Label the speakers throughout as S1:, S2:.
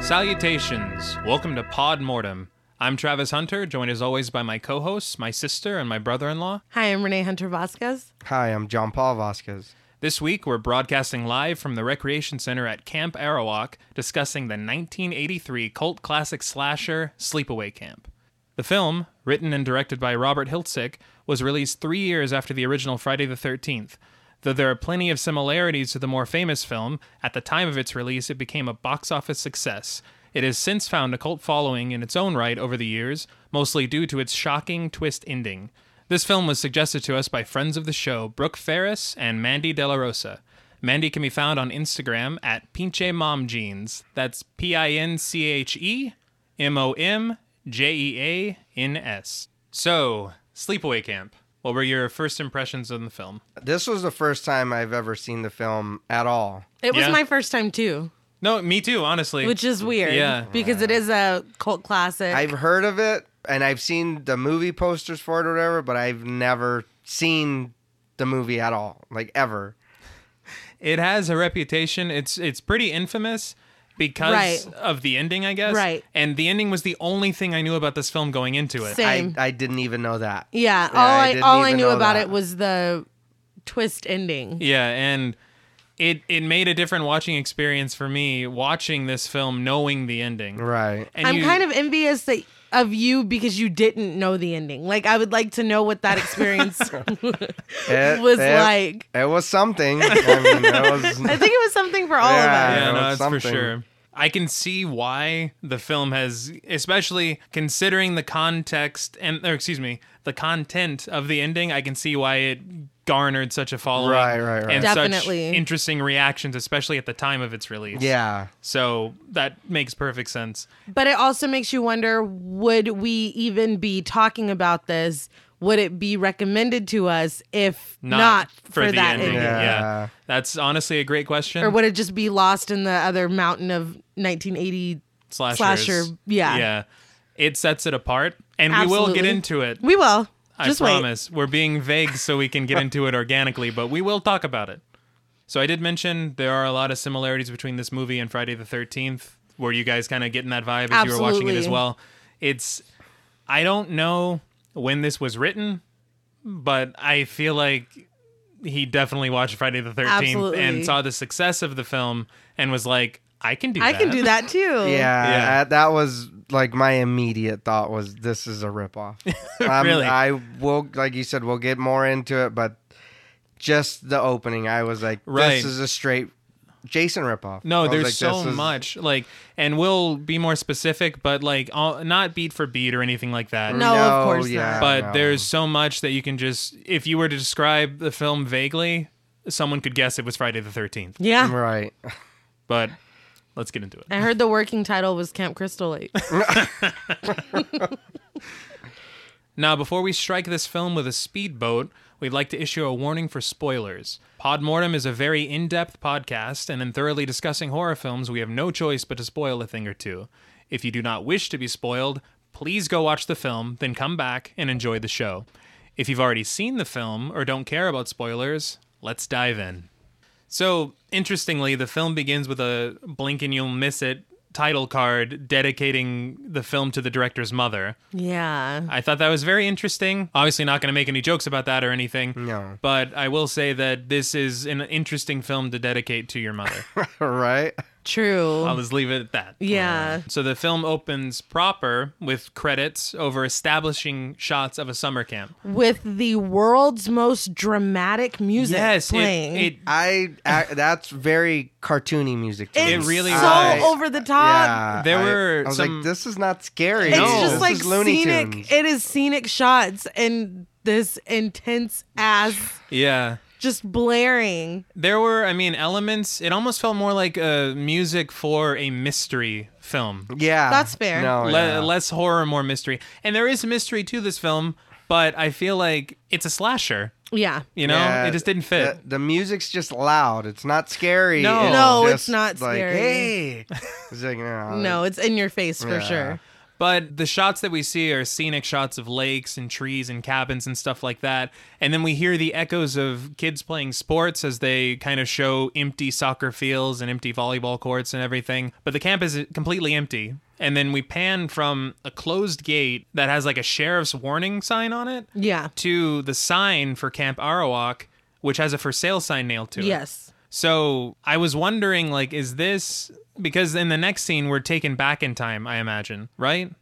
S1: Salutations! Welcome to Pod Mortem. I'm Travis Hunter, joined as always by my co hosts, my sister, and my brother in law.
S2: Hi, I'm Renee Hunter Vasquez.
S3: Hi, I'm John Paul Vasquez.
S1: This week, we're broadcasting live from the Recreation Center at Camp Arawak, discussing the 1983 cult classic slasher Sleepaway Camp. The film, written and directed by Robert Hiltzik, was released three years after the original Friday the 13th. Though there are plenty of similarities to the more famous film, at the time of its release it became a box office success. It has since found a cult following in its own right over the years, mostly due to its shocking twist ending. This film was suggested to us by friends of the show, Brooke Ferris and Mandy De La Rosa. Mandy can be found on Instagram at Pinche Mom Jeans. That's P I N C H E M O M J E A N S. So, Sleepaway Camp. What were your first impressions on the film?
S3: This was the first time I've ever seen the film at all.
S2: It was
S1: Yeah.
S2: my first time too,
S1: No, me too, honestly.
S2: which is weird.
S1: Yeah.
S2: Because it is a cult classic.
S3: I've heard of it and I've seen the movie posters for it or whatever, but I've never seen the movie at all, like ever.
S1: it has a reputation. It's it's pretty infamous because
S2: Right.
S1: of the ending, I guess.
S2: Right.
S1: And the ending was the only thing I knew about this film going into it.
S2: Same.
S3: I, I didn't even know that.
S2: yeah.
S3: Yeah,
S2: All
S3: I
S2: I,
S3: didn't
S2: all I
S3: even
S2: knew
S3: know
S2: about
S3: that.
S2: it was the twist ending.
S1: Yeah, and it it made a different watching experience for me watching this film knowing the ending.
S3: Right.
S1: And
S2: I'm
S1: you-
S2: kind of envious that of you because you didn't know the ending. Like I would like to know what that experience
S3: It
S2: was like.
S3: It was something. I mean, it
S2: I
S3: was,
S2: think it was something for all
S3: Yeah.
S2: of us.
S1: yeah,
S3: know,
S1: no, that's
S3: it's
S1: for
S3: something.
S1: sure. I can see why the film has, especially considering the context and, or excuse me, the content of the ending. I can see why it garnered such a following,
S3: Right, right, right.
S1: and
S2: Definitely.
S1: such interesting reactions, especially at the time of its release.
S3: yeah.
S1: so that makes perfect sense.
S2: But it also makes you wonder would we even be talking about this? Would it be recommended to us if not, for,
S1: the
S2: that
S1: ending,
S2: ending?
S1: yeah.
S3: Yeah.
S1: that's honestly a great question.
S2: Or would it just be lost in the other mountain of 1980?
S1: Slashers.
S2: slasher, yeah.
S1: yeah, it sets it apart, and we will get
S2: Absolutely.
S1: into it.
S2: We will.
S1: I
S2: Just wait.
S1: promise. We're being vague so we can get into it organically, but we will talk about it. So I did mention there are a lot of similarities between this movie and Friday the 13th. Were you guys kind of getting that vibe as you were watching it as
S2: Absolutely.
S1: well? It's I don't know when this was written, but I feel like he definitely watched Friday the 13th
S2: Absolutely.
S1: and saw the success of the film and was like, I can do
S2: I
S1: that.
S2: can do that too.
S3: Yeah,
S1: Yeah.
S3: I- that was like my immediate thought was this is a ripoff. Um,
S1: Really?
S3: I will, like you said, we'll get more into it, but just the opening, I was like, this
S1: Right.
S3: is a straight Jason ripoff. I
S1: No,
S3: was
S1: there's
S3: like,
S1: so
S3: this is-
S1: much like, and we'll be more specific, but like, all, not beat for beat or anything like that.
S2: No, of course not.
S1: but
S3: no.
S1: there's so much that you can just, if you were to describe the film vaguely, someone could guess it was Friday the 13th.
S2: Yeah.
S3: right.
S1: But let's get into it.
S2: I heard the working title was Camp Crystal Lake.
S1: Now, before we strike this film with a speedboat, we'd like to issue a warning for spoilers. Podmortem is a very in depth podcast, and in thoroughly discussing horror films, we have no choice but to spoil a thing or two. If you do not wish to be spoiled, please go watch the film, then come back and enjoy the show. If you've already seen the film or don't care about spoilers, let's dive in. So, interestingly, the film begins with a blink and you'll miss it title card dedicating the film to the director's mother.
S2: yeah.
S1: I thought that was very interesting. Obviously, not going to make any jokes about that or anything.
S3: No.
S1: But I will say that this is an interesting film to dedicate to your mother.
S3: right?
S2: True.
S1: I'll just leave it at that.
S2: yeah.
S1: So the film opens proper with credits over establishing shots of a summer camp.
S2: With the world's most dramatic music
S1: yes, it-
S2: playing.
S1: It,
S3: I, I that's very cartoony music. To me.
S1: It really
S2: so
S1: was.
S2: over the top.
S3: Yeah,
S1: There
S3: I-
S1: were
S3: I was
S1: some-
S3: like, this is not scary.
S2: It's
S1: No.
S2: just
S3: This
S2: like
S3: is Looney
S2: scenic.
S3: Tunes.
S2: It is scenic shots and this intense ass
S1: yeah.
S2: just blaring.
S1: There were, I mean, elements. It almost felt more like a music for a mystery film.
S3: yeah,
S2: That's fair.
S3: No,
S1: Le-
S3: Oh, yeah.
S1: Less horror, more mystery. And there is mystery to this film, but I feel like it's a slasher.
S2: Yeah.
S1: You know,
S3: Yeah, Uh,
S1: it just didn't fit.
S3: The, the music's just loud. It's not scary.
S1: No.
S2: No,
S3: just
S2: it's not
S3: like,
S2: scary.
S3: Hey, It's like, no,
S2: No, it's in your face for
S3: Yeah.
S2: sure.
S1: But the shots that we see are scenic shots of lakes and trees and cabins and stuff like that. And then we hear the echoes of kids playing sports as they kind of show empty soccer fields and empty volleyball courts and everything. But the camp is completely empty. And then we pan from a closed gate that has like a sheriff's warning sign on it
S2: Yeah.
S1: to the sign for Camp Arawak, which has a for sale sign nailed to it.
S2: Yes.
S1: So I was wondering, like, is this because in the next scene we're taken back in time? I imagine, right?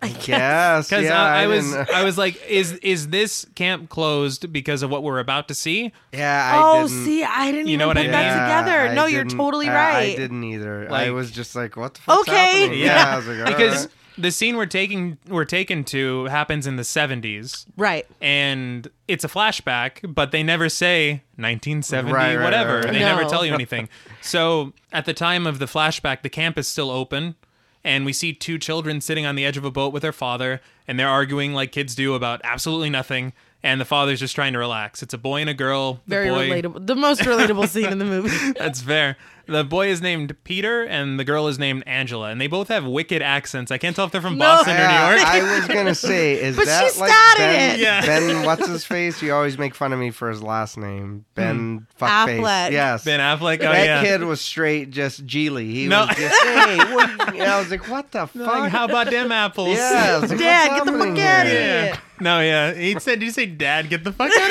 S3: Yes.
S1: Because uh,
S3: yeah,
S1: I, I was,
S3: didn't- uh,
S1: I was like, is is this camp closed because of what we're about to see?
S3: Yeah. I
S2: oh,
S3: didn't-
S2: see, I didn't
S1: You
S2: even
S1: know what
S2: put
S1: I
S2: that
S3: Yeah,
S2: together.
S3: I
S2: no, you're
S3: didn't-
S2: totally
S3: I-
S2: right.
S3: I didn't either. I
S1: Like-
S3: was just like, what the fuck's
S2: Okay.
S3: happening?
S2: Yeah.
S3: I was like, uh, all
S1: because
S3: right.
S1: the scene we're taking we're taken to happens in the seventies.
S2: Right.
S1: and it's a flashback, but they never say 1970
S3: Right, right,
S1: whatever.
S3: right, right.
S1: They
S2: No.
S1: never tell you anything. so at the time of the flashback, the camp is still open, and we see two children sitting on the edge of a boat with their father, and they're arguing like kids do about absolutely nothing. And the father's just trying to relax. It's a boy and a girl. The
S2: Very
S1: boy,
S2: relatable. The most relatable scene in the movie.
S1: That's fair. The boy is named Peter, and the girl is named Angela, and they both have wicked accents. I can't tell if they're from
S2: No.
S1: Boston
S3: Yeah,
S1: or New York.
S3: I was gonna say, is
S2: But
S3: that
S2: she
S3: like
S2: started
S3: Ben?
S2: it.
S1: Yeah.
S3: Ben, what's his face? You always make fun of me for his last name, Ben Fuckface.
S2: Hmm. Affleck.
S3: Yes,
S1: ben Affleck. Oh
S3: that
S1: yeah.
S3: kid was straight just Geely. He
S1: No.
S3: was just, hey, what? And I was like, what the
S1: Like,
S3: fuck?
S1: how about them apples?
S3: yeah, I was like,
S2: Dad,
S3: what's
S2: get the fuck
S3: happening
S2: outta
S3: here?
S2: here.
S1: Yeah. No, yeah. He said, "Did you say, Dad, get the fuck out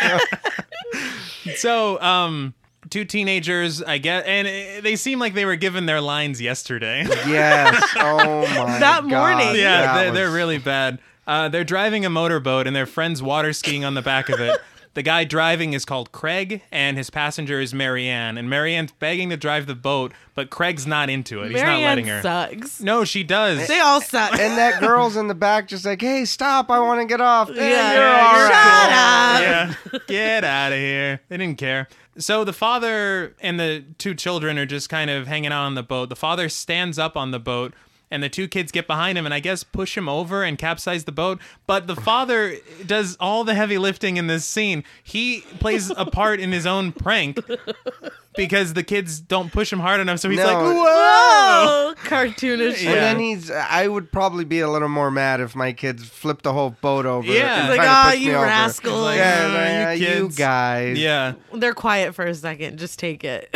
S1: of here?" so, um, two teenagers, I guess, and uh, they seem like they were given their lines yesterday.
S3: Yes. Oh my.
S2: That
S3: God.
S2: morning.
S1: yeah,
S3: that
S1: they're, they're
S3: was-
S1: really bad. Uh, they're driving a motorboat, and their friends water skiing on the back of it. The guy driving is called Craig, and his passenger is Marianne. And Marianne's begging to drive the boat, but Craig's not into it. He's not letting her.
S2: Marianne sucks.
S1: No, she does.
S2: They all suck.
S3: And that girl's in the back, just like, hey, stop! I want to get off. Yeah,
S2: Yeah.
S3: you're all
S2: Shut
S3: right.
S1: yeah.
S2: up.
S1: Get out of here. They didn't care. So the father and the two children are just kind of hanging out on the boat. The father stands up on the boat and the two kids get behind him and I guess push him over and capsize the boat. But the father does all the heavy lifting in this scene. He plays a part in his own prank because the kids don't push him hard enough. So he's
S3: No.
S1: like, whoa.
S2: Whoa, Oh, cartoonish.
S1: Yeah.
S3: And then he's. I would probably be a little more mad if my kids flipped the whole boat over.
S1: Yeah.
S3: and
S1: Like,
S3: tried to
S2: "Ah,
S3: push me
S2: you
S3: over."
S2: rascals."
S3: Like, yeah,
S1: "Ah,
S3: like,
S1: you
S3: "Ah, you,
S1: kids."
S3: guys.
S1: Yeah.
S2: They're quiet for a second. Just take it.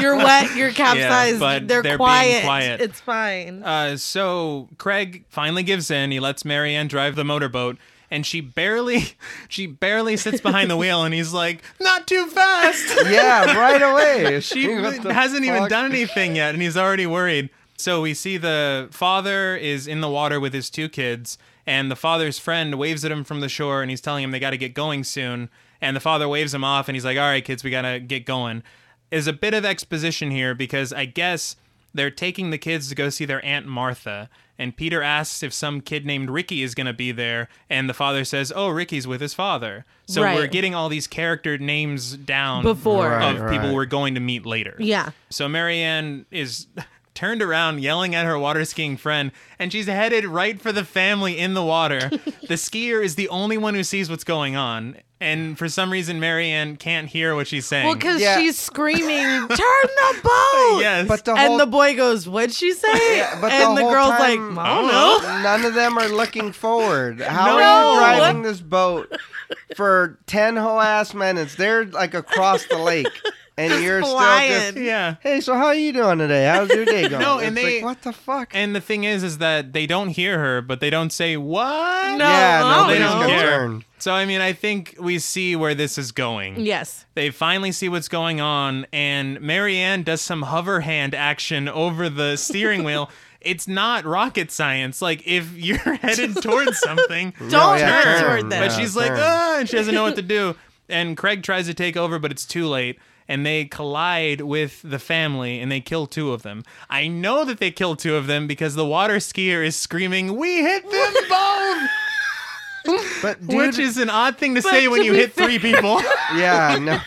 S2: you're wet. You're capsized.
S1: but
S2: they're,
S1: they're being
S2: quiet.
S1: quiet.
S2: It's fine.
S1: Uh, so Craig finally gives in. He lets Marianne drive the motorboat, and she barely, she barely sits behind the wheel, and he's like, "Not too fast."
S3: Yeah, right away.
S1: She
S3: What the
S1: hasn't even
S3: fuck?
S1: done anything yet, and he's already worried. So we see the father is in the water with his two kids, and the father's friend waves at him from the shore, and he's telling him they got to get going soon. And the father waves him off, and he's like, "All right, kids, we gotta get going." There's a bit of exposition here because I guess they're taking the kids to go see their aunt Martha, and Peter asks if some kid named Ricky is gonna be there, and the father says, "Oh, Ricky's with his father." So
S2: Right.
S1: we're getting all these character names down
S2: Before.
S1: of
S3: Right,
S1: people
S3: right.
S1: we're going to meet later.
S2: Yeah.
S1: So Marianne is turned around yelling at her water skiing friend, and she's headed right for the family in the water. the skier is the only one who sees what's going on, and for some reason, Marianne can't hear what she's saying.
S2: Well, because
S3: Yeah.
S2: she's screaming, "Turn the boat!"
S1: yes,
S3: But the whole
S2: and the boy goes, "What'd she say?"
S3: but
S2: and the,
S3: the whole
S2: girl's
S3: time-
S2: like, "I don't
S1: Oh.
S2: know."
S3: None of them are looking forward. How
S1: No.
S3: are you driving this boat for ten whole ass minutes? They're like across the lake, and you're still
S2: flying.
S3: just.
S1: yeah.
S3: Hey, so how are you doing today? How's your day going?
S1: No, and
S3: It's
S1: they-
S3: like, what the fuck?
S1: And the thing is, is that they don't hear her, but they don't say what.
S2: No.
S3: yeah,
S2: I don't
S1: they
S3: nobody's
S1: don't
S2: know.
S1: care.
S3: concerned.
S1: So I mean, I think we see where this is going.
S2: Yes.
S1: They finally see what's going on, and Marianne does some hover hand action over the steering wheel. It's not rocket science. Like if you're headed towards something,
S2: Don't
S3: Oh, yeah,
S2: turn
S3: turn.
S2: toward them.
S1: but
S3: Yeah,
S1: she's like,
S3: turn.
S1: ah, and she doesn't know what to do. And Craig tries to take over, but it's too late. And they collide with the family and they kill two of them. I know that they kill two of them because the water skier is screaming, We hit them both!
S3: But dude,
S1: "Oh, Which is an odd thing to say when
S2: to
S1: you
S2: be
S1: hit
S2: fair-
S1: three people.
S3: yeah, no.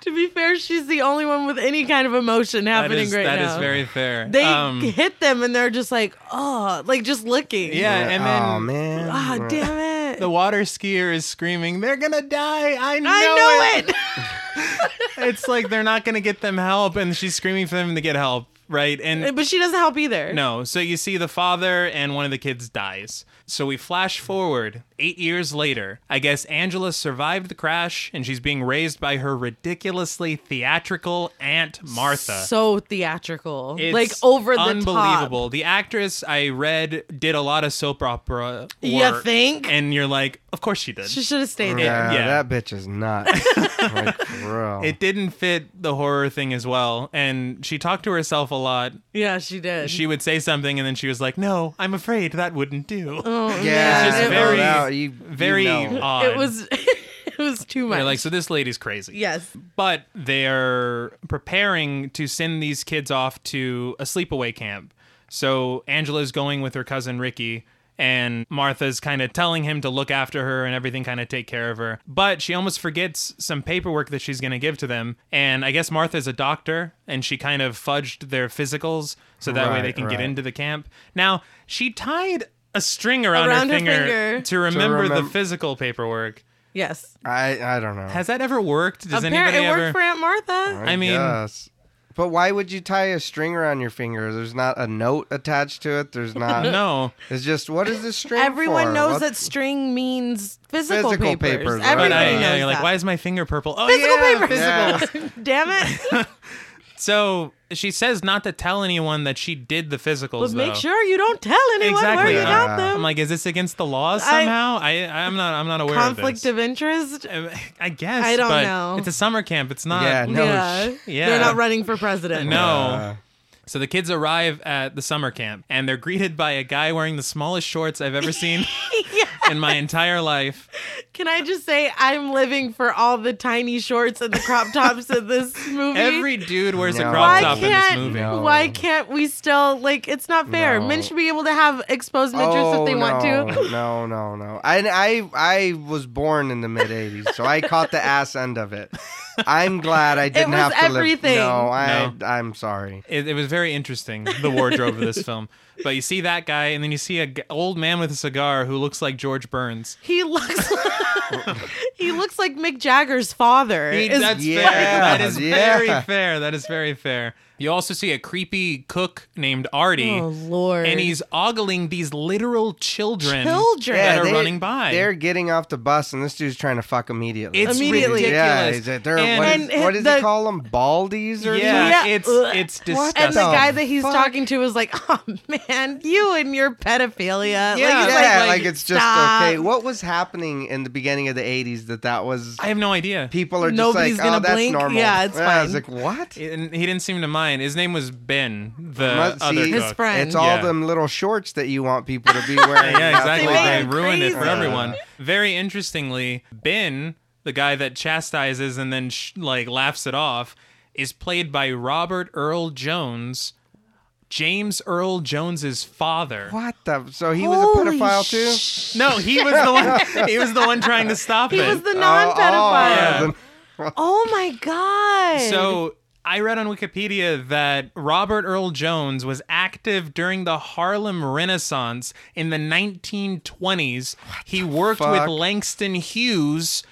S2: To be fair, she's the only one with any kind of emotion
S1: That
S2: happening
S1: is,
S2: right
S1: that
S2: now.
S1: is very fair.
S2: They
S1: Um,
S2: hit them and they're just like, oh, like just looking.
S1: Yeah, and then
S3: oh man,
S2: Ah,
S3: Yeah.
S2: damn it.
S1: the water skier is screaming, "They're gonna die! I know,
S2: I know it.
S1: it!" It's like they're not gonna get them help, and she's screaming for them to get help. right? And
S2: But she doesn't help either.
S1: No. So you see the father and one of the kids dies. So we flash forward eight years later. I guess Angela survived the crash and she's being raised by her ridiculously theatrical Aunt Martha.
S2: So theatrical.
S1: uh, It's
S2: like over the
S1: unbelievable. The actress I read did a lot of soap opera. Work,
S2: You think?
S1: And you're like, of course she did.
S2: top. She should have stayed there.
S1: Yeah.
S3: Yeah, Uh, that bitch is nuts. like, bro.
S1: it didn't fit the horror thing as well. And she talked to herself a lot.
S2: Yeah, she did.
S1: She would say something and then she was like, no, I'm afraid that wouldn't do.
S3: yeah,
S1: It's just
S3: no
S1: very,
S3: doubt. You- you
S1: very
S3: know.
S1: odd.
S2: Oh. it was it was too much.
S1: They're like, so this lady's crazy.
S2: yes.
S1: But they're preparing to send these kids off to a sleepaway camp. So Angela's going with her cousin Ricky, and Martha's kind of telling him to look after her and everything, kind of take care of her. But she almost forgets some paperwork that she's going to give to them. And I guess Martha's a doctor, and she kind of fudged their physicals so that way
S3: Right,
S1: they can get
S3: right.
S1: into the camp. Now, she tied a string around,
S2: Around her
S1: finger,
S2: finger.
S1: to remember the
S3: remem-
S1: physical paperwork.
S2: Yes.
S3: I I don't know.
S1: Has that ever worked? Does
S2: Apparently it
S1: anybody
S2: worked
S1: ever?
S2: for Aunt Martha.
S1: I mean-
S3: guess. but why would you tie a string around your finger? There's not a note attached to it. There's not.
S1: no,
S3: It's just what is this string?
S2: Everyone
S3: for?
S2: knows
S3: What-
S2: that string means physical,
S3: Physical
S2: papers.
S3: papers, right.
S1: but
S2: Everybody
S1: I,
S2: knows
S1: yeah, you're
S2: that.
S1: like, why is my finger purple? Oh
S2: physical
S1: yeah,
S2: papers?
S3: yeah.
S2: Damn it.
S1: So she says not to tell anyone that she did the physicals.
S2: But make
S1: though.
S2: sure you don't tell anyone
S1: exactly.
S2: where you
S1: I'm-
S2: got
S3: Yeah.
S2: them.
S1: I'm like, is this against the laws
S2: I-
S1: somehow? I, I am not. I'm not aware
S2: Conflict
S1: of
S2: of interest.
S1: this. I guess.
S2: I don't
S1: but
S2: know.
S1: It's a summer camp. It's not.
S3: Yeah, no.
S2: yeah.
S3: sh-
S1: Yeah.
S2: They're not running for president.
S1: No.
S3: Uh,
S1: So the kids arrive at the summer camp and they're greeted by a guy wearing the smallest shorts I've ever seen in my entire life.
S2: Can I just say I'm living for all the tiny shorts and the crop tops in this movie?
S1: Every dude wears a
S3: No.
S1: crop
S2: why
S1: top in this
S2: can't
S1: movie.
S3: No.
S2: why can't we still like it's not fair.
S3: No.
S2: Men should be able to have exposed midriffs if they
S3: no,
S2: want to.
S3: Oh, No, no, no. I, I, I was born in the mid 80s, so I caught the ass end of it. I'm glad I didn't
S2: was
S3: have to
S2: everything.
S3: live. No, I,
S1: No.
S3: I'm sorry.
S1: It, it was very interesting the wardrobe of this film. But you see that guy, and then you see a g- old man with a cigar who looks like George Burns.
S2: He looks he looks like Mick Jagger's father.
S1: He-
S2: Is-
S1: that's
S3: Yeah,
S1: fair. That is
S3: yeah.
S1: very fair. That is very fair. You also see a creepy cook named Artie,
S2: oh lord.
S1: and he's ogling these literal children,
S2: Children.
S1: that
S2: Yeah,
S1: are
S3: they-
S1: running by.
S3: They're getting off the bus, and this dude's trying to fuck immediately.
S1: it's
S2: Immediately.
S1: ridiculous.
S3: yeah, he's like, they're, what,
S1: And-
S3: is,
S2: And
S3: what does
S2: the-
S3: he call them? Baldies or
S1: yeah,
S2: Yeah.
S1: it's
S2: Ugh.
S1: it's
S3: What
S1: disgusting.
S2: and the
S3: dumb.
S2: guy that he's
S3: Fuck.
S2: talking to is like, "Oh man, you and your
S1: Yeah.
S2: pedophilia." like,
S3: something?
S2: it's
S3: Yeah,
S2: like,
S3: like, it's just
S2: stop.
S3: okay. What was happening in the beginning of the 80s that that was
S1: I have no idea.
S3: people are just
S2: Nobody's
S3: like,
S2: gonna
S3: oh, that's
S2: blink.
S3: normal.
S2: Yeah, it's
S3: I
S2: fine.
S3: was like, what?
S1: And he didn't seem to mind. His name was Ben, the
S3: Must-
S1: other
S3: see,
S1: cook.
S2: His friend.
S3: It's all
S1: Yeah.
S3: them little shorts that you want people to be wearing.
S1: yeah, exactly.
S2: They made
S1: They,
S2: him
S1: ruined it for
S2: crazy.
S1: everyone. Very interestingly, Ben, the guy that chastises and then sh- like laughs it off, is played by Robert Earl Jones, James Earl Jones's father.
S3: What the? So he was a
S2: Holy
S3: pedophile too?
S2: sh-
S1: No, he was the one. He was the one trying to stop
S2: he
S1: it.
S2: was the
S3: Oh,
S2: non-pedophile.
S1: Yeah.
S3: oh,
S2: Oh my god!
S1: So I read on Wikipedia that Robert Earl Jones was active during the Harlem Renaissance in the 1920s. He worked with
S3: fuck?
S1: Langston Hughes,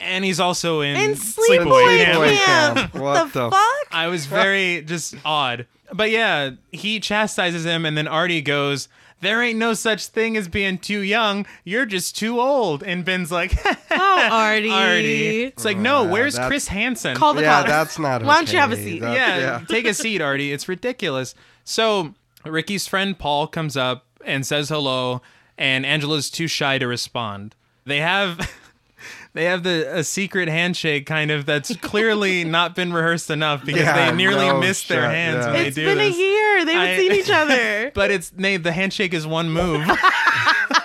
S1: and he's also in,
S2: in sleepaway
S1: Camp.
S3: Sleepaway
S2: camp,
S3: Camp.
S2: what
S3: What
S2: the,
S3: the-
S2: fuck?
S1: I was very just odd. But yeah, he chastises him, and then Artie goes, There ain't no such thing as being too young. You're just too old. And Ben's like,
S2: Oh, Artie.
S1: Artie. It's like, No, where's
S3: that's-
S1: Chris Hansen?
S2: Call the
S3: yeah,
S2: cops.
S3: that's not. Okay.
S2: Why don't you have a seat?
S3: That-
S1: yeah, take a seat, Artie. It's ridiculous. So Ricky's friend Paul comes up and says hello, and Angela's too shy to respond. They have they have the a secret handshake kind of that's clearly not been rehearsed enough because
S3: Yeah,
S1: they nearly
S3: no
S1: missed their
S3: shot,
S1: hands
S3: yeah.
S1: when
S2: It's
S1: they do
S2: been
S1: this.
S2: a year. They haven't
S1: I-
S2: seen each other.
S1: But it's they, the handshake is one move.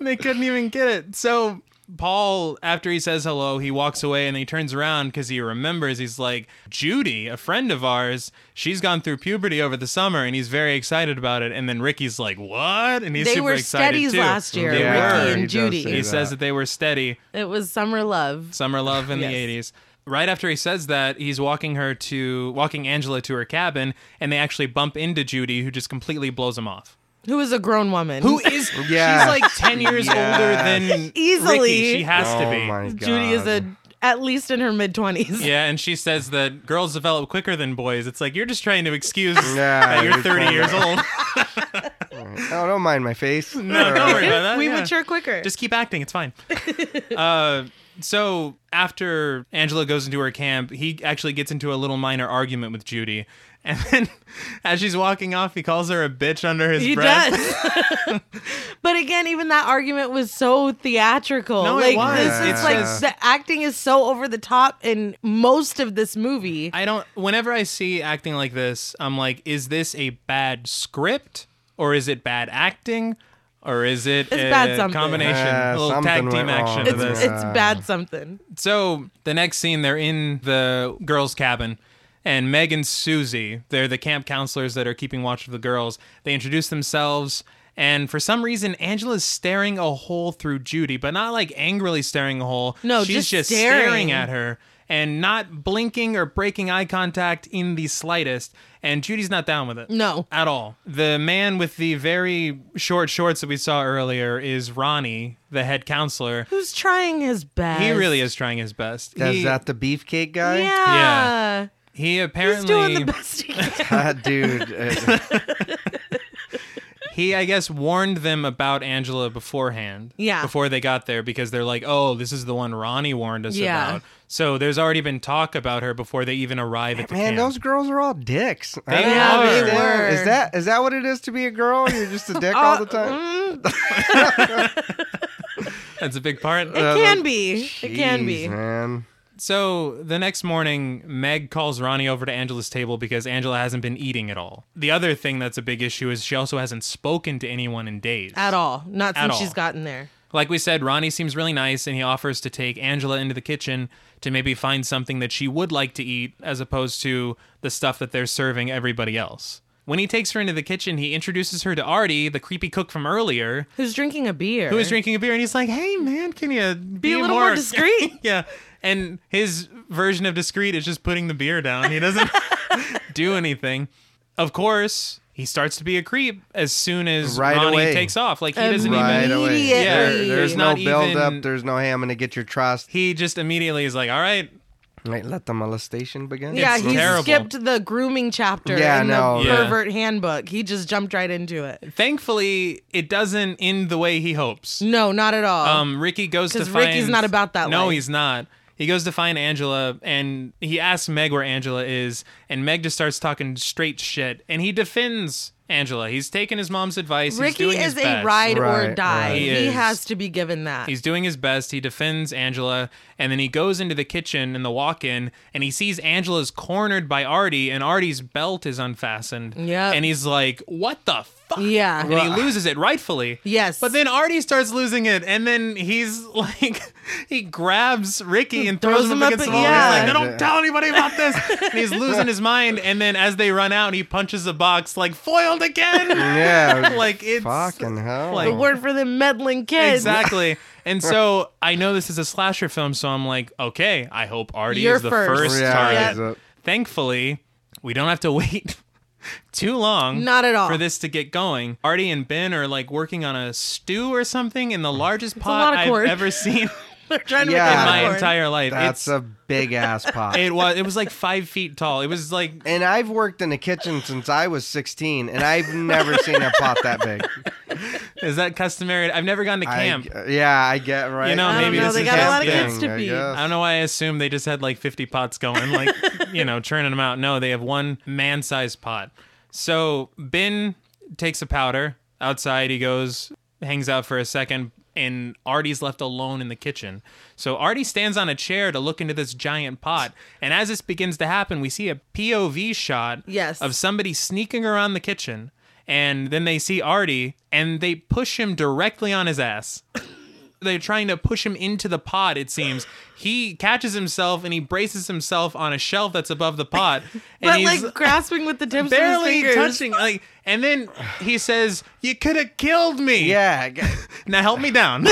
S1: they couldn't even get it. So Paul, after he says hello, he walks away and he turns around because he remembers. He's like, Judy, a friend of ours, she's gone through puberty over the summer, and he's very excited about it. And then Ricky's like, "What?" And he's
S2: they
S1: super
S2: were
S1: excited
S2: steadies
S1: too.
S2: last year,
S1: They
S3: Yeah,
S1: were.
S2: Ricky
S3: he
S2: and
S3: does
S2: Judy.
S3: say
S1: He says that they were steady.
S2: It was summer love.
S1: Summer love in
S2: Yes.
S1: the 80s. Right after he says that, he's walking her to walking Angela to her cabin, and they actually bump into Judy, who just completely blows him off.
S2: Who is a grown woman?
S1: Who is?
S3: Yeah.
S1: She's like ten years
S3: Yes.
S1: older than
S2: Easily.
S1: Ricky. She has
S3: Oh
S1: to be.
S3: my God.
S2: Judy is a at least in her mid 20s.
S1: Yeah, and she says that girls develop quicker than boys. It's like you're just trying to excuse
S3: Yeah,
S1: that you're
S3: you're
S1: 30
S3: trying
S1: years
S3: to-
S1: old.
S3: Oh, don't mind my face.
S1: no, don't worry about that.
S2: we
S1: yeah.
S2: mature quicker.
S1: Just keep acting. It's fine. uh, so after Angela goes into her camp, he actually gets into a little minor argument with Judy. And then as she's walking off, he calls her a bitch under his
S2: he
S1: breath.
S2: does. but again, even that argument was so theatrical.
S1: No, it
S2: like
S1: was.
S2: this is
S3: It's
S2: like
S3: just-
S2: the acting is so over the top in most of this movie.
S1: I don't. Whenever I see acting like this, I'm like, is this a bad script or is it bad acting? Or is it a
S2: bad something.
S1: combination,
S3: Yeah,
S1: a little
S3: something
S1: tag team
S3: went
S1: action?
S3: wrong.
S1: to
S2: it's
S1: this.
S2: it's bad something.
S1: So the next scene, they're in the girls' cabin, and Meg and Susie, they're the camp counselors that are keeping watch of the girls. They introduce themselves, and for some reason, Angela's staring a hole through Judy, but not like angrily staring a hole.
S2: No,
S1: she's
S2: just
S1: just,
S2: staring.
S1: at her and not blinking or breaking eye contact in the slightest. And Judy's not down with it.
S2: No.
S1: At all. The man with the very short shorts that we saw earlier is Ronnie, the head counselor.
S2: Who's trying his best?
S1: He really is trying his best.
S3: Is
S1: He-
S3: that the beefcake guy?
S2: Yeah.
S1: He
S2: He's doing the
S1: apparently
S2: best he can.
S3: That dude. uh,
S1: he I guess warned them about Angela beforehand.
S2: Yeah.
S1: Before they got there because they're like, "Oh, this is the one Ronnie warned us
S2: Yeah.
S1: about." So there's already been talk about her before they even arrive at the
S3: man,
S1: camp.
S3: those girls are all dicks. I
S1: They
S3: don't
S1: are. They
S3: understand.
S2: were.
S3: Is that is that what it is to be a girl? You're just a dick all the
S1: Uh,
S3: time.
S2: Mm,
S1: That's a big part.
S2: it
S3: Uh,
S2: can be. it can be.
S3: Jeez, man.
S1: So the next morning, Meg calls Ronnie over to Angela's table because Angela hasn't been eating at all. The other thing that's a big issue is she also hasn't spoken to anyone in days.
S2: At all. Not
S1: At
S2: since she's
S1: all.
S2: gotten there.
S1: Like we said, Ronnie seems really nice and he offers to take Angela into the kitchen to maybe find something that she would like to eat as opposed to the stuff that they're serving everybody else. When he takes her into the kitchen, he introduces her to Artie, the creepy cook from earlier,
S2: Who's drinking a beer?
S1: who is drinking a beer and he's like, "Hey man, can you be,
S2: Be a little more discreet.
S1: yeah. And his version of discreet is just putting the beer down. He doesn't do anything. Of course, he starts to be a creep as soon as
S3: Right
S1: Ronnie
S3: away.
S1: takes off. Like he doesn't even
S3: Right away.
S2: Immediately.
S1: Yeah,
S3: There- there's
S1: He's
S3: no
S1: not
S3: build
S1: even-
S3: up. There's no hey, I'm gonna get your trust.
S1: he just immediately is like, "All right,
S3: Wait, let the molestation begin.
S2: Yeah,
S1: It's
S2: he
S1: terrible.
S2: skipped the grooming chapter
S3: Yeah,
S2: in
S3: no.
S2: the
S1: Yeah.
S2: pervert handbook. He just jumped right into it.
S1: Thankfully, it doesn't end the way he hopes.
S2: No, not at all.
S1: Um, Ricky goes to
S2: 'Cause
S1: find.
S2: Ricky's not about that
S1: No,
S2: life.
S1: he's not. He goes to find Angela, and he asks Meg where Angela is, and Meg just starts talking straight shit, and he defends Angela. He's taking his mom's advice. he's
S2: Ricky
S1: doing his
S2: is a
S1: best.
S2: ride or
S3: Right,
S2: die.
S3: right.
S1: He
S2: He,
S1: is.
S2: has to be given that.
S1: He's doing his best. He defends Angela, and then he goes into the kitchen in the walk-in, and he sees Angela's cornered by Artie, and Artie's belt is unfastened.
S2: Yep.
S1: and he's like, "What the fuck?"
S2: Yeah.
S1: and he loses it rightfully.
S2: Yes.
S1: but then Artie starts losing it, and then he's like, he grabs Ricky and throws,
S2: Throws
S1: him
S2: him
S1: up
S2: up
S1: against the wall.
S2: at- yeah.
S1: He's like, "No, don't tell anybody about this." and he's losing his mind, and then as they run out, he punches a box, like foiled again.
S3: Yeah.
S1: like it's
S3: fucking hell.
S1: like,
S2: the word for them meddling kids.
S1: Exactly. And so I know this is a slasher film, so I'm like, okay, I hope Artie
S2: You're
S1: is the
S2: first.
S1: first,
S3: Yeah,
S1: target.
S3: is it?
S1: Thankfully, we don't have to wait too long.
S2: Not at all.
S1: For this to get going. Artie and Ben are like working on a stew or something in the largest pot
S2: lot of
S1: I've
S2: corn.
S1: ever seen
S2: They're trying to
S3: Yeah.
S1: in
S2: make
S1: my
S2: popcorn.
S1: entire life.
S3: That's
S1: it's,
S3: a big ass pot.
S1: it was it was like five feet tall. It was like
S3: and I've worked in a kitchen since I was 16, and I've never seen a pot that big.
S1: is that customary? I've never gone to camp.
S3: I, yeah, I get right.
S1: You know, I don't maybe know, this they is got a lot of kids
S2: to feed.
S1: I don't know why I assume they just had like 50 pots going, like, you know, churning them out. No, they have one man sized pot. So Ben takes a powder outside. He goes, hangs out for a second, and Artie's left alone in the kitchen. So Artie stands on a chair to look into this giant pot. And as this begins to happen, we see a POV shot
S2: Yes.
S1: of somebody sneaking around the kitchen. And then they see Artie and they push him directly on his ass they're trying to push him into the pot it seems he catches himself and he braces himself on a shelf that's above the pot and
S2: But
S1: he's
S2: like grasping with the tips of
S1: barely
S2: his fingers.
S1: touching like and then he says you could have killed me
S3: Yeah, I get-
S1: now help me down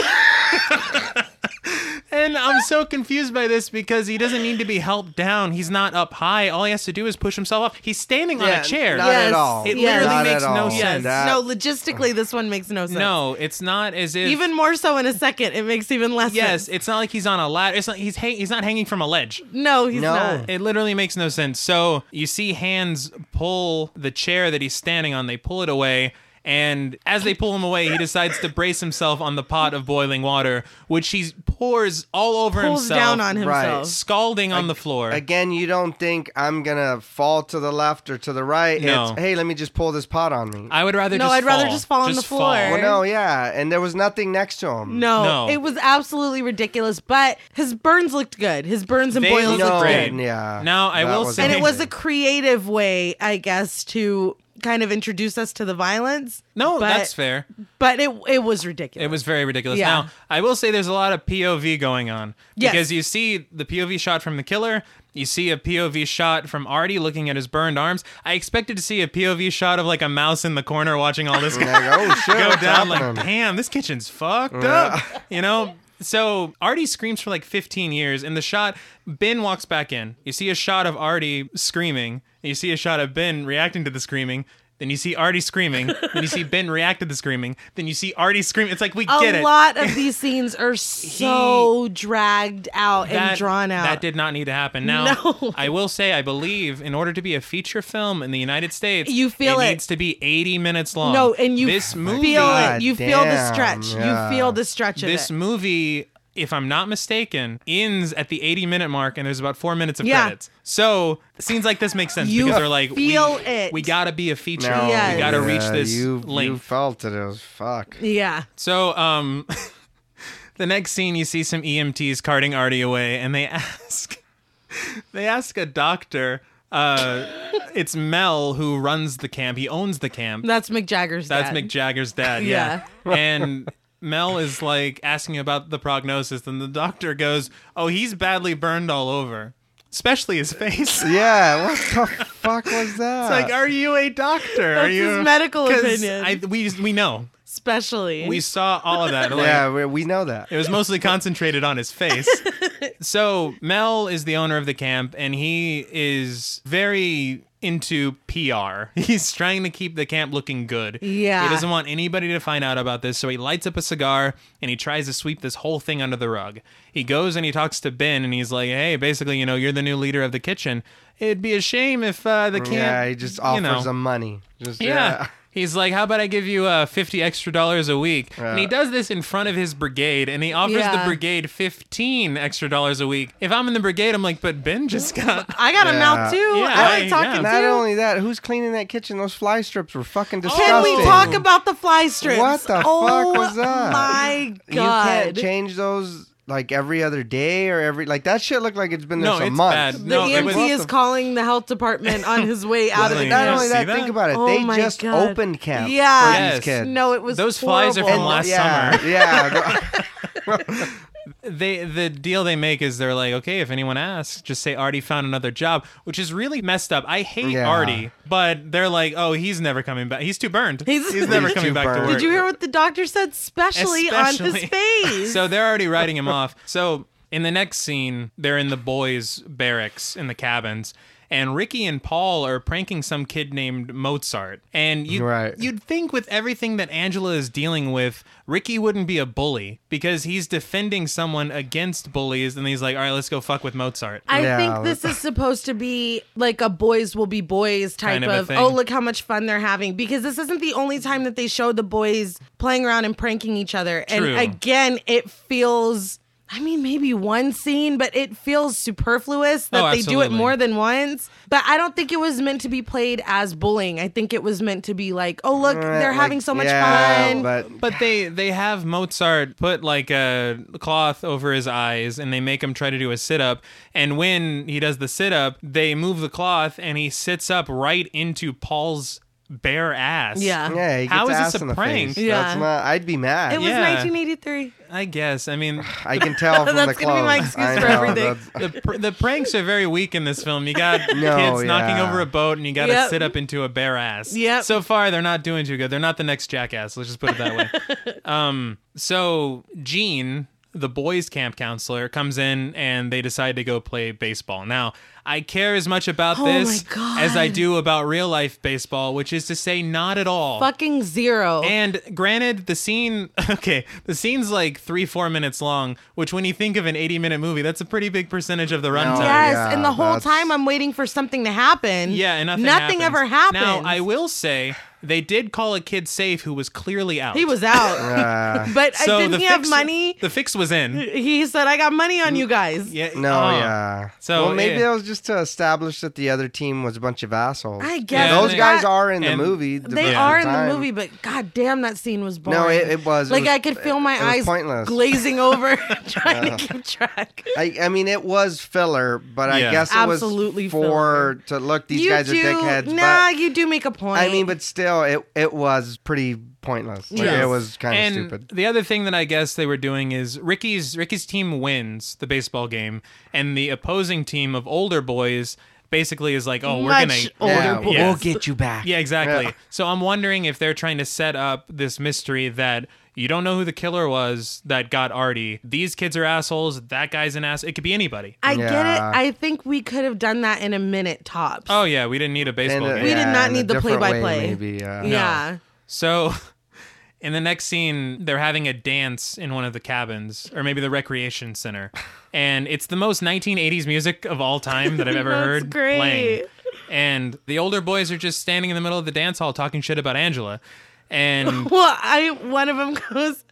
S1: then I'm so confused by this because he doesn't need to be helped down. He's not up high. All he has to do is push himself up. He's standing on
S3: Yeah,
S1: a chair.
S3: Not
S2: Yes,
S3: at all.
S1: it
S2: yes.
S1: literally
S3: Not
S1: makes
S3: at all.
S1: no
S2: Yes.
S1: sense.
S3: That-
S2: no, logistically, this one makes no sense.
S1: No, it's not as if
S2: Even more so in a second. It makes even less
S1: Yes,
S2: sense.
S1: it's not like he's on a ladder. It's not he's hang, he's not hanging from a ledge.
S2: No, he's
S3: No.
S2: not.
S1: It literally makes no sense. So you see hands pull the chair that he's standing on, they pull it away, and as they pull him away, he decides to brace himself on the pot of boiling water, which he pours all over
S2: Pulls
S1: himself,
S2: down on
S3: Right.
S2: himself.
S1: scalding on the floor.
S3: Again, you don't think I'm gonna fall to the left or to the right.
S1: No.
S3: It's hey, let me just pull this pot on me.
S1: I would rather
S2: No,
S1: just
S2: I'd rather
S1: fall.
S2: just fall on the floor.
S3: well, no, yeah, and there was nothing next to him.
S2: No,
S1: No.
S2: it was absolutely ridiculous. But his burns looked good. His burns and
S1: They
S2: boils
S1: looked
S3: no,
S2: looked
S1: great.
S2: good.
S3: yeah.
S1: Now, I
S3: that
S1: will
S3: was
S1: say-
S2: And it was a
S3: amazing.
S2: creative way, I guess, to kind of introduce us to the violence.
S1: No,
S2: but,
S1: that's fair.
S2: But it it was ridiculous.
S1: It was very ridiculous.
S2: Yeah.
S1: Now, I will say there's a lot of POV going on
S2: Yes.
S1: because you see the POV shot from the killer, you see a POV shot from Artie looking at his burned arms. I expected to see a POV shot of like a mouse in the corner watching all this go
S3: Like, oh shit, what's
S1: down. Like,
S3: happening?
S1: damn, this kitchen's fucked up. You know. So Artie screams for like 15 years. In the shot, Ben walks back in. You see a shot of Artie screaming. and You see a shot of Ben reacting to the screaming. Then you see Artie screaming. then you see Ben react to the screaming. Then you see Artie scream. It's like we
S2: a
S1: get it.
S2: lot of these scenes are so dragged out and drawn out.
S1: That did not need to happen. Now,
S2: No.
S1: I will say, I believe in order to be a feature film in the United States,
S2: You feel
S1: it,
S2: it.
S1: needs to be 80 minutes long.
S2: no, and you
S1: this movie,
S2: feel it.
S3: God
S2: You feel the
S3: damn,
S2: stretch.
S3: yeah.
S2: You feel the stretch of
S1: this
S2: it.
S1: movie, if I'm not mistaken, ends at the 80 minute mark, and there's about four minutes of
S2: Yeah.
S1: credits. So scenes like this make sense
S2: You
S1: because they're like,
S2: feel
S1: we,
S2: it.
S1: we gotta be a feature.
S3: No,
S2: Yes.
S1: We gotta
S3: yeah,
S1: reach this
S3: You, you
S1: length.
S3: felt it. It was fuck.
S2: Yeah.
S1: So, um, the next scene, you see some EMTs carting Artie away, and they ask, they ask a doctor. Uh, it's Mel who runs the camp. He owns the camp.
S2: That's Mick Jagger's
S1: That's
S2: dad.
S1: Mick Jagger's dad. Yeah. and Mel is like asking about the prognosis, and the doctor goes, "Oh, he's badly burned all over, especially his face." it's
S3: Yeah, what the fuck was that?
S1: like, are you a doctor? are
S2: That's
S1: you
S2: his medical
S1: 'Cause
S2: opinion.
S1: I, we we know.
S2: Especially.
S1: We saw all of that. Like,
S3: yeah, we, we know that.
S1: It was mostly concentrated on his face. so Mel is the owner of the camp, and he is very into PR. He's trying to keep the camp looking good.
S2: Yeah.
S1: He doesn't want anybody to find out about this, so he lights up a cigar and he tries to sweep this whole thing under the rug. He goes and he talks to Ben, and he's like, "Hey, basically, you know, you're the new leader of the kitchen. It'd be a shame if uh, the camp,
S3: yeah, he just offers
S1: you know,
S3: them money. Just,
S1: yeah.
S3: yeah.
S1: He's like, how about I give you uh, 50 extra dollars a week? and he does this in front of his brigade, and he offers the
S2: Yeah.
S1: brigade 15 extra dollars a week. If I'm in the brigade, I'm like, but Ben just got.
S2: I got a
S3: Yeah.
S2: mouth too. I
S1: I-
S2: like talking
S1: yeah.
S3: Not
S2: too.
S3: only that, who's cleaning that kitchen? Those fly strips were fucking disgusting.
S2: Can we talk about the fly strips?
S3: What the fuck
S2: oh,
S3: was that?
S2: My
S3: You
S2: God.
S3: can't change those like every other day or every like that shit looked like it's been there
S1: No,
S3: for
S1: it's
S3: months.
S1: bad.
S2: the
S1: No, it
S2: EMT
S1: was-
S2: is calling the health department on his way out of the
S1: Really?
S3: Not
S1: Yeah.
S3: only
S1: See
S3: that,
S1: that?
S3: think about it.
S2: Oh my
S3: they just
S2: God.
S3: opened camp
S2: Yeah.
S3: for
S1: Yes.
S3: these kids.
S2: No, it was
S1: Those flies are from
S2: horrible.
S1: last
S3: yeah,
S1: summer.
S3: yeah.
S1: They the deal they make is they're like, okay, if anyone asks, just say Artie found another job, which is really messed up. I hate
S3: Yeah.
S1: Artie, but they're like, oh, he's never coming back. He's too burned.
S2: He's-
S1: never
S3: He's
S1: coming
S3: too
S1: back to
S3: burned.
S1: work.
S2: Did you hear what the doctor said? Especially, on
S1: Especially.
S2: his face.
S1: So they're already writing him off. So in the next scene, they're in the boys' barracks in the cabins. And Ricky and Paul are pranking some kid named Mozart. And you
S3: Right.
S1: you'd think with everything that Angela is dealing with, Ricky wouldn't be a bully because he's defending someone against bullies and he's like, "All right, let's go fuck with Mozart."
S2: I
S3: Yeah,
S2: think this is supposed to be like a boys will be boys type
S1: Kind of a
S2: of,
S1: thing.
S2: oh look how much fun they're having because this isn't the only time that they show the boys playing around and pranking each other
S1: True.
S2: and again it feels I mean maybe one scene but it feels superfluous that
S1: Oh,
S2: they do it
S1: absolutely.
S2: more than once but I don't think it was meant to be played as bullying I think it was meant to be like oh look they're
S3: Uh, Like,
S2: having so much
S3: yeah,
S2: fun
S3: But
S1: But they they have Mozart put like a cloth over his eyes and they make him try to do a sit up and when he does the sit up they move the cloth and he sits up right into Paul's bare ass.
S2: Yeah.
S3: yeah, he gets
S1: How is
S3: ass
S1: this a
S3: in the
S1: prank?
S3: Face.
S2: Yeah.
S3: That's not, I'd be mad.
S2: it was
S1: Yeah.
S2: 1983
S1: I guess. I mean
S3: I can tell from
S2: That's
S3: the
S2: gonna be
S3: clothes.
S2: my excuse
S3: I
S2: for
S3: know,
S2: everything.
S3: that's-
S1: the pr- the pranks are very weak in this film. You got
S3: No,
S1: kids knocking
S3: yeah.
S1: over a boat and you got to
S2: Yep.
S1: sit up into a bare ass.
S2: Yep.
S1: So far they're not doing too good. They're not the next jackass. Let's just put it that way. um so Gene the boys' camp counselor comes in and they decide to go play baseball. Now, I care as much about
S2: Oh my
S1: this
S2: God.
S1: as I do about real life baseball, which is to say, not at all.
S2: Fucking zero.
S1: And granted, the scene, okay, the scene's like three, four minutes long, which when you think of an 80 minute movie, that's a pretty big percentage of the runtime.
S2: yes,
S3: Yeah,
S2: and the whole
S3: that's-
S2: time I'm waiting for something to happen.
S1: Yeah, and nothing, happens.
S2: ever happened.
S1: Now, I will say they did call a kid safe who was clearly out.
S2: he was out,
S3: Uh,
S2: but I
S1: So
S2: didn't
S1: the
S2: he have
S1: fix-
S2: money?
S1: The fix was in.
S2: He said, "I got money on you guys."
S1: Yeah.
S3: no,
S1: oh.
S3: yeah.
S1: So,
S3: So well, maybe
S1: yeah.
S3: that was just to establish that the other team was a bunch of assholes.
S2: I guess
S1: Yeah,
S3: those
S1: they-
S3: guys are in the
S1: and-
S3: movie. the
S2: They
S3: rest of
S2: are in
S3: time.
S2: the movie, but god damn, that scene was boring.
S3: No, it, it was. It
S2: like
S3: was-
S2: I could feel my
S3: it was
S2: eyes
S3: pointless.
S2: glazing over, trying to keep track.
S3: I, I mean, it was filler, but I
S1: Yeah.
S3: guess it
S2: Absolutely
S3: was for to look. These
S2: you
S3: guys
S2: do,
S3: are dickheads.
S2: Nah,
S3: but,
S2: you do make a point.
S3: I mean, but still, it it was pretty pointless. Like,
S2: Yes.
S3: It was kind of
S1: And
S3: stupid.
S1: the other thing that I guess they were doing is Ricky's Ricky's team wins the baseball game, and the opposing team of older boys basically is like, "Oh, we're
S2: Much
S1: gonna
S2: older
S3: Yeah,
S2: boys.
S1: Yes.
S3: get you back.
S1: Yeah, exactly.
S3: Yeah.
S1: So I'm wondering if they're trying to set up this mystery that you don't know who the killer was that got Artie. These kids are assholes. That guy's an ass. It could be anybody.
S2: I get it.
S3: Yeah.
S2: I think we could have done that in a minute tops.
S1: Oh yeah, we didn't need a baseball
S3: a-
S1: game.
S2: We did not
S3: in a
S2: need the
S3: different way,
S2: play-by-play.
S3: Maybe. Uh,
S2: yeah.
S1: So in the next scene, they're having a dance in one of the cabins, or maybe the recreation center. And it's the most 1980s music of all time that I've ever
S2: That's
S1: heard
S2: great.
S1: playing. And the older boys are just standing in the middle of the dance hall talking shit about Angela. And
S2: Well, I one of them goes,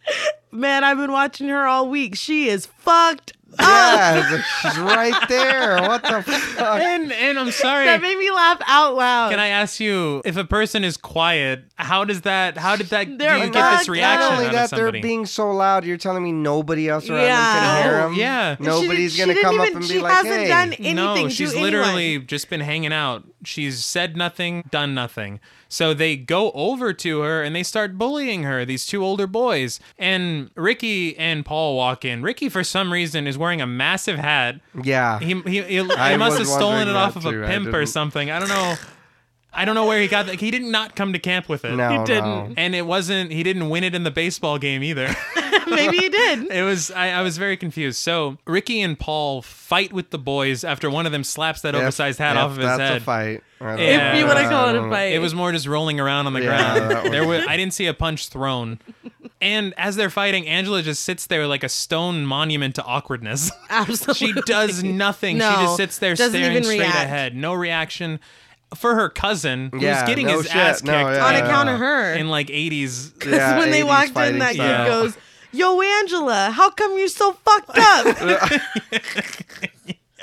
S2: "Man, I've been watching her all week. She is fucked up."
S3: Yeah, she's right there. What the fuck?
S1: and, and I'm sorry.
S2: That made me laugh out loud.
S1: Can I ask you if a person is quiet, how does that? How did that?
S2: They're
S1: do you get
S2: fucked
S1: this
S2: up.
S1: reaction
S3: Not only
S1: out
S3: that,
S1: of somebody?
S3: they're being so loud. You're telling me nobody else around
S2: Yeah.
S3: them can hear
S1: No,
S3: them.
S1: yeah.
S2: She didn't-
S3: Nobody's
S2: she
S3: gonna
S2: didn't
S3: come
S2: even-
S3: up and
S2: she
S3: be like,
S2: hasn't
S3: "Hey,
S2: done anything
S1: no,
S2: to
S1: she's
S2: anyone.
S1: literally just been hanging out. She's said nothing, done nothing. So they go over to her and they start bullying her, these two older boys. And Ricky and Paul walk in. Ricky, for some reason, is wearing a massive hat.
S3: yeah."
S1: He, he, he,
S3: I
S1: he must have
S3: was
S1: stolen
S3: wondering
S1: it off
S3: that
S1: of
S3: too.
S1: a
S3: I
S1: pimp or
S3: didn't-
S1: something. I don't know. I don't know where he got that. He did not come to camp with it.
S3: no,
S2: He
S3: no.
S2: didn't.
S1: And it wasn't, he didn't win it in the baseball game either.
S2: Maybe you did.
S1: It was I, I was very confused. So Ricky and Paul fight with the boys after one of them slaps that
S3: If-
S1: oversized hat
S3: if
S1: off of his
S3: that's
S1: head.
S3: a fight. I don't
S1: If
S3: know.
S2: If you want to call it a fight,
S1: It was more just rolling around on the
S3: Yeah, that
S1: ground.
S3: was-
S1: There was I didn't see a punch thrown. And as they're fighting, Angela just sits there like a stone monument to awkwardness.
S2: absolutely.
S1: she does nothing.
S2: No,
S1: she just sits there
S2: doesn't
S1: staring
S2: even
S1: straight
S2: react.
S1: ahead. No reaction for her cousin
S3: Yeah,
S1: who's getting
S3: no
S1: his
S3: shit.
S1: ass kicked
S3: No, yeah,
S2: on
S3: yeah.
S2: account of her.
S1: in like 80s
S3: Yeah,
S2: when they
S3: 80s
S2: walked in,
S3: fighting
S2: that kid
S3: style.
S2: goes, "Yo, Angela, how come you're so fucked
S3: Oh,
S2: up?"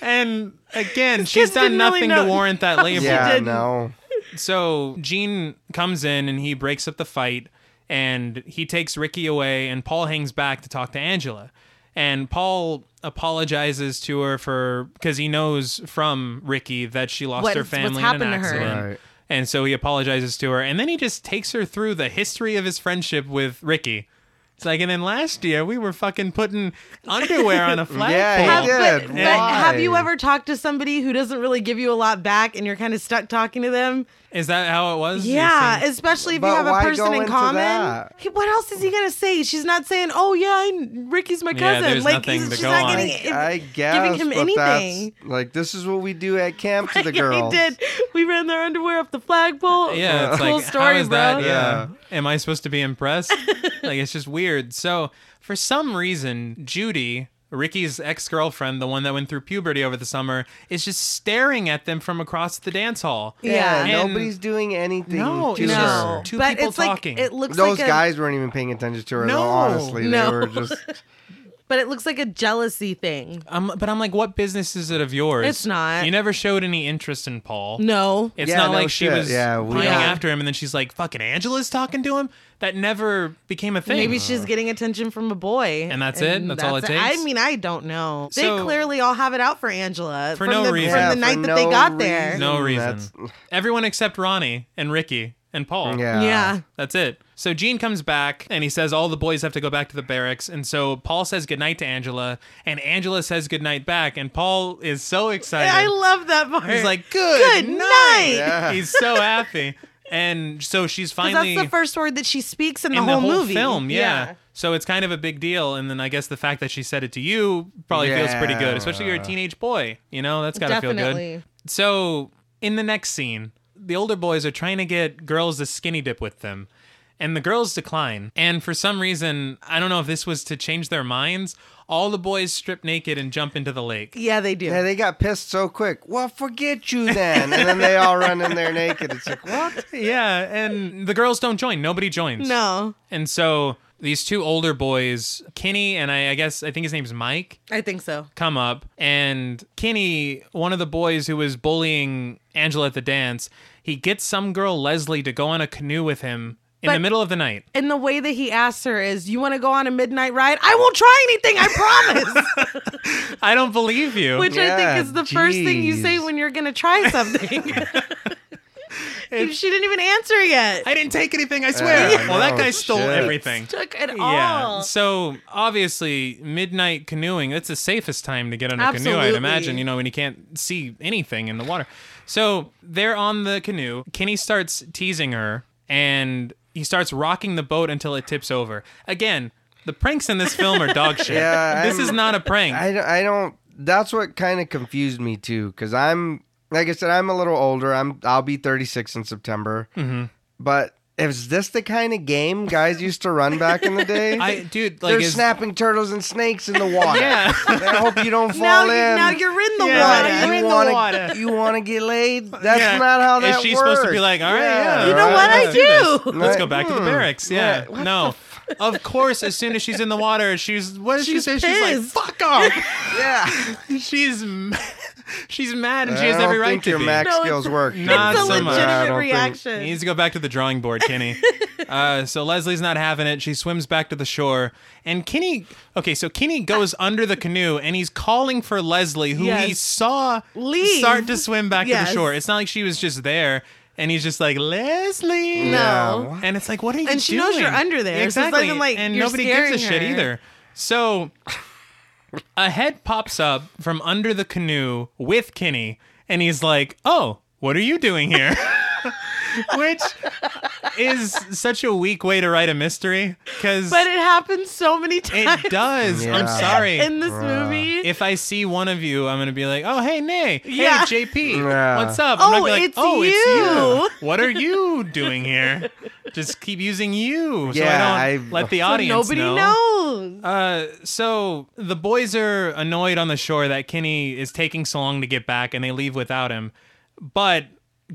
S1: And again, she's
S2: kids
S1: done
S2: didn't really
S1: nothing
S2: know-
S1: to warrant that label.
S3: yeah,
S2: didn't.
S3: no.
S1: So Gene comes in and he breaks up the fight and he takes Ricky away and Paul hangs back to talk to Angela. And Paul apologizes to her for because he knows from Ricky that she lost
S2: What's-
S1: her
S2: what's
S1: family in
S2: happened
S1: an
S2: to her.
S1: accident.
S3: Right.
S1: And so he apologizes to her and then he just takes her through the history of his friendship with Ricky. It's like, and then last year we were fucking putting underwear on a flagpole.
S3: he
S2: Have-
S3: did.
S2: But, but have you
S3: Why?
S2: ever talked to somebody who doesn't really give you a lot back, and you're kind of stuck talking to them?
S1: Is that how it was? You
S2: Yeah,
S1: think-
S2: especially if you
S3: But
S2: have a
S3: why
S2: person
S3: go
S2: in
S3: into
S2: common.
S3: that?
S2: He- What else is he gonna say? She's not saying, "Oh yeah, I'm, Ricky's my
S1: Yeah,
S2: cousin."
S1: there's
S2: like
S1: nothing
S2: he's-
S1: to
S2: she's
S1: go
S2: not
S1: on.
S2: getting in-
S3: I guess,
S2: giving him
S3: but
S2: anything.
S3: That's, like this is what we do at camp to the
S2: Yeah, he
S3: girls.
S2: did. We ran their underwear up the flagpole.
S1: Yeah, it's
S2: cool
S1: like
S2: story,
S1: how is
S2: bro.
S1: that? Yeah.
S3: Yeah.
S1: Am I supposed to be impressed? like it's just weird. So for some reason, Judy, Ricky's ex-girlfriend, the one that went through puberty over the summer, is just staring at them from across the dance hall.
S2: Yeah.
S3: Yeah,
S1: And-
S3: nobody's doing anything
S1: No,
S3: to
S1: it's just
S3: her.
S2: No,
S1: two
S2: but
S1: people
S2: it's
S1: talking.
S2: like it looks
S3: Those
S2: like a,
S3: guys weren't even paying attention to her.
S1: No.
S3: though, honestly,
S2: No.
S3: they were just
S2: but it looks like a jealousy thing.
S1: Um, but I'm like, what business is it of yours?
S2: It's not.
S1: You never showed any interest in Paul.
S2: No,
S1: It's
S3: Yeah,
S1: not
S3: no
S1: like she
S3: shit.
S1: was
S3: Yeah, we-
S1: pining
S2: Yeah.
S1: after him, and then she's like, "Fucking Angela's talking to him." That never became a thing.
S2: maybe she's getting attention from a boy,
S1: And that's it? That's all it takes?
S2: I mean, I don't know. they
S1: So-
S2: clearly all have it out for Angela
S1: For
S2: from
S1: no
S2: the,
S1: reason.
S2: from
S1: Yeah,
S2: the
S3: for
S2: night that
S3: no
S2: they got there.
S3: reason.
S1: no reason.
S3: That's-
S1: Everyone except Ronnie and Ricky and Paul.
S3: yeah.
S2: Yeah.
S1: That's it. So Gene comes back and he says all the boys have to go back to the barracks. And so Paul says goodnight to Angela and Angela says goodnight back. And Paul is so excited.
S2: I love that part.
S1: He's like, good,
S2: Good night.
S1: He's so happy. And so she's
S2: 'Cause
S1: finally
S2: that's the first word that she speaks in the,
S1: in
S2: whole, movie.
S1: film, yeah. So it's kind of a big deal, and then I guess the fact that she said it to you probably feels pretty good, especially you're a teenage boy. You know, that's gotta feel
S2: Definitely.
S1: good. So in the next scene, the older boys are trying to get girls to skinny dip with them, and the girls decline. And for some reason, I don't know if this was to change their minds. All the boys strip naked and jump into the lake.
S2: Yeah, they do.
S3: Yeah, they got pissed so quick. Well, forget you then. And then they all run in there naked. It's like, what?
S1: Yeah, and the girls don't join. Nobody joins.
S2: no,
S1: And so these two older boys, Kenny and I, I guess I think his name's Mike,
S2: I think so.
S1: come up. And Kenny, one of the boys who was bullying Angela at the dance, he gets some girl, Leslie, to go on a canoe with him in the
S2: But-
S1: middle of the night.
S2: And the way that he asks her is, "You want to go on a midnight ride? I won't try anything. I promise."
S1: I don't believe you.
S2: Which I
S3: Yeah,
S2: think is the first thing you say
S3: jeez.
S2: when you're gonna try something. If she didn't even answer yet.
S1: I didn't take anything, I swear.
S3: Yeah,
S1: well, that
S3: no
S1: guy stole
S3: shit.
S1: everything.
S2: took at
S1: Yeah.
S2: all.
S1: So obviously, midnight canoeing, that's the safest time to get on a canoe, I'd
S2: Absolutely.
S1: imagine, you know, when you can't see anything in the water. So they're on the canoe. Kenny starts teasing her and he starts rocking the boat until it tips over. Again, the pranks in this film are dog shit.
S3: Yeah,
S1: this
S3: I'm-
S1: is not a prank.
S3: I, don't- I don't. That's what kind of confused me too, because I'm like I said, I'm a little older. I'm I'll be 36 in September. Mm-hmm. But is this the kind of game guys used to run back in the day?
S1: I- dude,
S3: They're
S1: like, is,
S3: snapping turtles and snakes in the water.
S1: Yeah.
S3: I hope you don't
S2: Now,
S3: fall
S2: you,
S3: in.
S2: now you're in the
S1: Yeah,
S2: water.
S1: now
S3: you
S1: you're in the
S3: wanna,
S1: water.
S3: You want to get laid? That's
S1: Yeah.
S3: not how
S1: Is
S3: that
S1: she
S3: works.
S1: supposed to be like, all right, yeah,
S2: You know
S1: all right,
S2: what? I
S1: let's this.
S2: do.
S1: Let's
S3: Right.
S1: go back to the
S3: Hmm.
S1: barracks. Yeah.
S3: Yeah, what
S1: no. Of course, as soon as she's in the water, she's what does
S2: She's
S1: she say? She's
S2: pissed.
S1: like, "Fuck off!"
S3: Yeah.
S1: She's ma- she's mad and she
S3: I
S1: has
S3: don't
S1: every right
S3: think
S1: to
S3: your
S1: be.
S3: Mac
S2: No,
S3: skills
S2: it's-
S3: work.
S1: Not
S2: it's a
S1: so much.
S3: I
S2: legitimate
S3: don't think-
S1: he
S2: reaction.
S1: needs to go back to the drawing board, Kenny. uh, so Leslie's not having it. She swims back to the shore, and Kenny. Okay, so Kenny goes under the canoe and he's calling for Leslie, who he
S2: Yes.
S1: saw
S2: Leave.
S1: start to swim back to
S2: Yes.
S1: the shore. It's not like she was just there, and he's just like Leslie.
S2: No.
S3: Yeah, what?
S1: And it's like, what are you doing?
S2: And she knows you're under there, so it's not
S1: Exactly.
S2: even like
S1: and
S2: you're
S1: nobody gives a
S2: scaring
S1: shit
S2: her.
S1: either. So a head pops up from under the canoe with Kinney, and he's like, oh, what are you doing here? Which is such a weak way to write a mystery because
S2: but it happens so many times
S1: it does. I'm
S3: Yeah.
S1: sorry.
S2: in this movie.
S1: if I see one of you, I'm gonna be like, "Oh, hey, Nay, hey,
S2: Yeah.
S1: JP,
S3: Yeah.
S1: what's up?" I'm not
S2: Oh,
S1: gonna be like,
S2: it's
S1: "Oh,
S2: you."
S1: it's you. What are you doing here? Just keep using you,
S3: Yeah,
S1: so I don't
S3: I-
S1: let the
S2: So
S1: audience
S2: nobody
S1: know.
S2: knows.
S1: Uh, so the boys are annoyed on the shore that Kenny is taking so long to get back, and they leave without him. But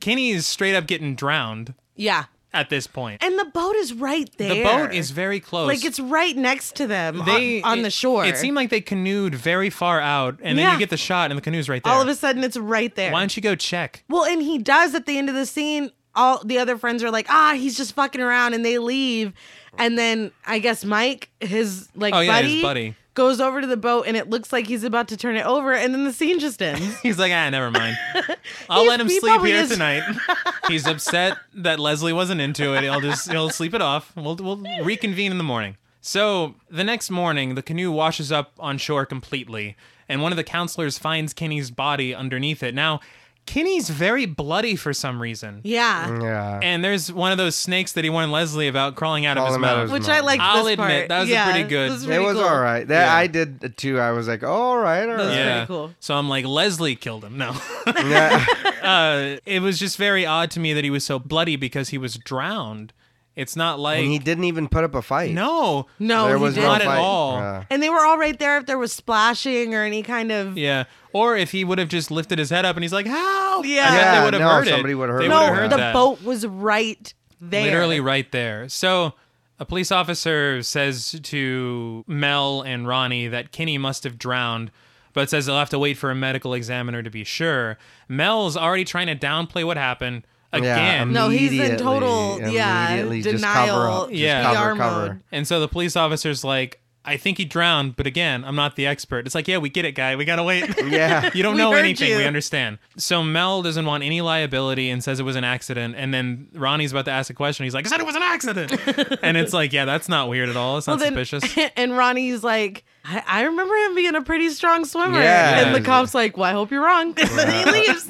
S1: Kenny is straight up getting drowned
S2: yeah.
S1: at this point.
S2: And the boat is right there.
S1: The boat is very close.
S2: like it's right next to them
S1: they
S2: on, on
S1: it-
S2: the shore.
S1: It seemed like they canoed very far out, and then
S2: Yeah.
S1: you get the shot, and the canoe's right there.
S2: all of a sudden it's right there.
S1: Why don't you go check?
S2: Well, and he does at the end of the scene. All the other friends are like, ah, he's just fucking around, and they leave. And then I guess Mike, his like
S1: Oh, yeah,
S2: buddy,
S1: his buddy.
S2: goes over to the boat, and it looks like he's about to turn it over, and then the scene just ends.
S1: He's like, ah, never mind. I'll
S2: He's-
S1: let him
S2: he
S1: sleep
S2: probably
S1: here
S2: is-
S1: tonight. He's upset that Leslie wasn't into it. He'll just he'll sleep it off. We'll we'll reconvene in the morning. So the next morning, the canoe washes up on shore completely, and one of the counselors finds Kenny's body underneath it. Now, Kenny's very bloody for some reason. Mm.
S2: yeah,
S3: Yeah.
S1: And there's one of those snakes that he warned Leslie about crawling out of his
S3: Crawling out of
S1: mouth.
S3: his
S2: which I like.
S1: I'll
S2: this
S1: admit,
S2: part.
S1: that was a
S2: Yeah,
S1: pretty good-
S2: This is
S1: It
S2: pretty
S3: It was
S2: cool.
S3: all right. That
S1: Yeah.
S3: I did uh, too. I was like, all right, all
S2: Those
S3: right.
S2: are-
S1: yeah.
S2: pretty cool.
S1: So I'm like, Leslie killed him. No.
S3: Yeah.
S1: uh, it was just very odd to me that he was so bloody because he was drowned. It's not like
S3: and he didn't even put up a fight.
S1: no,
S2: No,
S3: there
S2: he
S3: was
S2: didn't.
S1: Not
S3: no
S1: at
S3: fight.
S1: all.
S3: Yeah.
S2: And they were all right there if there was splashing or any kind of.
S1: yeah. Or if he would have just lifted his head up and he's like, "How?"
S2: Yeah.
S1: I bet
S3: Yeah,
S1: they would have
S3: no,
S1: heard it.
S3: somebody would have
S1: They
S3: heard
S1: would
S3: it.
S1: have
S2: No,
S1: heard
S2: the
S1: that.
S2: boat was right there.
S1: literally right there. So a police officer says to Mel and Ronnie that Kinney must have drowned, but says they'll have to wait for a medical examiner to be sure. Mel's already trying to downplay what happened
S3: Yeah,
S1: again.
S2: No, he's in
S3: immediately-
S2: total, yeah,
S3: immediately just
S2: denial,
S3: cover up, just
S1: Yeah.
S2: PR
S3: cover, cover.
S2: mode.
S1: And so the police officer's like, I think he drowned, but again, I'm not the expert. It's like, yeah, we get it, guy. We gotta wait.
S3: Yeah.
S1: You don't
S2: We
S1: know
S2: heard
S1: anything.
S2: you.
S1: We understand. So Mel doesn't want any liability and says it was an accident. And then Ronnie's about to ask a question. He's like, I said it was an accident. and it's like, yeah, that's not weird at all. It's not
S2: Well, then-
S1: suspicious.
S2: and Ronnie's like, I, I remember him being a pretty strong swimmer.
S3: Yeah.
S2: And the cop's like, Well, I hope you're wrong. And then he leaves.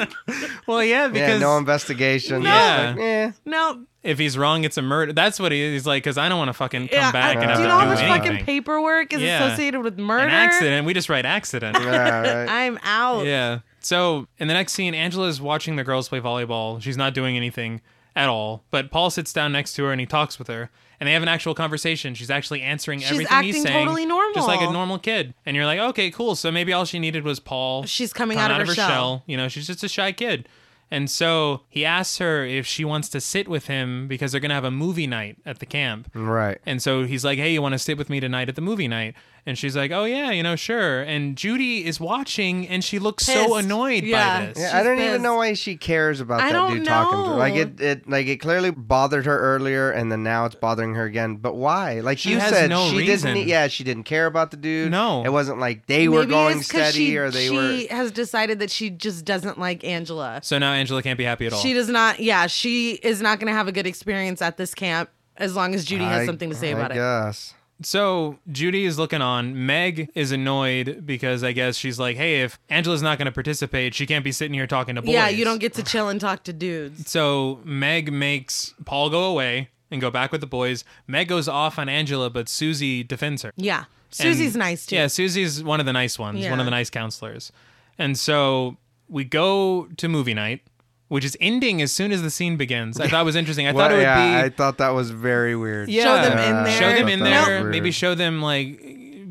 S1: Well, yeah, because
S3: yeah, no investigation.
S1: Yeah.
S3: Like, eh.
S2: No,
S1: if he's wrong, it's a murder. That's what he, he's like. Because I don't want to fucking come
S2: yeah,
S1: back
S2: I-
S1: and have
S2: do you
S1: to
S2: know how
S1: do
S2: much
S1: anything.
S2: fucking paperwork is
S1: Yeah.
S2: associated with murder?
S1: An accident. We just write accident.
S3: Yeah, right.
S2: I'm out.
S1: Yeah. So in the next scene, Angela's watching the girls play volleyball. She's not doing anything at all. But Paul sits down next to her and he talks with her. And they have an actual conversation. She's actually answering everything he's
S2: acting
S1: saying.
S2: totally
S1: Just like a
S2: normal.
S1: normal kid. And you're like, okay, cool. So maybe all she needed was Paul.
S2: She's coming
S1: come
S2: out of her shell.
S1: You know, she's just a shy kid. And so he asks her if she wants to sit with him because they're going to have a movie night at the camp.
S3: Right.
S1: And so he's like, "Hey, you want to sit with me tonight at the movie night?" And she's like, "Oh yeah, you know, sure." And Judy is watching, and she looks so
S2: Pissed.
S1: annoyed
S2: Yeah.
S1: by this.
S3: Yeah,
S2: She's
S3: I don't even
S2: pissed.
S3: know why she cares about
S2: I
S3: that
S2: don't
S3: dude talking to her. Like
S2: know.
S3: it, it, like it clearly bothered her earlier, and then now it's bothering her again. But why? Like
S1: She
S3: you
S1: has
S3: said,
S1: no
S3: she
S1: reason.
S3: didn't. Yeah, she didn't care about the dude.
S1: No.
S3: it wasn't like they were
S2: Maybe
S3: going
S2: it's 'cause
S3: steady
S2: she,
S3: or they
S2: she
S3: were.
S2: has decided that she just doesn't like Angela.
S1: So now Angela can't be happy at all.
S2: She does not. Yeah, she is not going to have a good experience at this camp as long as Judy has
S3: I-
S2: something to say about
S3: I
S2: it.
S3: guess.
S1: so Judy is looking on. Meg is annoyed because I guess she's like, "Hey, if Angela's not going to participate, she can't be sitting here talking to boys."
S2: Yeah, you don't get to chill and talk to dudes.
S1: So Meg makes Paul go away and go back with the boys. Meg goes off on Angela, but Susie defends her.
S2: Yeah,
S1: And-
S2: Susie's nice too.
S1: Yeah, Susie's one of the nice ones, one
S2: Yeah.
S1: of the nice counselors. And so we go to movie night, which is ending as soon as the scene begins. I thought it was interesting. I thought it
S3: Well,
S1: would
S3: yeah,
S1: be
S3: I thought that was very weird.
S1: yeah,
S2: Show them in there.
S1: show them in
S3: I thought that
S1: there.
S3: was
S1: Maybe
S3: weird.
S1: show them like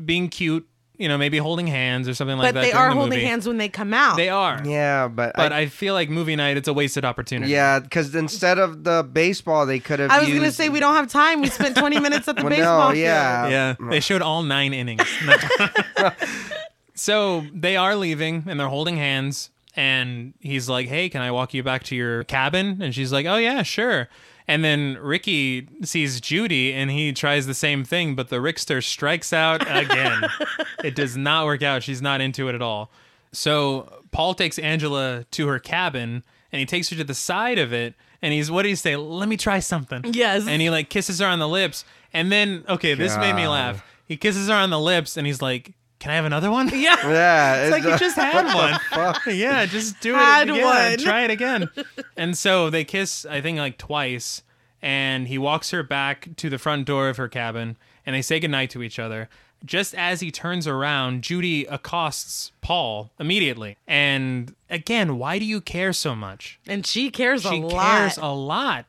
S1: being cute, you know, maybe holding hands or something like
S2: but
S1: that.
S2: they
S1: during
S2: are
S1: the
S2: holding
S1: movie.
S2: hands when they come out.
S1: They are.
S3: yeah, but
S1: But
S3: I,
S1: I, feel like movie night, it's a wasted opportunity.
S3: yeah, because instead of the baseball, they could have.
S2: I was going to
S3: used-
S2: say we don't have time. We spent 20 minutes at the
S3: Well, no,
S2: baseball field.
S3: yeah.
S1: Yeah, they showed all nine innings. No. so they are leaving and they're holding hands. And he's like, Hey, can I walk you back to your cabin? And she's like, Oh, yeah, sure. And then Ricky sees Judy and he tries the same thing, but the Rickster strikes out again. it does not work out. She's not into it at all. So Paul takes Angela to her cabin and he takes her to the side of it. And he's, what do you say? Let me try something.
S2: Yes.
S1: And he like kisses her on the lips. And then, okay, this made me
S3: God.
S1: laugh. He kisses her on the lips and he's like, Can I have another one?
S2: Yeah.
S3: Yeah,
S1: It's like you just had one.
S3: fuck?
S1: yeah, just do it
S2: Had
S1: again.
S2: one.
S1: Try it again. and so they kiss, I think, like twice, and he walks her back to the front door of her cabin and they say goodnight to each other. Just as he turns around, Judy accosts Paul immediately. And again, why do you care so much?
S2: And she cares
S1: she
S2: a lot.
S1: cares a lot.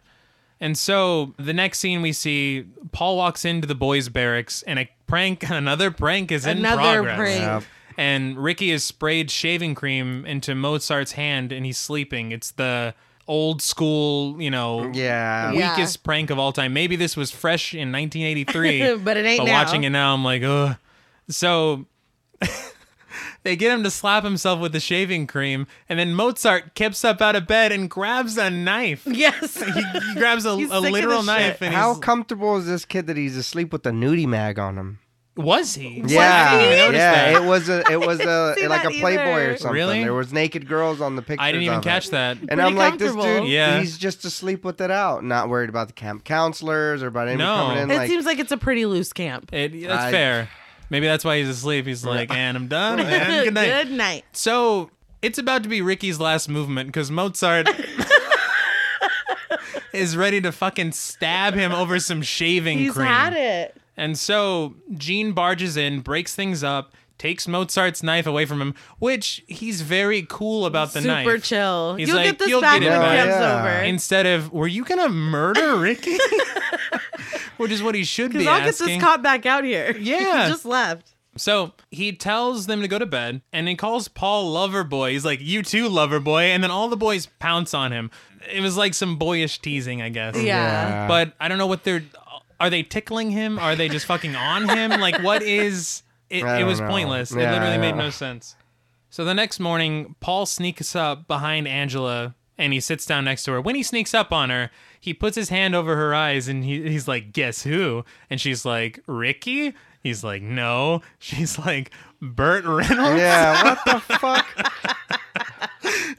S1: And so the next scene we see, Paul walks into the boys' barracks, and a prank, another prank is in
S2: Another
S1: progress.
S2: prank. Yep.
S1: And Ricky has sprayed shaving cream into Mozart's hand, and he's sleeping. It's the old school, you know,
S3: Yeah.
S2: Yeah.
S1: weakest prank of all time. Maybe this was fresh in 1983,
S2: But it ain't
S1: But
S2: now.
S1: watching it now, I'm like, ugh. So they get him to slap himself with the shaving cream, and then Mozart kips up out of bed and grabs a knife.
S2: yes.
S1: He, he grabs a,
S2: He's
S1: a
S2: sick of
S1: literal
S2: this
S1: knife,
S2: shit.
S1: and
S3: How
S1: he's,
S3: comfortable is this kid that he's asleep with a nudie mag on him?
S1: was he?
S3: Yeah,
S1: I didn't even notice
S3: yeah.
S1: that.
S3: It was a, it was a
S2: see
S3: like a
S2: that
S3: Playboy
S2: either.
S3: or something.
S1: Really?
S3: There was naked girls on the picture.
S1: I didn't even catch that.
S3: And I'm like, this dude,
S2: comfortable.
S1: Yeah.
S3: he's just asleep with it out, not worried about the camp counselors or about anyone
S1: No.
S3: coming in.
S2: It
S3: like,
S2: seems like it's a pretty loose camp.
S1: It, that's
S3: I-
S1: fair. Maybe that's why he's asleep. He's like, and I'm done. man. Good night.
S2: Good night.
S1: So it's about to be Ricky's last movement because Mozart is ready to fucking stab him over some shaving
S2: He's
S1: cream.
S2: had it.
S1: And so Gene barges in, breaks things up, takes Mozart's knife away from him, which he's very cool about the
S2: Super
S1: knife.
S2: chill.
S1: He's
S2: You'll
S1: like,
S2: get this
S1: "You'll
S2: back
S1: get it
S2: when the
S1: back."
S2: camp's
S3: Yeah.
S2: over.
S1: Instead of, were you gonna murder Ricky? which is what he should be
S2: Because I'll
S1: asking.
S2: get this cop back out here.
S1: Yeah.
S2: he just left.
S1: So he tells them to go to bed and he calls Paul Loverboy. He's like, You too, Loverboy. And then all the boys pounce on him. It was like some boyish teasing, I guess.
S2: Yeah.
S1: But I don't know what they're. Are they tickling him? Are they just fucking on him? Like, what is. It,
S3: I
S1: it was
S3: don't know.
S1: pointless.
S3: Yeah,
S1: it literally
S3: I
S1: made
S3: know.
S1: no sense. So the next morning, Paul sneaks up behind Angela and he sits down next to her. When he sneaks up on her, he puts his hand over her eyes and he, he's like, Guess who? And she's like, Ricky? He's like, No. She's like, Burt Reynolds?
S3: Yeah, what the fuck?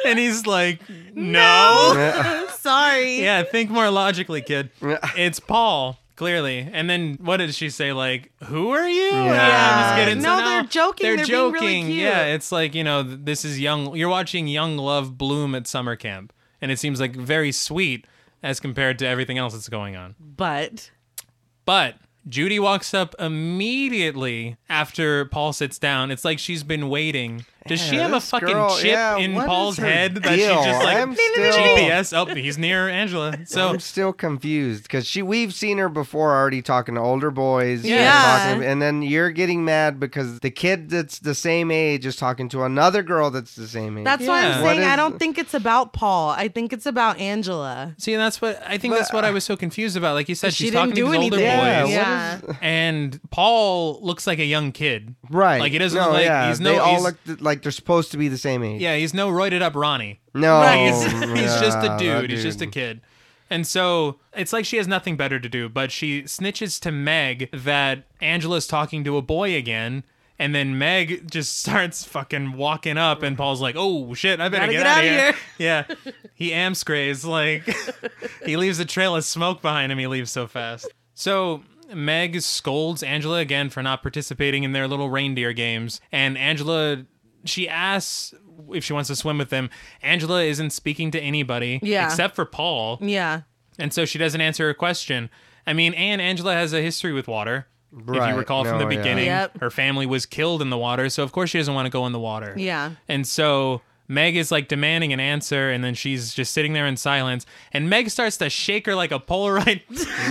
S1: And he's like,
S2: Oh.
S1: No.
S3: Yeah.
S2: Sorry.
S1: Yeah, think more logically, kid.
S3: Yeah.
S1: It's Paul, clearly. And then what did she say? Like, who are you? Yeah.
S2: Yeah. No, they're joking.
S1: They're,
S2: They're being
S1: joking.
S2: really cute.
S1: Yeah, it's like, you know, th- this is young. You're watching young love bloom at summer camp. And it seems like very sweet as compared to everything else that's going on.
S2: But
S1: But Judy walks up immediately after Paul sits down. It's like she's been waiting. Does she
S3: Yeah,
S1: have a
S3: this
S1: fucking
S3: girl-
S1: chip
S3: yeah,
S1: in
S3: what is
S1: Paul's
S3: her
S1: head that she
S3: deal?
S1: just like
S3: I'm still-
S1: GPS? Oh, he's near Angela. So
S3: I'm still confused because she we've seen her before already talking to older boys. and
S2: Yeah.
S3: talking- and then you're getting mad because the kid that's the same age is talking to another girl that's the same age.
S2: that's why
S1: Yeah.
S2: I'm
S3: What
S2: saying I
S3: is-
S2: don't think it's about Paul. I think it's about Angela.
S1: See, and that's what I think. that's what I was so confused about. Like you said,
S2: She
S1: she's
S2: didn't
S1: talking to
S2: do
S1: these older
S2: anything.
S3: yeah,
S1: boys,
S2: Yeah.
S3: What is,
S1: and Paul looks like a young kid.
S3: right.
S1: Like, it doesn't
S3: no,
S1: like-
S3: yeah,
S1: he's no-
S3: they all
S1: he's-
S3: look th- like they're supposed to be the same age.
S1: Yeah, he's no roided up Ronnie.
S3: No,
S2: Right.
S1: He's, he's just a
S3: Oh, yeah, that
S1: dude. He's just a kid. And so it's like she has nothing better to do, but she snitches to Meg that Angela's talking to a boy again. And then Meg just starts fucking walking up, and Paul's like, "Oh shit, I better
S2: Gotta
S1: get, out of here." yeah, he amscrays like he leaves a trail of smoke behind him. He leaves so fast. So Meg scolds Angela again for not participating in their little reindeer games, and Angela she asks if she wants to swim with them. Angela isn't speaking to anybody
S2: Yeah.
S1: except for Paul,
S2: Yeah.
S1: and so she doesn't answer her question. I mean, and Angela has a history with water. If
S3: Right.
S1: you recall from
S3: No,
S1: the
S3: yeah.
S1: beginning,
S2: Yep.
S1: her family was killed in the water, so of course she doesn't want to go in the water.
S2: Yeah.
S1: And so Meg is like demanding an answer, and then she's just sitting there in silence. And Meg starts to shake her like a Polaroid,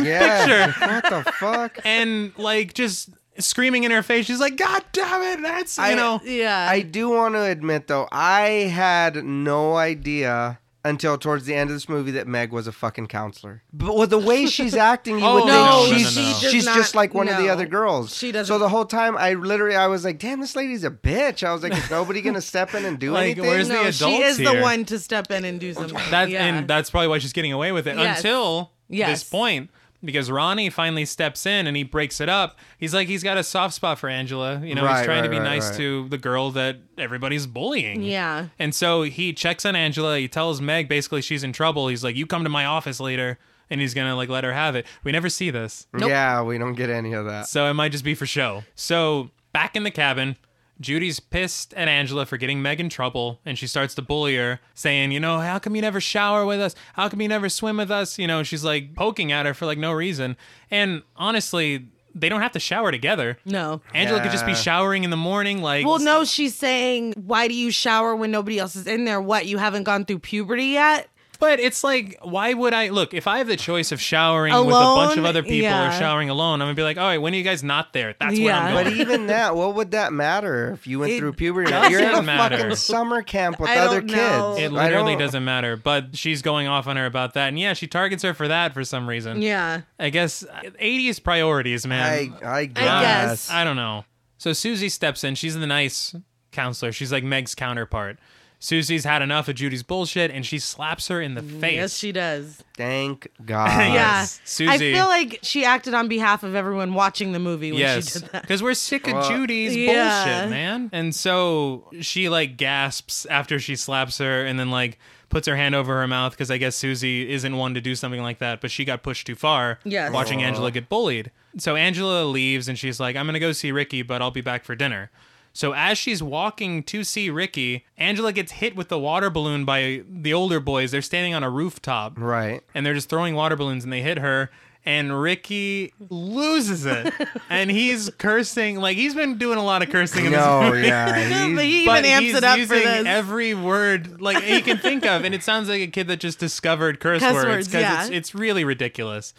S3: Yeah. What the fuck?
S1: and like just screaming in her face. She's like, "God damn it! That's you
S3: I-
S1: know."
S2: Yeah.
S3: I do want to admit though, I had no idea until towards the end of this movie that Meg was a fucking counselor. But with the way she's acting, you
S1: Oh,
S3: would think
S1: no, no,
S3: she's
S1: no, no, no.
S3: she's
S2: She does
S3: just
S2: not-
S3: like one of the
S2: no.
S3: other girls.
S2: She doesn't-
S3: does. So the whole time, I literally I was like, damn, this lady's a bitch. I was like, is nobody gonna step in and do
S1: Like,
S3: anything?
S1: where's the
S2: no, she
S1: adults
S2: is the
S1: here.
S2: one to step in and do something.
S1: That
S2: yeah.
S1: and that's probably why she's getting away with it
S2: Yes.
S1: until
S2: Yes.
S1: this point. Because Ronnie finally steps in and he breaks it up. He's like he's got a soft spot for Angela. You know, he's
S3: Right,
S1: trying to
S3: right,
S1: be
S3: right,
S1: nice
S3: right.
S1: to the girl that everybody's bullying.
S2: Yeah.
S1: And so he checks on Angela. He tells Meg basically she's in trouble. He's like, "You come to my office later," and he's gonna like let her have it. We never see this,
S2: Nope.
S3: Yeah, we don't get any of that.
S1: so it might just be for show. So back in the cabin, Judy's pissed at Angela for getting Meg in trouble, and she starts to bully her, saying, "You know, how come you never shower with us? How come you never swim with us?" You know, and she's like poking at her for like no reason. And honestly, they don't have to shower together.
S2: No.
S1: Angela could just be
S3: Yeah.
S1: showering in the morning, like
S2: Well, no, she's saying, why do you shower when nobody else is in there? What, you haven't gone through puberty yet?
S1: But it's like, why would I look? If I have the choice of showering with a
S2: Alone?
S1: bunch of other people or
S2: Yeah.
S1: showering alone, I'm gonna be like, all right, when are you guys not there? That's where
S2: Yeah.
S1: I'm
S3: But
S1: going.
S3: even that, what would that matter if you went
S2: It
S3: through puberty? You're at a
S1: doesn't matter.
S3: fucking summer camp with
S2: I
S3: other
S2: don't know.
S3: kids.
S1: it
S3: I
S1: literally
S3: don't-
S1: doesn't matter. But she's going off on her about that, and yeah, she targets her for that for some reason.
S2: Yeah.
S1: I guess uh, 80s priorities, man.
S3: I, I guess.
S2: guess.
S1: I don't know. So Susie steps in. She's the nice counselor. She's like Meg's counterpart. Susie's had enough of Judy's bullshit, and she slaps her in the face.
S2: Yes, she does.
S3: Thank God.
S2: Yeah.
S1: Yes. Susie.
S2: I feel like she acted on behalf of everyone watching the movie when she
S1: Yes,
S2: did that.
S1: because we're sick of
S3: Well-
S1: Judy's
S2: Yeah.
S1: bullshit, man. And so she like gasps after she slaps her, and then like puts her hand over her mouth because I guess Susie isn't one to do something like that, but she got pushed too far.
S2: Yes.
S1: watching Angela get bullied. So Angela leaves, and she's like, "I'm gonna go see Ricky, but I'll be back for dinner." So as she's walking to see Ricky, Angela gets hit with the water balloon by the older boys. They're standing on a rooftop
S3: Right.
S1: and they're just throwing water balloons and they hit her and Ricky loses it and he's cursing like he's been doing a lot of cursing in this
S3: No,
S1: movie.
S3: yeah.
S2: but
S3: he's-
S2: he
S1: But
S2: even amps
S1: he's
S2: it up for
S1: using
S2: this.
S1: every word like he can think of, and it sounds like a kid that just discovered curse
S2: Cuss
S1: words
S2: words,
S1: because
S2: yeah.
S1: it's it's really ridiculous.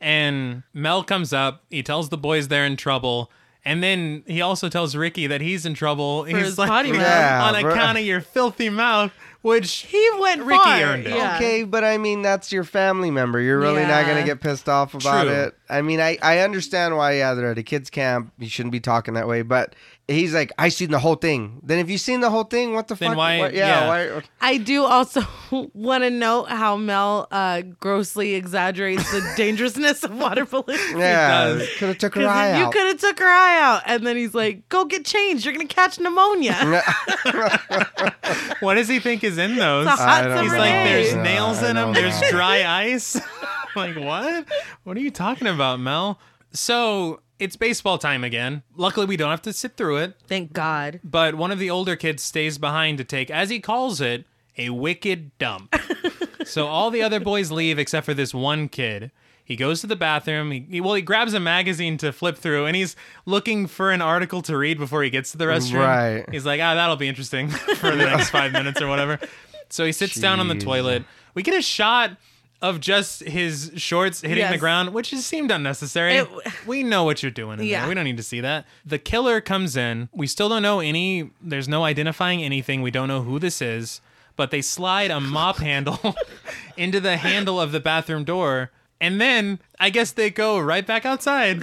S1: And Mel comes up, he tells the boys they're in trouble, and then he also tells Ricky that he's in trouble. he's
S2: his
S1: like,
S2: potty mouth.
S3: Yeah,
S1: on
S3: bro.
S1: account of your filthy mouth, which
S2: He went
S1: Ricky
S2: far.
S1: earned it.
S2: Yeah.
S3: Okay, but I mean that's your family member. You're really not
S2: Yeah.
S3: gonna get pissed off about
S1: True.
S3: it. I mean, I I understand why. Yeah, they're at a kids camp. You shouldn't be talking that way. But he's like, I seen the whole thing. Then if you seen the whole thing, what the
S1: Then
S3: fuck?
S1: why-
S3: what- yeah, Why,
S2: I do also want to note how Mel uh, grossly exaggerates the dangerousness of water balloons.
S3: yeah.
S1: does.
S3: Could have took her eye
S2: Because you
S3: out.
S2: could have took her eye out, and then he's like, "Go get changed. You're gonna catch pneumonia."
S1: what does he think is in those?
S2: It's a hot
S3: I don't
S1: He's
S2: summer
S1: like,
S2: day.
S1: there's
S3: No,
S1: nails
S3: I
S1: in them.
S3: don't
S1: There's
S3: know.
S1: dry ice. like, what? What are you talking about, Mel? So it's baseball time again. Luckily, we don't have to sit through it.
S2: Thank God.
S1: But one of the older kids stays behind to take, as he calls it, a wicked dump. so all the other boys leave except for this one kid. He goes to the bathroom. He, he- well, he grabs a magazine to flip through, and he's looking for an article to read before he gets to the restroom.
S3: Right.
S1: He's like, ah, that'll be interesting for the next five minutes or whatever. So he sits down on the
S3: Jeez.
S1: toilet. We get a shot of just his shorts hitting the
S2: Yes.
S1: ground, which just seemed unnecessary.
S2: It-
S1: we know what you're doing in
S2: Yeah.
S1: there. We don't need to see that. The killer comes in. We still don't know any. There's no identifying anything. We don't know who this is. But they slide a mop handle into the handle of the bathroom door, and then I guess they go right back outside.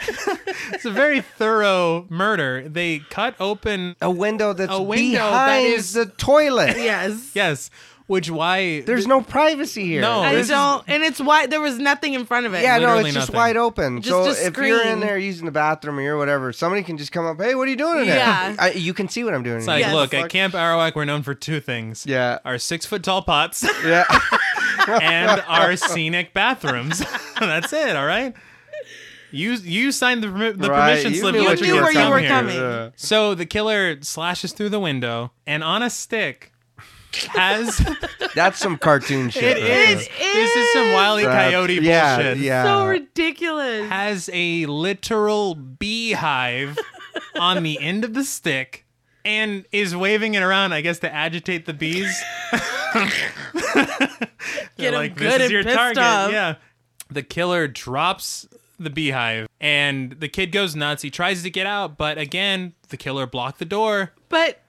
S1: it's a very thorough murder. They cut open.
S3: a window that's
S1: A window that
S3: behind
S1: is-
S3: the toilet.
S2: Yes.
S1: Yes, which why
S3: There's no privacy here.
S1: No.
S2: I
S1: Oh, this is-
S2: don't, and it's why there was nothing in front of it.
S3: Yeah, no,
S1: Literally
S3: it's just
S1: nothing.
S3: wide open.
S2: Just
S3: so
S2: a
S3: if you're in
S2: screen.
S3: there using the bathroom or you're whatever, somebody can just come up. Hey, what are you doing in there?
S2: Yeah.
S3: I, you can see what I'm doing.
S1: It's like,
S2: Yes.
S1: look, at
S3: Fuck.
S1: Camp Arawak, we're known for two things.
S3: Yeah.
S1: Our six foot tall pots
S3: Yeah.
S1: and our scenic bathrooms. That's it, all right? You you signed the, permi- the
S3: Right,
S1: permission
S3: you
S1: slip.
S3: knew
S2: you
S3: what
S1: let
S2: knew
S1: me
S2: where you
S1: come
S2: were
S1: here.
S2: coming.
S3: Yeah.
S1: So the killer slashes through the window and on a stick has.
S3: That's some cartoon shit.
S1: it
S3: right
S1: is.
S3: there.
S1: This is some wily
S3: That's-
S1: coyote
S3: yeah,
S1: bullshit.
S3: Yeah.
S2: so ridiculous.
S1: Has a literal beehive on the end of the stick and is waving it around, I guess, to agitate the bees.
S2: Get
S1: They're
S2: him
S1: like,
S2: good
S1: this is
S2: and
S1: your
S2: pissed
S1: target.
S2: off.
S1: Yeah. The killer drops the beehive and the kid goes nuts. He tries to get out, but again, the killer blocked the door.
S2: But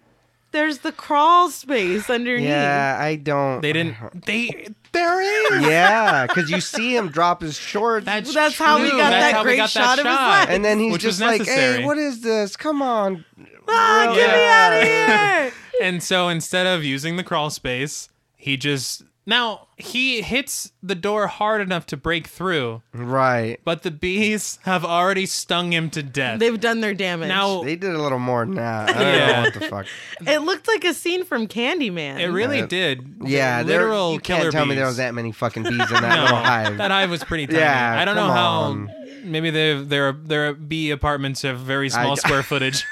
S2: there's the crawl space underneath.
S3: Yeah, I don't.
S1: They didn't they they're in.
S3: Yeah, because you see him drop his shorts,
S1: That's,
S2: That's how we
S1: true.
S2: got
S1: That's
S2: that
S1: how we
S2: great
S1: got
S2: shot
S1: that
S2: of his
S1: shot.
S2: leg.
S3: and then he's
S1: Which was
S3: just like,
S1: necessary.
S3: "Hey, what is this? Come on,
S2: Ah, get me
S1: Yeah.
S2: out of here.
S1: and so instead of using the crawl space, he just now he hits the door hard enough to break through,
S3: right?"
S1: but the bees have already stung him to death.
S2: They've done their damage.
S1: now
S3: They did a little more than that. I don't
S1: Yeah.
S3: know what the fuck.
S2: it looked like a scene from Candyman.
S1: it really
S3: Yeah.
S1: did.
S3: Yeah, there-
S1: literal
S3: You
S1: killer
S3: can't tell me
S1: bees.
S3: there was that many fucking bees in that
S1: No,
S3: little hive.
S1: That hive was pretty tiny.
S3: Yeah,
S1: I don't know
S3: come
S1: how.
S3: on.
S1: Maybe their their their bee apartments have very small
S3: I-
S1: square footage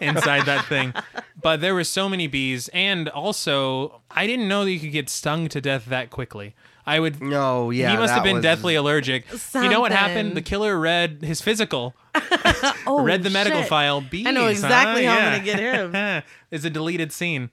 S1: inside that thing. But there were so many bees, and also I didn't know that you could get stung to death that quickly. I would.
S3: no, Oh, yeah,
S1: he must have
S3: that
S1: been
S3: was-
S1: deathly allergic. You know what happened?
S2: Something.
S1: The killer read his physical,
S2: oh,
S1: read the medical
S2: shit.
S1: file. Bees,
S2: I know
S1: huh?
S2: exactly how I'm
S1: Yeah.
S2: gonna get him.
S1: it's a deleted scene.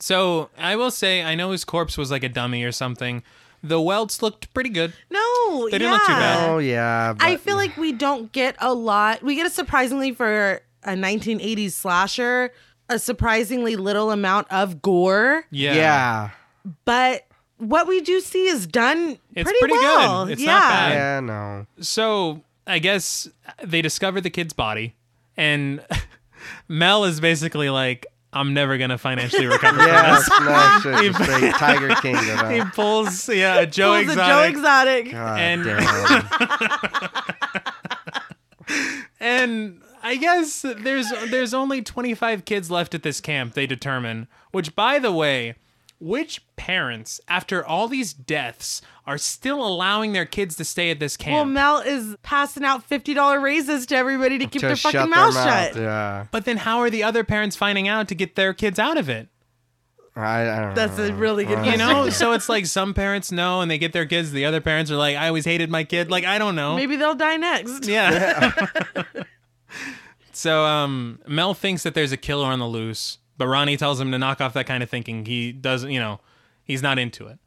S1: so I will say, I know his corpse was like a dummy or something. The welts looked pretty good.
S2: No,
S1: They didn't look too
S2: yeah.
S1: bad.
S3: Oh yeah, but,
S2: I feel like we don't get a lot. We get a surprisingly for a 1980s slasher, a surprisingly little amount of gore,
S1: Yeah.
S3: yeah,
S2: but what we do see is done
S1: It's
S2: pretty,
S1: pretty good.
S2: well.
S1: It's
S2: yeah.
S1: not bad.
S3: yeah, no,
S1: So I guess they discover the kid's body, and Mel is basically like, "I'm never gonna financially recover." from
S3: yeah, it's not shit, just straight Tiger King. you know.
S1: this." He pulls, yeah, a Joe
S2: Pulls a Joe
S1: Exotic,
S2: Exotic.
S3: God
S1: And-
S3: damn.
S1: and I guess there's there's only 25 kids left at this camp. They determine, which by the way. Which parents, after all these deaths, are still allowing their kids to stay at this camp?
S2: Well, Mel is passing out fifty dollar raises to everybody to keep their
S3: Just shut
S2: fucking
S3: their
S2: mouth,
S3: mouth,
S2: shut.
S3: Yeah,
S1: but then, how are the other parents finding out to get their kids out of it?
S3: I, I don't
S2: That's
S3: know.
S2: a really good
S1: You
S2: question.
S1: know, so it's like some parents know and they get their kids. The other parents are like, I always hated my kid. Like, I don't know.
S2: Maybe they'll die next.
S1: Yeah. so um, Mel thinks that there's a killer on the loose, but Ronnie tells him to knock off that kind of thinking. He doesn't, you know, he's not into it.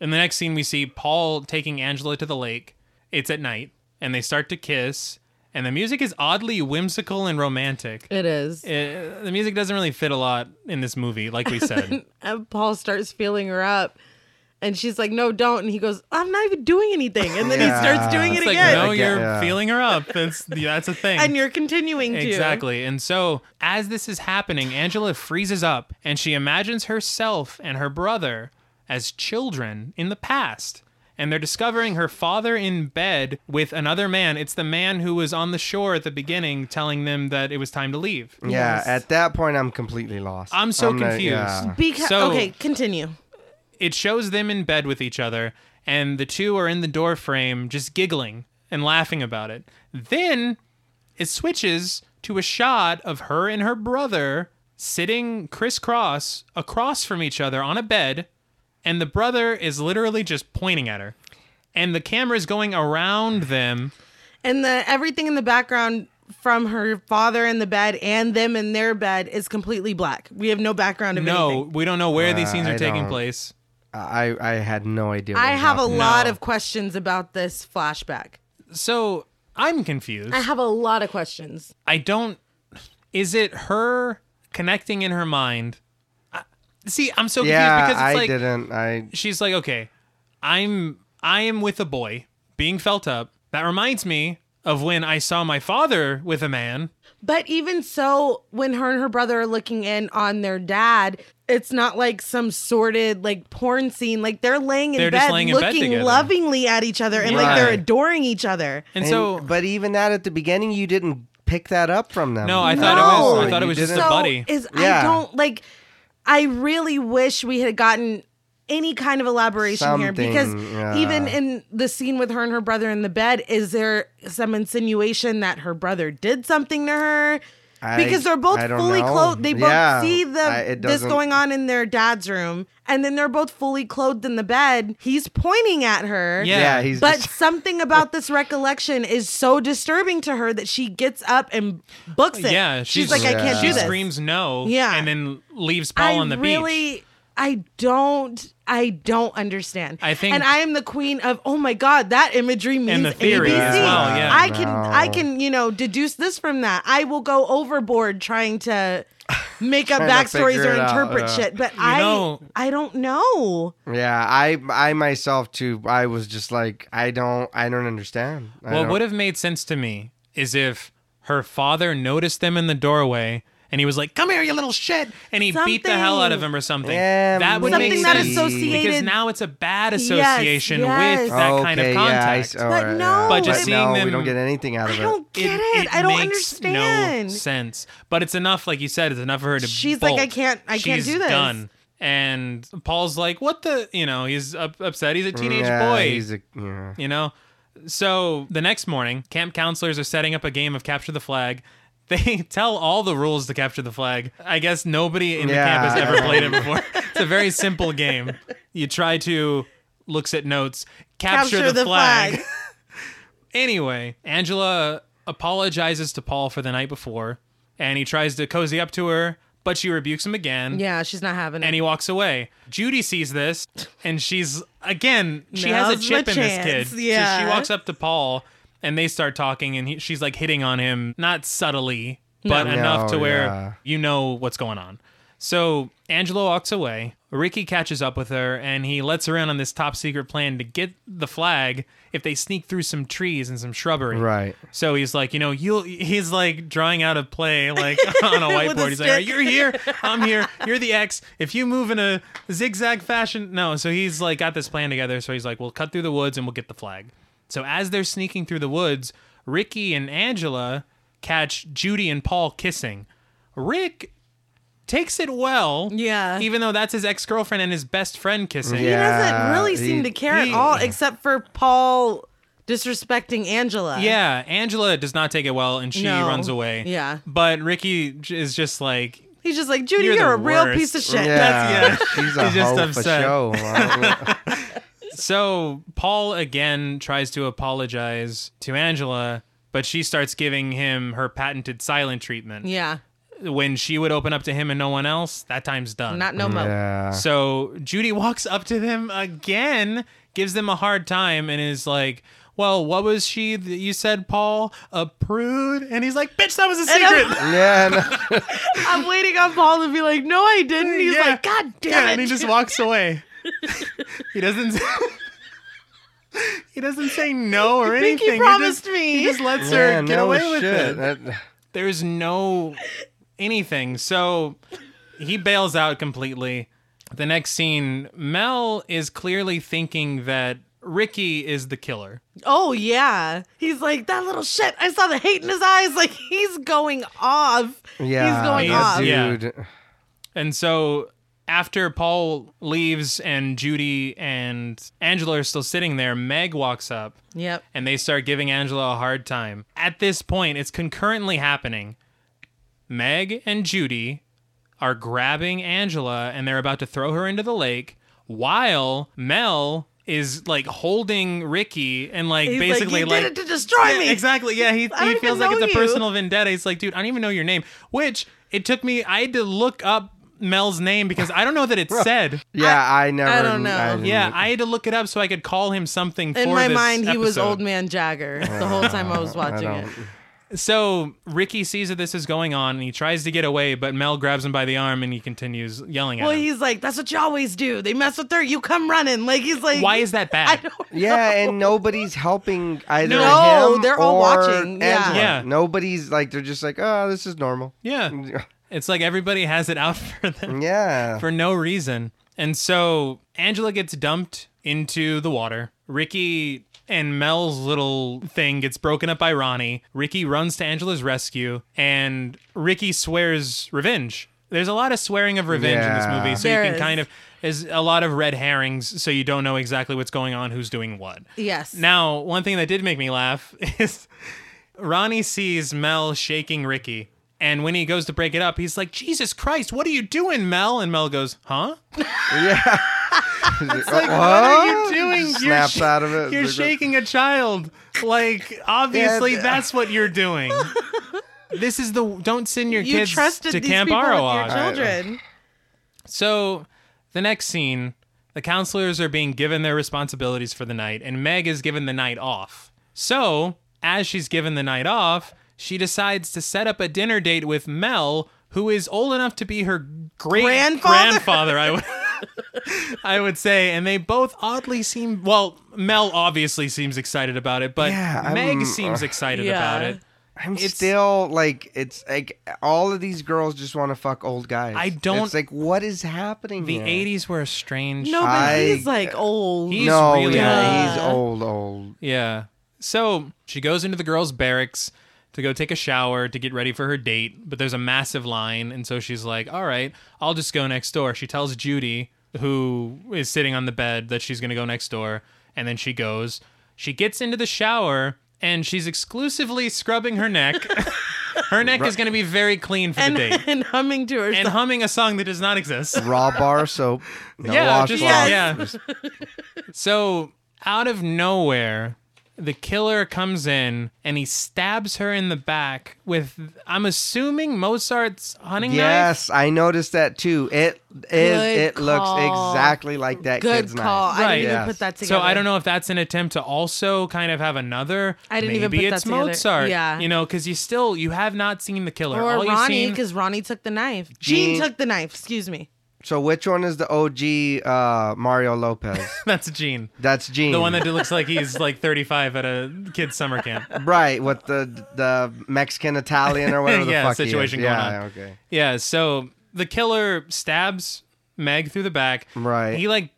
S1: In the next scene, we see Paul taking Angela to the lake. It's at night, and they start to kiss. and the music is oddly whimsical and romantic.
S2: It is.
S1: Uh, the music doesn't really fit a lot in this movie, like we said.
S2: And Paul starts feeling her up. And she's like, no, don't. And he goes, I'm not even doing anything. And then
S3: Yeah.
S2: he starts doing
S1: it's
S2: it
S1: like,
S2: again.
S1: no,
S3: Again,
S1: you're
S3: yeah.
S1: feeling her up. That's that's a thing.
S2: And you're continuing to.
S1: Exactly. And so, as this is happening, Angela freezes up and she imagines herself and her brother as children in the past. And they're discovering her father in bed with another man. It's the man who was on the shore at the beginning telling them that it was time to leave.
S3: Yeah,
S2: Yes.
S3: at that point, I'm completely lost.
S1: I'm so
S3: not-
S1: confused.
S3: yeah.
S2: Because,
S1: So-
S2: okay, continue.
S1: It shows them in bed with each other, and the two are in the door frame just giggling and laughing about it. Then it switches to a shot of her and her brother sitting crisscross across from each other on a bed, and the brother is literally just pointing at her. And the camera is going around them.
S2: And the everything in the background from her father in the bed and them in their bed is completely black. We have no background of
S1: No,
S2: anything.
S1: we don't know where these
S3: Uh,
S1: scenes are
S3: I
S1: taking
S3: don't-
S1: place.
S3: I I had no idea. What
S2: I
S3: was
S2: have a
S3: happening.
S2: lot
S1: No.
S2: of questions about this flashback.
S1: So I'm confused.
S2: I have a lot of questions.
S1: I don't. Is it her connecting in her mind? I, see, I'm so
S3: Yeah,
S1: confused because
S3: I
S1: it's like
S3: didn't. I
S1: she's like, okay, I'm I am with a boy being felt up. That reminds me of when I saw my father with a man.
S2: But even so, when her and her brother are looking in on their dad, it's not like some sordid like porn scene. Like they're laying in
S1: They're
S2: bed,
S1: just laying in bed
S2: looking
S1: together.
S2: lovingly at each other, and like they're
S3: Right.
S2: adoring each other.
S1: And,
S3: and-
S1: so
S3: but even that at the beginning, you didn't pick that up from them.
S1: No, I thought it was- I
S3: No,
S1: thought it
S3: Oh, you
S1: was just a
S3: didn't.
S2: so
S1: buddy.
S2: Is I
S3: Yeah.
S2: don't like. I really wish we had gotten any kind of elaboration here
S3: Something,
S2: because
S3: yeah.
S2: even in the scene with her and her brother in the bed, is there some insinuation that her brother did something to her?
S3: I-
S2: Because they're both
S3: I don't
S2: fully
S3: know.
S2: clothed. They both
S3: Yeah,
S2: see the
S3: I- it
S2: this
S3: doesn't-
S2: going on in their dad's room, and then they're both fully clothed in the bed. He's pointing at her.
S1: Yeah.
S3: Yeah, he's
S2: But
S3: just-
S2: something about this recollection is so disturbing to her that she gets up and books it.
S1: yeah,
S2: she's,
S1: she's-
S2: like, I can't
S3: Yeah.
S2: do
S1: she
S2: this.
S1: screams no.
S2: Yeah.
S1: and then leaves
S2: I
S1: Paul on the beach.
S2: really, I don't, I don't understand.
S1: I think-
S2: and I am the queen of. Oh my god, that imagery means
S1: the theory
S2: ABC.
S1: as well, yeah.
S2: I can,
S3: No.
S2: I can, you know, deduce this from that. I will go overboard trying to make up
S3: Trying to
S2: backstories or
S3: figure it out,
S2: interpret
S3: yeah.
S2: shit, but I,
S1: know-
S2: I don't know.
S3: Yeah, I I myself too. I was just like, I don't, I don't understand. I
S1: What
S3: don't-
S1: would have made sense to me is if her father noticed them in the doorway and he was like, "Come here, you little shit!" and he beat the hell out of
S2: Something.
S1: him or something.
S3: Yeah,
S1: that would make
S2: Something that
S1: sense
S2: associated-
S1: because now it's a bad association
S2: yes.
S1: with that kind of
S3: Okay, yeah, I s- oh.
S1: contact.
S3: all
S2: But
S3: right,
S2: no.
S3: yeah.
S2: But just
S1: seeing
S3: no,
S1: them-
S3: we don't get anything out of
S2: I
S3: it.
S2: don't get it. I don't understand.
S1: No sense, but it's enough. Like you said, it's enough for her to.
S2: She's like,
S1: bolt.
S2: "I can't- I can't
S1: She's
S2: do this."
S1: Done. And Paul's like, "What the? You know, he's up, upset. He's a teenage
S3: yeah,
S1: boy.
S3: He's a, yeah.
S1: You know? So the next morning, camp counselors are setting up a game of capture the flag. They tell all the rules to capture the flag. I guess nobody in the
S3: Yeah.
S1: camp has ever played it before. It's a very simple game. You try to looks at notes, capture, the, flag. anyway, Angela apologizes to Paul for the night before, and he tries to cozy up to her, but she rebukes him again
S2: Yeah, she's not having it.
S1: and he walks away. Judy sees this, and she's again she has a
S2: Now's
S1: chip
S2: my
S1: in this
S2: chance,
S1: kid. So
S2: yeah.
S1: she walks up to Paul, and they start talking, and he, she's like hitting on him, not subtly, but enough to
S3: No,
S1: where
S3: oh, yeah.
S1: you know what's going on. So Angela walks away. Ricky catches up with her, and he lets her in on this top secret plan to get the flag if they sneak through some trees and some shrubbery.
S3: Right.
S1: So he's like, you know, you'll. He's like drawing out a play, like on a
S2: With a
S1: whiteboard. He's like, All right,
S2: stick.
S1: you're here, I'm here, you're the X. If you move in a zigzag fashion, no. So he's like got this plan together. So he's like, we'll cut through the woods and we'll get the flag. So as they're sneaking through the woods, Ricky and Angela catch Judy and Paul kissing. Rick takes it well,
S2: Yeah.
S1: Even though that's his ex girlfriend and his best friend kissing.
S2: He
S3: Yeah.
S2: doesn't really seem
S3: he-
S2: to care
S1: he-
S2: at all, except for Paul disrespecting Angela.
S1: Yeah, Angela does not take it well and she
S2: No.
S1: runs away.
S2: Yeah.
S1: But Ricky j- is just like,
S2: He's just like, Judy,
S1: You're
S2: you're,
S1: the
S2: a real
S1: worst.
S2: piece of shit.
S3: Yeah,
S1: That's- yeah.
S3: she's a
S1: He's just
S3: hoe
S1: upset.
S3: for show. I
S1: So Paul again tries to apologize to Angela, but she starts giving him her patented silent treatment.
S2: Yeah.
S1: When she would open up to him and no one else, that time's done.
S2: Not no
S3: don't-
S2: mo.
S3: yeah.
S1: so Judy walks up to them again, gives them a hard time, and is like, well, what was she that you said, Paul? A prude? And he's like, bitch, that was a
S2: And I'm-
S1: secret.
S3: Yeah, no.
S2: I'm waiting on Paul to be like, no, I didn't. He's
S1: Yeah.
S2: like, God damn
S1: yeah,
S2: it.
S1: and he just walks away. he doesn't. he doesn't say no or
S2: think he
S1: anything.
S2: promised
S1: just,
S2: me.
S1: He just lets
S3: yeah,
S1: her get
S3: no
S1: away with
S3: shit.
S1: it.
S3: That-
S1: There's no anything. So he bails out completely. The next scene, Mel is clearly thinking that Ricky is the killer.
S2: oh, yeah. He's like, that little shit. I saw the hate in his eyes. Like, he's going off.
S3: yeah,
S2: He's going
S1: He's-
S2: off.
S1: yeah.
S3: dude.
S1: And so after Paul leaves and Judy and Angela are still sitting there, Meg walks up
S2: Yep.
S1: and they start giving Angela a hard time. At this point, it's concurrently happening. Meg and Judy are grabbing Angela and they're about to throw her into the lake while Mel is like holding Ricky and like
S2: He's
S1: basically
S2: like, you
S1: like,
S2: did it to destroy me.
S1: Exactly. Yeah, he,
S2: I
S1: he
S2: don't
S1: feels
S2: even
S1: like it's
S2: know
S1: a
S2: you.
S1: personal vendetta. He's like, dude, I don't even know your name. Which it took me. I had to look up Mel's name because I don't know that it said.
S3: Yeah, I, never.
S2: I don't know.
S3: didn't-
S1: Yeah, I had to look it up so I could call him something.
S2: In
S1: for
S2: my
S1: this
S2: mind, he was
S1: episode.
S2: old man Jagger the whole time I was watching it.
S3: don't-
S1: So Ricky sees that this is going on and he tries to get away, but Mel grabs him by the arm and he continues yelling at
S2: Well,
S1: him.
S2: he's like, that's what you always do. They mess with her. You come running. Like, he's like,
S1: Why is that
S2: I
S1: bad?
S2: don't
S3: e-, Yeah, and nobody's helping either.
S2: No,
S3: him
S2: they're all
S3: or
S2: watching. Yeah.
S3: Angela.
S1: Yeah.
S3: nobody's like they're just like, oh, this is normal.
S1: Yeah, it's like everybody has it out for them.
S3: Yeah,
S1: for no reason. And so Angela gets dumped into the water. Ricky and Mel's little thing gets broken up by Ronnie. Ricky runs to Angela's rescue, and Ricky swears revenge. There's a lot of swearing of revenge in
S3: Yeah.
S1: this movie, so
S2: There
S1: you can
S2: is.
S1: kind of there's a lot of red herrings, so you don't know exactly what's going on, who's doing what.
S2: Yes.
S1: Now, one thing that did make me laugh is Ronnie sees Mel shaking Ricky. And when he goes to break it up, he's like, Jesus Christ, what are you doing, Mel? And Mel goes, Huh?
S3: yeah. it's like,
S1: What are you doing?
S3: Snaps
S1: sh-
S3: out of it.
S1: You're
S3: It's like,
S1: shaking a child. Like, obviously,
S3: Yeah,
S1: that's what you're doing. This is the don't send your
S2: You
S1: kids
S2: trusted
S1: to
S2: these
S1: Camp
S2: people
S1: Arawak.
S2: with your children.
S1: So, the next scene, the counselors are being given their responsibilities for the night, and Meg is given the night off. So, as she's given the night off, she decides to set up a dinner date with Mel, who is old enough to be her great
S2: Grandfather?
S1: grandfather. I would. I would say, and they both oddly seem well. Mel obviously seems excited about it, but
S3: Yeah,
S1: Meg
S3: I'm- uh,
S1: seems excited
S2: Yeah.
S1: about it.
S3: I'm still like, it's like all of these girls just want to fuck old guys.
S1: I don't-
S3: It's like, what is happening?
S1: The
S3: here?
S1: '80s were a strange.
S2: No, but
S3: I-
S2: he's like old.
S1: He's
S3: No,
S1: really
S3: yeah,
S2: old.
S3: he's old, old.
S1: Yeah. So she goes into the girls' barracks to go take a shower to get ready for her date, but there's a massive line, and so she's like, "All right, I'll just go next door." She tells Judy, who is sitting on the bed, that she's going to go next door, and then she goes. She gets into the shower and she's exclusively scrubbing her neck. her neck is going to be very clean for
S2: and,
S1: the date.
S2: and humming to herself.
S1: And humming a song that does not exist.
S3: Raw bar soap. No
S1: Yeah, just,
S3: washcloth.
S1: yeah. so out of nowhere, the killer comes in and he stabs her in the back with, I'm assuming Mozart's hunting knife.
S3: Yes, I noticed that too. It is. It looks
S2: call.
S3: exactly like that
S2: Good
S3: kid's
S2: call.
S3: knife.
S2: I
S1: Right.
S2: didn't
S1: Yes.
S2: even put that
S1: So
S2: together.
S1: I don't know if that's an attempt to also kind of have another.
S2: I didn't
S1: maybe
S2: even put
S1: it's
S2: that together.
S1: Mozart.
S2: Yeah.
S1: you know, because you still you have not seen the killer.
S2: Or
S1: All
S2: Ronnie,
S1: you've seen,
S2: because Ronnie took the knife. Gene
S3: Gene-
S2: took the knife. Excuse me.
S3: So which one is the OG uh, Mario Lopez?
S1: that's Gene,
S3: That's Gene.
S1: the one that looks like he's like 35 at a kid's summer camp.
S3: right with the the Mexican Italian or whatever the
S1: Yeah,
S3: fuck he
S1: situation
S3: is.
S1: going
S3: yeah,
S1: on.
S3: okay.
S1: Yeah, so the killer stabs Meg through the back.
S3: Right.
S1: He like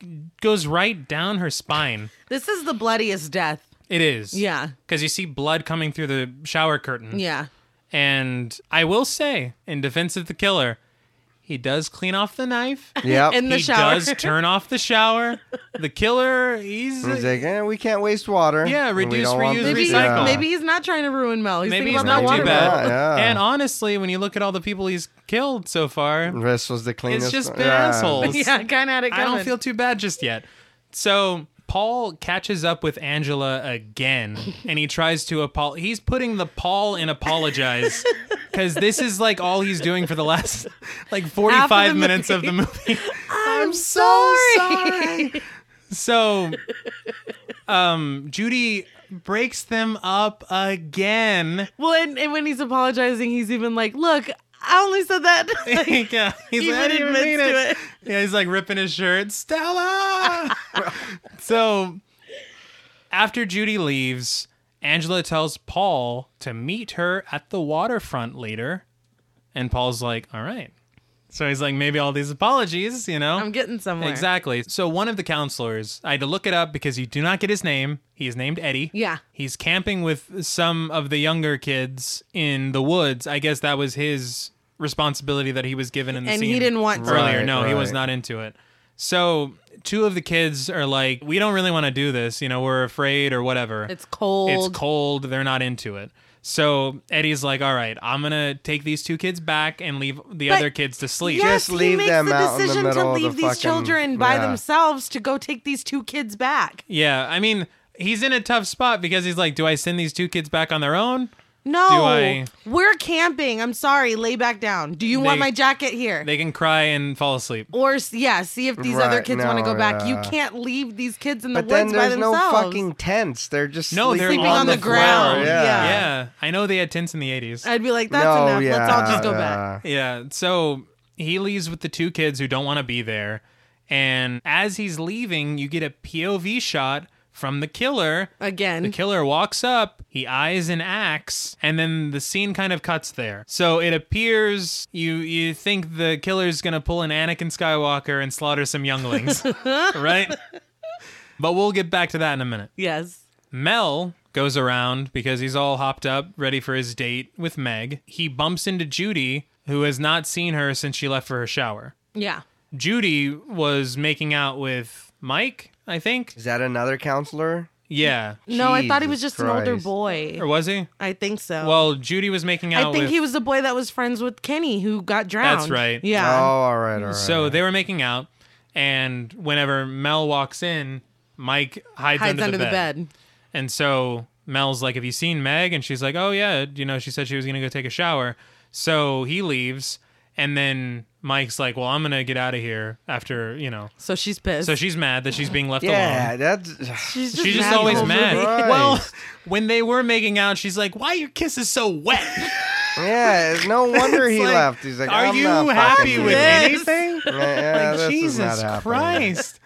S1: goes right down her spine.
S2: This is the bloodiest death.
S1: It is.
S2: Yeah.
S1: Because you see blood coming through the shower curtain.
S2: Yeah.
S1: And I will say, in defense of the killer, he does clean off the knife.
S3: Yep.
S2: In the
S1: he
S2: shower.
S1: does turn off the shower. The killer, he's
S3: He's like, eh, we can't waste water.
S1: Yeah,
S3: We
S1: reduce,
S3: don't want
S1: reuse,
S3: this-
S2: Maybe,
S1: recycle.
S3: Yeah.
S2: maybe he's not trying to ruin Mel. He's
S1: maybe
S2: thinking
S1: he's
S2: about
S1: not
S2: water.
S1: too bad.
S2: bottle.
S3: Yeah, yeah.
S1: And honestly, when you look at all the people he's killed so far,
S3: This was the cleanest.
S1: it's just
S3: one.
S1: been
S3: Yeah.
S1: assholes.
S2: Yeah, kind of had it
S1: I
S2: coming.
S1: don't feel too bad just yet. So Paul catches up with Angela again, and he tries to apologize. He's putting the Paul in apologize because this is like all he's doing for the last like
S2: Half of
S1: 45
S2: the
S1: minutes of the movie.
S2: I'm sorry.
S1: So, um, Judy breaks them up again.
S2: Well, and, and when he's apologizing, he's even like, "Look, I only said that." Like,
S1: yeah, he's
S2: Even
S1: like, "I didn't
S2: admits
S1: mean
S2: to
S1: it.
S2: it.
S1: Yeah, he's like ripping his shirt. Stella. so after Judy leaves, Angela tells Paul to meet her at the waterfront later, and Paul's like, "All right." So he's like, "Maybe all these apologies, you know."
S2: I'm getting somewhere.
S1: Exactly. So one of the counselors, I had to look it up because you do not get his name. He is named Eddie.
S2: Yeah.
S1: He's camping with some of the younger kids in the woods. I guess that was his responsibility that he was given in the
S2: And
S1: scene
S2: he didn't want to.
S1: earlier.
S3: Right,
S1: no, he was
S3: right.
S1: not into it. So two of the kids are like, "We don't really want to do this. You know, we're afraid or whatever."
S2: It's cold.
S1: It's cold. They're not into it. So Eddie's like, "All right, I'm gonna take these two kids back and leave the
S2: But-
S1: other kids to sleep."
S2: Yes,
S3: Just
S2: he
S3: leave
S2: makes
S3: them
S2: the
S3: out in the
S2: decision
S3: middle
S2: to
S3: of the
S2: leave these
S3: fucking-
S2: children by
S3: yeah.
S2: themselves to go take these two kids back.
S1: Yeah, I mean, he's in a tough spot because he's like, do I send these two kids back on their own?
S2: No,
S1: I-
S2: we're camping. I'm sorry. Lay back down. Do you want
S1: They-
S2: my jacket here?
S1: They can cry and fall asleep.
S2: or s- yeah, see if these other
S3: Right,
S2: kids want to
S3: no,
S2: go back. You
S3: yeah.
S2: can't leave these kids in the
S3: But then
S2: woods by
S3: there's no
S2: themselves.
S3: fucking tents. They're just
S1: No, they're
S2: Sleeping
S1: on,
S2: on the
S1: floor.
S2: ground,
S3: Yeah.
S1: yeah.
S2: yeah.
S1: I know they had tents in the 80s.
S2: I'd be like, that's
S3: no,
S2: enough.
S3: Yeah,
S2: Let's all just go back.
S3: yeah.
S1: yeah, so he leaves with the two kids who don't want to be there. And as he's leaving, you get a POV shot from the killer. The
S2: Again,
S1: killer walks up, he eyes an axe, and then the scene kind of cuts there. So it appears you you think the killer's gonna pull an Anakin Skywalker and slaughter some younglings, right? But we'll get back to that in a minute.
S2: yes.
S1: Mel goes around because he's all hopped up, ready for his date with Meg. He bumps into Judy, who has not seen her since she left for her shower.
S2: Yeah.
S1: Judy was making out with Mike, I think.
S3: Is that another counselor?
S1: Yeah.
S2: No, I thought he was
S3: Jesus
S2: just an older
S3: Christ.
S2: boy.
S1: Or was he?
S2: I think so.
S1: Well, Judy was making out
S2: I think
S1: with
S2: he was the boy that was friends with Kenny who got drowned.
S1: right.
S3: Oh,
S2: Yeah.
S3: all right, all right.
S1: So they were making out, and whenever Mel walks in, Mike hides,
S2: Hides
S1: under,
S2: under
S1: the,
S2: the
S1: bed.
S2: bed.
S1: And so Mel's like, "Have you seen Meg?" And she's like, "Oh yeah, you know, she said she was gonna go take a shower." So he leaves, and then Mike's like, "Well, I'm gonna get out of here after you know."
S2: So she's pissed.
S1: So she's mad that she's being left alone.
S3: yeah, that's
S2: she's just,
S1: She's just
S2: mad
S1: always
S2: the whole
S1: mad.
S2: movie.
S3: Right.
S1: Well, when they were making out, she's like, "Why are your kisses so wet?"
S3: yeah. No wonder
S1: It's
S3: he
S1: like,
S3: left. He's like,
S1: "Are
S3: I'm
S1: you
S3: not fucking
S1: happy with
S3: doing
S2: Yes.
S3: it."
S1: anything?"
S3: Yeah, yeah,
S1: like,
S3: this is not
S1: Jesus
S3: happening.
S1: Christ.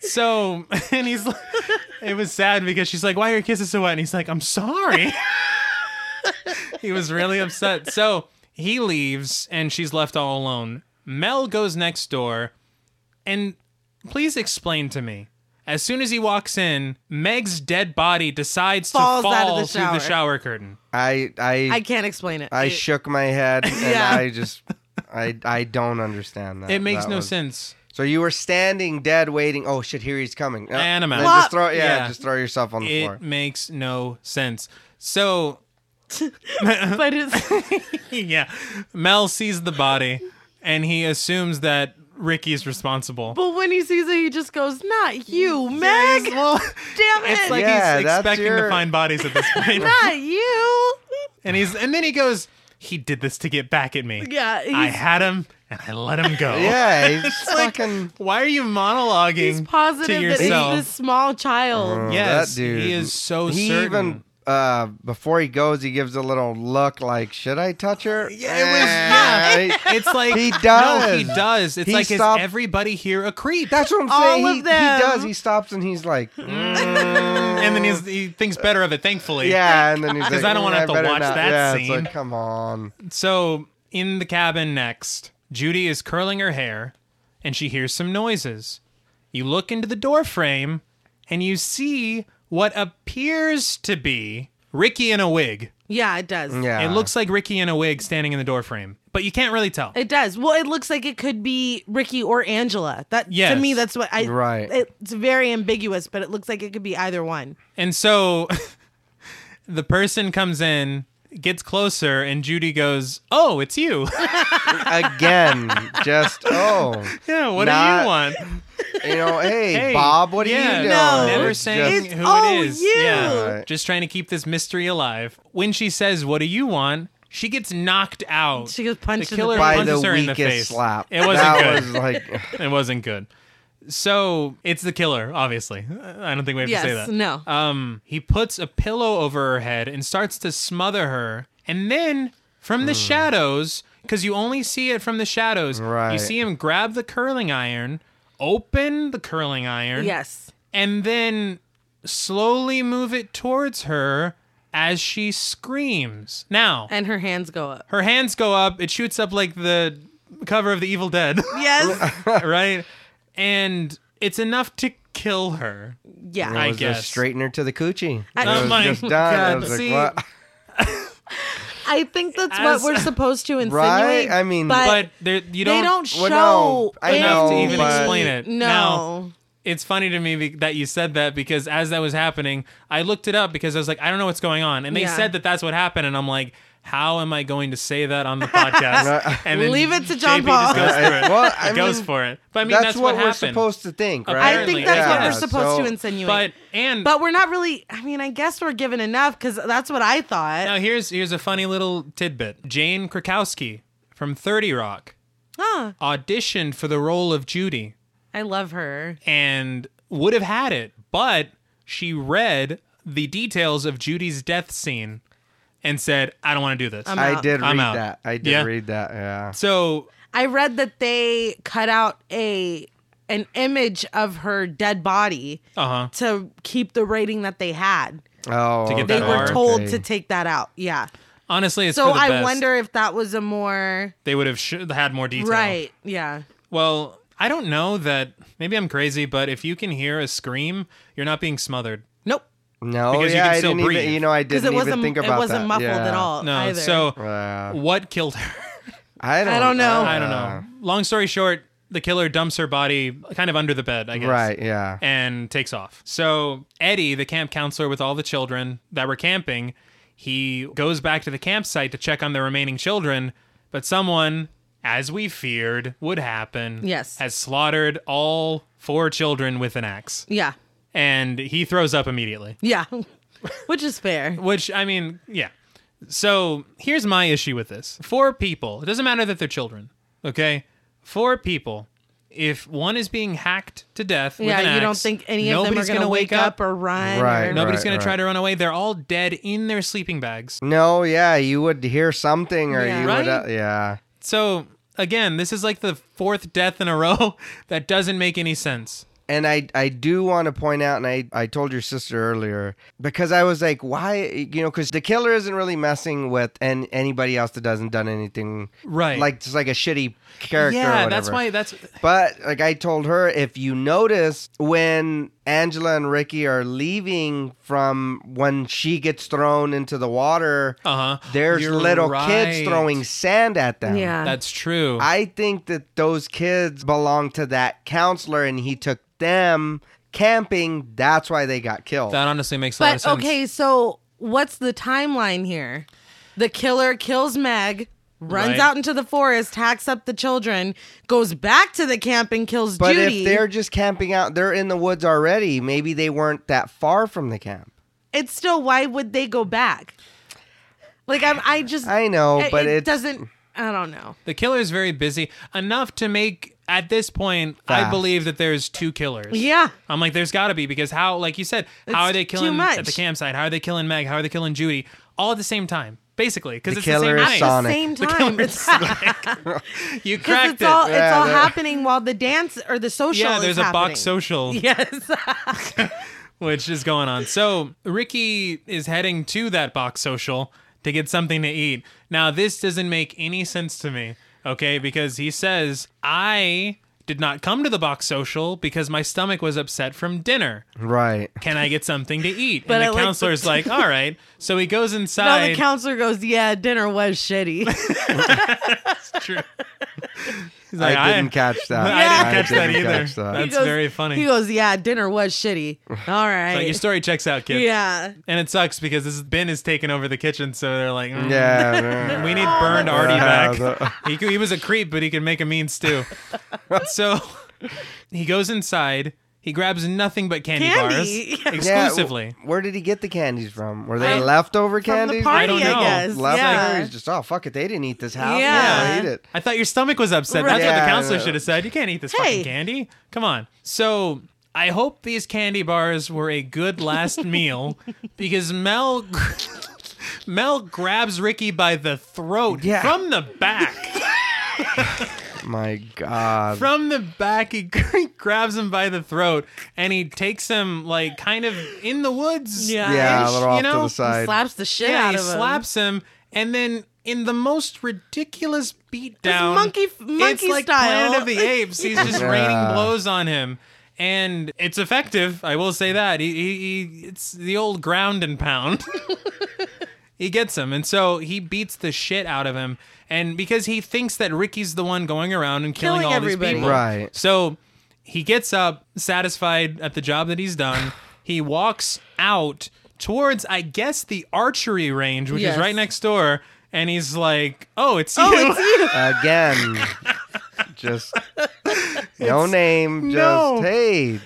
S1: So, and he's like, it was sad because she's like, why are your kisses so wet? And he's like, I'm sorry. he was really upset. So he leaves and she's left all alone. Mel goes next door and please explain to me. As soon as he walks in, Meg's dead body decides
S2: Falls
S1: to fall
S2: out of the
S1: through the
S2: shower.
S1: shower curtain.
S3: I I
S2: I can't explain it.
S3: I
S2: It-
S3: shook my head and
S2: Yeah.
S3: I just I I don't understand that.
S1: It makes
S3: That
S1: no
S3: was-
S1: sense.
S3: So you were standing dead, waiting. Oh shit! Here he's coming. Uh,
S1: And I'm
S3: then
S1: out.
S3: Just throw, yeah,
S1: Yeah.
S3: just throw yourself on the floor.
S1: It makes no sense. So
S2: but it's
S1: yeah. Mel sees the body and he assumes that Ricky's responsible.
S2: but when he sees it, he just goes, "Not you,
S1: Yeah,
S2: Meg!
S1: he's- well,
S2: Damn it,
S1: it's like
S3: Yeah,
S1: he's
S3: that's
S1: expecting to
S3: your-
S1: find bodies at this point.
S2: not you."
S1: and he's and then he goes, He did this to get back at me.
S2: Yeah,
S1: I
S2: he's,
S1: had him and I let him go.
S3: Yeah, he's fucking.
S1: Why are you monologuing
S2: he's
S1: to
S2: positive that
S1: yourself?
S2: he's this small child.
S3: Oh,
S1: yes,
S3: that dude.
S1: he is so
S3: he
S1: certain.
S3: even uh, before he goes, he gives a little look like, "Should I touch her?"
S1: Yeah,
S3: Eh, he-
S1: it's like
S3: He
S1: No, he
S3: does.
S1: does. It's
S3: He
S1: like
S3: stopped-
S1: is everybody here a creep?
S3: that's what I'm
S2: All
S3: saying.
S2: of
S3: he,
S2: them.
S3: he does. He stops and he's like, "Mm,
S1: and then he's, he thinks better of it. Thankfully,
S3: "Yeah," and then he's like,
S1: Because I don't wanna
S3: "Mm,
S1: have to
S3: better
S1: watch
S3: not."
S1: that
S3: yeah,
S1: scene.
S3: It's like, come on.
S1: So, in the cabin next, Judy is curling her hair and she hears some noises. You look into the door frame and you see what appears to be Ricky in a wig.
S2: Yeah, it does.
S3: Yeah,
S1: It looks like Ricky in a wig standing in the door frame, but you can't really tell.
S2: It does. Well, it looks like it could be Ricky or Angela. That
S1: Yes.
S2: to me, that's what I.
S3: Right.
S2: It's very ambiguous, but it looks like it could be either one.
S1: And so the person comes in, gets closer, and Judy goes, Oh, it's you.
S3: again. Just oh,
S1: yeah, what do
S3: Not-
S1: you want?
S3: you know, hey,
S1: Hey,
S3: Bob, what
S1: yeah,
S3: are you doing?
S2: No.
S1: Never
S3: It's
S1: saying
S3: just-
S1: who
S2: oh,
S1: it is.
S2: you.
S1: Yeah.
S3: Right.
S1: Just trying to keep this mystery alive. When she says, What do you want? She gets knocked out.
S2: She gets punched
S1: the
S2: in the
S1: killer
S2: face.
S3: by
S1: punches
S3: the
S1: her in
S3: weakest
S1: the face.
S3: slap.
S1: It wasn't
S3: that
S1: good.
S3: was like
S1: It wasn't good. So it's the killer, obviously. I don't think we have to say
S2: Yes,
S1: that.
S2: no.
S1: Um, he puts a pillow over her head and starts to smother her. And then from the
S3: Hmm.
S1: shadows, because you only see it from the shadows, you
S3: Right.
S1: see him grab the curling iron, open the curling iron,
S2: Yes.
S1: and then slowly move it towards her as she screams. Now,
S2: And her hands go up.
S1: her hands go up, it shoots up like the cover of The Evil Dead,
S2: Yes.
S1: right? And it's enough to kill her.
S2: yeah.
S1: I
S3: It was
S1: guess.
S3: a straightener to the coochie.
S2: I-
S3: It
S2: Oh
S3: was
S1: my
S3: just done.
S1: God,
S3: It was like,
S1: see?
S3: what?
S2: I think that's
S1: As-
S2: what we're supposed to insinuate.
S3: Right? I mean-
S1: But there, you don't.
S2: they don't show
S3: Well, no, I
S2: any-
S1: know, To even
S3: but-
S1: explain it.
S2: No.
S1: Now- It's funny to me be- that you said that because as that was happening, I looked it up because I was like, I don't know what's going on, and they
S2: Yeah.
S1: said that that's what happened, and I'm like, how am I going to say that on the podcast? and
S2: Leave it to John
S1: JP just
S2: Paul.
S1: goes for it.
S3: Well, I
S1: goes
S3: mean,
S1: for it. But I mean,
S3: that's,
S1: that's,
S3: what, we're
S1: happened.
S3: supposed to think, right?
S2: I
S1: Apparently,
S2: think that's what
S1: yeah.
S2: we're supposed
S3: so-
S2: to insinuate.
S1: but and
S2: But we're not really. I mean, I guess we're given enough because that's what I thought.
S1: Now here's here's a funny little tidbit. Jane Krakowski from 30 Rock
S2: Huh.
S1: auditioned for the role of Judy
S2: I love her.
S1: and would have had it, but she read the details of Judy's death scene and said, "I don't want to do this."
S2: I'm
S3: I
S2: out.
S3: did read
S1: I'm out.
S3: that. I did
S1: Yeah.
S3: read that. Yeah.
S1: so
S2: I read that they cut out a an image of her dead body
S1: Uh-huh.
S2: to keep the rating that they had.
S3: Oh,
S1: To get
S2: They
S1: that
S2: were
S1: R.
S2: told
S3: okay.
S2: to take that out. Yeah.
S1: honestly, it's
S2: So
S1: for the
S2: I
S1: best.
S2: wonder if that was a more
S1: they would have sh- had more detail.
S2: right. Yeah.
S1: Well, I don't know that maybe I'm crazy, but if you can hear a scream, you're not being smothered.
S2: Nope.
S3: No,
S1: Because you
S3: yeah,
S1: can
S3: I
S1: still
S3: didn't
S1: breathe.
S3: even. You know, I
S2: Because
S3: didn't
S2: it wasn't
S3: even think
S2: it
S3: about
S2: wasn't
S3: that.
S2: muffled
S3: Yeah.
S2: at all.
S1: No.
S2: Uh, either.
S1: So
S3: Wow.
S1: what killed her?
S3: I don't.
S2: I don't know.
S1: I don't know. Long story short, the killer dumps her body kind of under the bed, I guess.
S3: Right? Yeah.
S1: And takes off. So Eddie, the camp counselor with all the children that were camping, he goes back to the campsite to check on the remaining children, but someone, as we feared would happen,
S2: Yes.
S1: has slaughtered all four children with an axe.
S2: yeah.
S1: And he throws up immediately.
S2: Yeah. Which is fair.
S1: Which I mean, yeah. So here's my issue with this: four people. It doesn't matter that they're children. Okay, four people. If one is being hacked to death, with an
S2: Yeah, you don't
S1: axe,
S2: think any of them are
S1: nobody's
S2: going to wake up or run.
S3: Right.
S2: Or,
S3: No.
S1: nobody's going to try
S3: right.
S1: to run away. They're all dead in their sleeping bags.
S3: No, yeah, you would hear something, or
S2: Yeah.
S3: you
S1: Right?
S3: would, uh, yeah.
S1: So again, this is like the fourth death in a row that doesn't make any sense.
S3: And I, I do want to point out, and I, I told your sister earlier because I was like, why, you know, because the killer isn't really messing with and anybody else that doesn't done anything,
S1: Right.
S3: Like just like a shitty character. or
S1: yeah,
S3: whatever.
S1: that's why. That's
S3: But like I told her, if you notice when Angela and Ricky are leaving from when she gets thrown into the water,
S1: uh huh.
S3: there's little kids throwing sand at them.
S2: Yeah.
S1: That's true.
S3: I think that those kids belong to that counselor and he took them camping. That's why they got killed.
S1: that honestly makes a lot of
S2: But
S1: sense.
S2: okay, so what's the timeline here? The killer kills Meg, runs
S1: Right.
S2: out into the forest, hacks up the children, goes back to the camp and kills
S3: but
S2: Judy.
S3: if they're just camping out, they're in the woods already. Maybe they weren't that far from the camp.
S2: it's still why would they go back? Like I'm, I just
S3: I know,
S2: it,
S3: but
S2: it
S3: it's-
S2: doesn't. I don't know.
S1: The killer is very busy enough to make at this point I
S3: Fast.
S1: believe that there's two killers.
S2: Yeah.
S1: I'm like there's got to be because how like you said how
S2: It's
S1: are they
S2: too
S1: killing
S2: much.
S1: at the campsite? How are they killing Meg? How are they killing Judy? All at the same time. Basically, because
S3: The
S1: it's
S3: killer
S1: the
S3: is
S1: same
S2: At
S1: night.
S2: the
S3: Sonic.
S2: same time, it's because
S1: You cracked
S2: it's
S1: it.
S2: all it's
S3: Yeah,
S2: all
S3: the-
S2: happening while the dance or the social.
S1: yeah,
S2: is
S1: there's a box
S2: happening.
S1: social
S2: Yes.
S1: which is going on. So Ricky is heading to that box social to get something to eat. Now this doesn't make any sense to me, okay? Because he says I did not come to the box social because my stomach was upset from dinner.
S3: Right.
S1: can I get something to eat?
S2: But
S1: and
S2: I like
S1: the
S2: the-
S1: counselor's like, all right. So he goes
S2: now the
S1: inside.
S2: counselor goes, "Yeah, dinner was shitty."
S1: True. He's
S3: I
S1: like, I
S3: didn't catch that.
S1: I didn't catch that
S3: didn't
S1: either.
S3: catch that.
S1: That's
S2: He goes-
S1: very funny.
S2: He goes, "Yeah, dinner was shitty." All right.
S1: Like, your story checks out, kid.
S2: yeah.
S1: And it sucks because this bin is taking over the kitchen, so they're like, mm,
S3: Yeah.
S1: we need burned Artie
S3: Yeah,
S1: back. He, could- he was a creep, but he could make a mean stew. so he goes inside. He grabs nothing but candy,
S2: Candy.
S1: bars
S3: Yeah,
S1: exclusively.
S3: w- where did he get the candies from? Were they
S2: I-
S3: leftover
S2: From
S3: candies?
S2: the party, I,
S1: don't know.
S2: guess.
S3: Leftover.
S2: Yeah.
S3: He's just oh fuck it, they didn't eat this
S2: Yeah.
S3: half. Yeah, eat it.
S1: I thought your stomach was upset. That's what
S3: Right.
S1: the
S3: Yeah,
S1: counselor
S3: yeah.
S1: should have said. You can't eat this
S2: Hey.
S1: fucking candy. Come on. So I hope these candy bars were a good last meal because Mel Mel grabs Ricky by the throat
S3: Yeah.
S1: from the back.
S3: My God.
S1: from the back, he grabs him by the throat and he takes him like kind of in the woods.
S2: Yeah.
S3: yeah, a little
S1: you
S3: off to
S1: know,
S3: the side.
S2: slaps the shit
S1: Yeah,
S2: out
S1: he
S2: of him.
S1: slaps him, and then in the most ridiculous beatdown,
S2: monkey- monkey
S1: it's like
S2: style.
S1: Planet of the Apes. He's just
S3: Yeah.
S1: raining blows on him, and it's effective. I will say that he, he, he it's the old ground and pound. he gets him, and so he beats the shit out of him, and because he thinks that Ricky's the one going around and killing,
S2: Killing
S1: all
S2: everybody.
S1: these people,
S3: Right.
S1: So he gets up, satisfied at the job that he's done. he walks out towards, I guess, the archery range, which
S2: Yes.
S1: is right next door. And he's like, "Oh, it's you!
S2: Oh, it's you.
S3: Again. just no name. Just
S1: no.
S3: hey,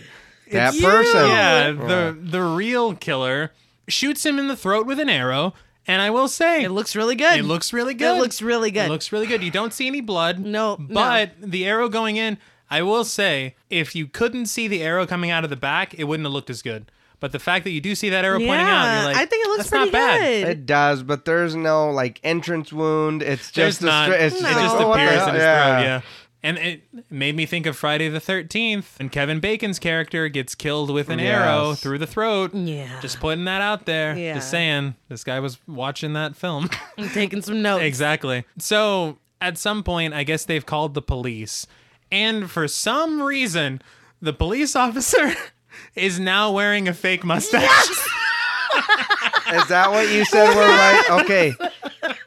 S3: that
S2: you.
S3: person.
S1: yeah, the the real killer shoots him in the throat with an arrow." And I will say,
S2: It looks really good.
S1: It looks really good.
S2: It looks really good.
S1: It looks really good. You don't see any blood.
S2: No, no.
S1: But the arrow going in, I will say, if you couldn't see the arrow coming out of the back, it wouldn't have looked as good. But the fact that you do see that arrow pointing out,
S2: Yeah,
S1: you're like,
S2: I think it looks
S1: That's
S2: pretty
S1: not bad.
S2: good.
S3: It does, but there's no like entrance wound. It's
S1: There's
S3: just a
S1: not.
S3: stra- it's just,
S1: it
S3: like,
S1: just
S3: oh, what the
S1: appears in
S3: hell?
S1: his
S3: yeah.
S1: throat. Yeah. And it made me think of Friday the 13th, and Kevin Bacon's character gets killed with an
S3: Yes.
S1: arrow through the throat.
S2: Yeah.
S1: Just putting that out there.
S2: Yeah.
S1: Just saying, this guy was watching that film.
S2: I'm taking some notes.
S1: Exactly. So at some point, I guess they've called the police. And for some reason, the police officer is now wearing a fake mustache.
S3: Is that what you said? We're like, okay.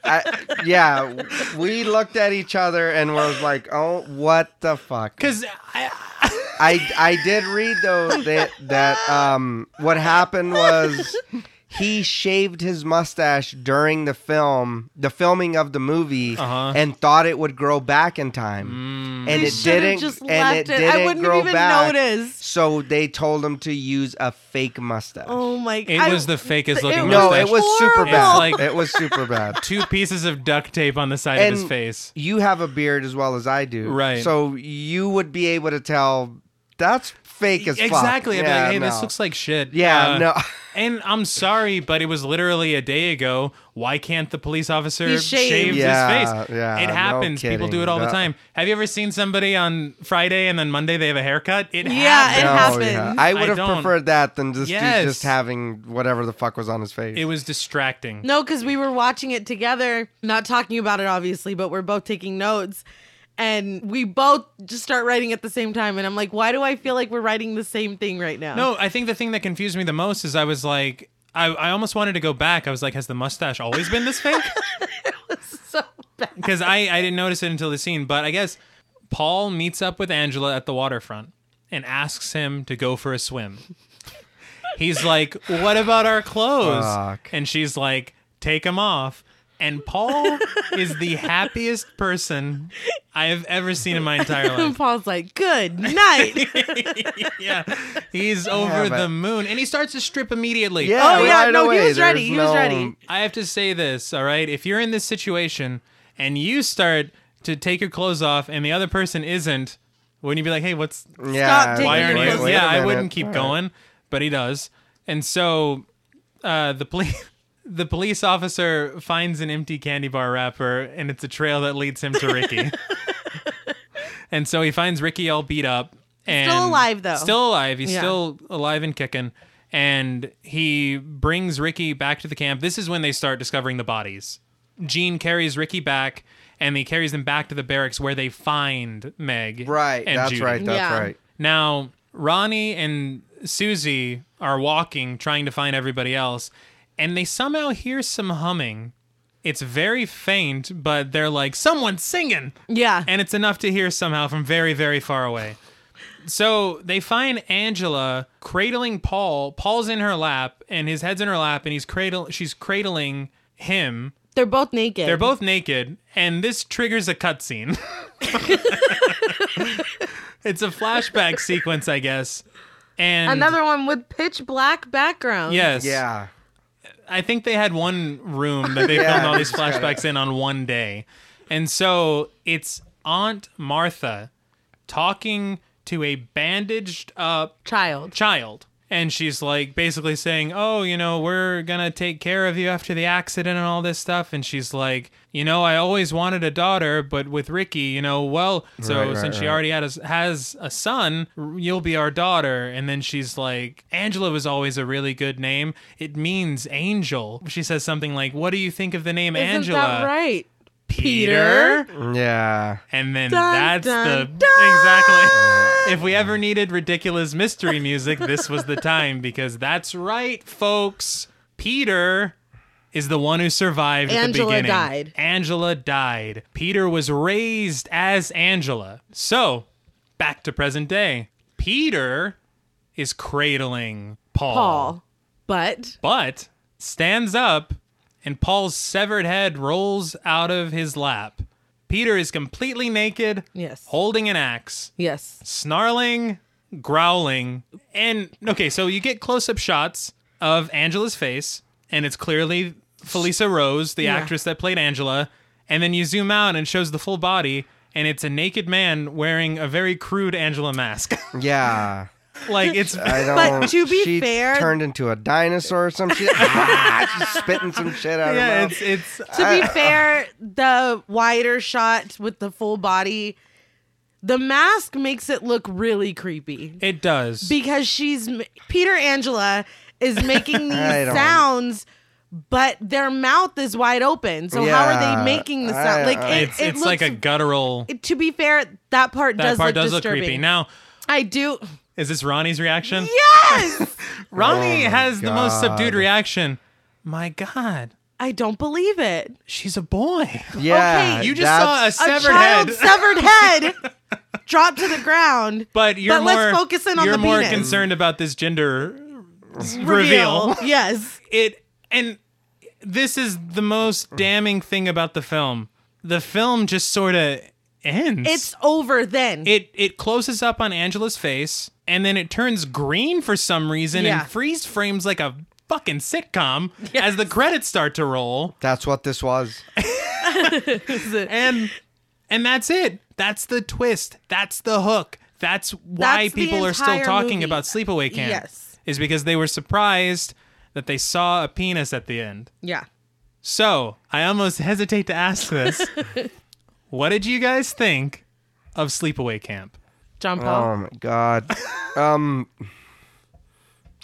S3: I, yeah, we looked at each other and was like, "Oh, what the fuck!"
S1: Because I,
S3: I I did read though that that um what happened was he shaved his mustache during the film, the filming of the movie,
S1: Uh-huh. Mm.
S3: and thought it would grow back in time, and
S2: They
S3: it
S2: should've
S3: didn't.
S2: just
S3: and
S2: left
S3: it
S2: it. I
S3: didn't
S2: wouldn't
S3: grow
S2: even
S3: back.
S2: notice.
S3: So they told him to use a fake mustache.
S2: Oh my god.
S1: it was the fakest looking
S2: was
S3: no,
S1: mustache.
S3: it was super
S2: horrible.
S3: bad.
S1: It's like-
S3: it was super bad.
S1: two pieces of duct tape on the side of his face.
S3: You have a beard as well as I do.
S1: Right.
S3: So you would be able to tell that's fake as fuck.
S1: Exactly. I'd be
S3: Yeah,
S1: like, hey,
S3: no.
S1: this looks like shit.
S3: Yeah,
S1: Uh,
S3: no.
S1: And I'm sorry, but it was literally a day ago. Why can't the police officer
S2: He shaved.
S1: shave
S3: Yeah,
S1: his face?
S3: yeah,
S1: it
S3: no
S1: happens. People do
S3: kidding.
S1: it all the
S3: No.
S1: time. Have you ever seen somebody on Friday and then Monday they have a haircut? It
S2: Yeah,
S1: happens.
S2: it
S3: No,
S2: happened.
S3: Oh, I would
S1: I
S3: have
S1: don't-
S3: preferred that than just
S1: Yes.
S3: just having whatever the fuck was on his face.
S1: It was distracting.
S2: No, because we were watching it together, not talking about it, obviously, but we're both taking notes. And we both just start writing at the same time. And I'm like, why do I feel like we're writing the same thing right now?
S1: No, I think the thing that confused me the most is I was like, I, I almost wanted to go back. I was like, has the mustache always been this fake?
S2: So bad.
S1: Because I, I didn't notice it until the scene. But I guess Paul meets up with Angela at the waterfront and asks him to go for a swim. He's like, what about our clothes?
S3: Fuck.
S1: And she's like, take them off. And Paul is the happiest person I have ever seen in my entire life.
S2: And Paul's like, good night.
S1: yeah, he's over
S3: but-
S1: the moon, and he starts to strip immediately.
S3: yeah,
S2: Oh, yeah,
S3: right
S2: no, he
S3: away.
S2: was ready,
S3: There's
S2: he was
S3: no-
S2: ready.
S1: I have to say this, all right? If you're in this situation and you start to take your clothes off, and the other person isn't, wouldn't you be like, "Hey, what's
S3: Yeah,
S2: taking
S1: why
S2: your
S1: aren't
S2: clothes
S1: you?"
S2: off.
S1: Yeah,
S3: I
S1: I wouldn't keep going, but he does, and so uh, the police. The police officer finds an empty candy bar wrapper, and it's a trail that leads him to Ricky. and so he finds Ricky all beat up. And
S2: Still alive, though.
S1: Still alive. He's
S2: Yeah.
S1: still alive and kicking. And he brings Ricky back to the camp. This is when they start discovering the bodies. Gene carries Ricky back, and he carries them back to the barracks where they find Meg.
S3: Right.
S1: and
S3: that's
S1: Judy.
S3: right. That's
S2: Yeah.
S3: right.
S1: Now, Ronnie and Susie are walking, trying to find everybody else, and they somehow hear some humming. It's very faint, but they're like, someone's singing.
S2: yeah.
S1: And it's enough to hear somehow from very, very far away. So they find Angela cradling Paul. Paul's in her lap, and his head's in her lap, and he's cradle. She's cradling him.
S2: They're both naked.
S1: They're both naked, and this triggers a cutscene. it's a flashback sequence, I guess, and
S2: Another one with pitch black background.
S1: yes,
S3: Yeah.
S1: I think they had one room that they
S3: Yeah,
S1: filmed all these
S3: just gotta-
S1: flashbacks in on one day. And so it's Aunt Martha talking to a bandaged up
S2: Child.
S1: child. And she's like basically saying, Oh, you know, we're going to take care of you after the accident and all this stuff. And she's like, You know, I always wanted a daughter, but with Ricky, you know, well, so
S3: Right, right,
S1: since she
S3: right.
S1: already had a, has a son, r- you'll be our daughter. And then she's like, Angela was always a really good name. It means angel. She says something like, What do you think of the name
S2: Isn't
S1: Angela?
S2: that right?
S1: Peter?
S3: Yeah.
S1: And then
S2: Dun,
S1: that's
S2: dun,
S1: the
S2: dun!
S1: exactly. If we ever needed ridiculous mystery music, this was the time because that's right, folks. Peter is the one who survived at the
S2: Angela
S1: beginning.
S2: died.
S1: Angela died. Peter was raised as Angela. So, back to present day. Peter is cradling
S2: Paul. But
S1: but stands up and Paul's severed head rolls out of his lap. Peter is completely naked,
S2: Yes.
S1: holding an axe,
S2: yes.
S1: snarling, growling. And okay, so you get close up shots of Angela's face, and it's clearly Felisa Rose, the
S2: Yeah.
S1: actress that played Angela. And then you zoom out and it shows the full body, and it's a naked man wearing a very crude Angela mask.
S3: Yeah.
S1: like it's
S3: I don't.
S2: But to be
S3: she
S2: fair-
S3: turned into a dinosaur or some shit. Ah, She's spitting some shit out
S1: yeah,
S3: of her mouth.
S1: it's it's
S2: To be fair, the wider shot with the full body, the mask makes it look really creepy.
S1: it does.
S2: because she's Peter Angela is making these
S3: I don't-
S2: sounds, but their mouth is wide open. So how are
S3: Yeah,
S2: they making the
S3: I-
S2: sound? Like
S3: I-
S2: it,
S1: it's
S2: it
S1: it's
S2: looks,
S1: like a guttural.
S2: it- to be fair, that part
S1: that
S2: does
S1: part
S2: look
S1: does
S2: disturbing.
S1: look creepy. Now,
S2: I do.
S1: is this Ronnie's reaction?
S2: Yes,
S1: Ronnie
S3: Oh my
S1: has the most
S3: God.
S1: subdued reaction. My God,
S2: I don't believe it.
S1: she's a boy.
S3: yeah.
S2: okay,
S1: You just saw a
S3: that's-
S1: severed
S2: a
S1: head,
S2: child's severed head dropped to the ground.
S1: but you're
S2: But
S1: more
S2: let's focus in on
S1: you're
S2: the
S1: more
S2: penis.
S1: concerned about this gender reveal.
S2: Yes.
S1: It and this is the most damning thing about the film. The film just sort of ends.
S2: It's over then.
S1: it it closes up on Angela's face and then it turns green for some reason
S2: Yeah.
S1: and freeze frames like a fucking sitcom as the credits start to roll
S3: That's what this was.
S1: and and that's it that's the twist that's the hook that's why
S2: That's the
S1: people are still
S2: entire
S1: talking
S2: movie.
S1: about sleepaway camp
S2: Yes.
S1: is because they were surprised that they saw a penis at the end
S2: yeah.
S1: so i almost hesitate to ask this what did you guys think of sleepaway camp
S2: John Paul.
S3: Oh my god. Um,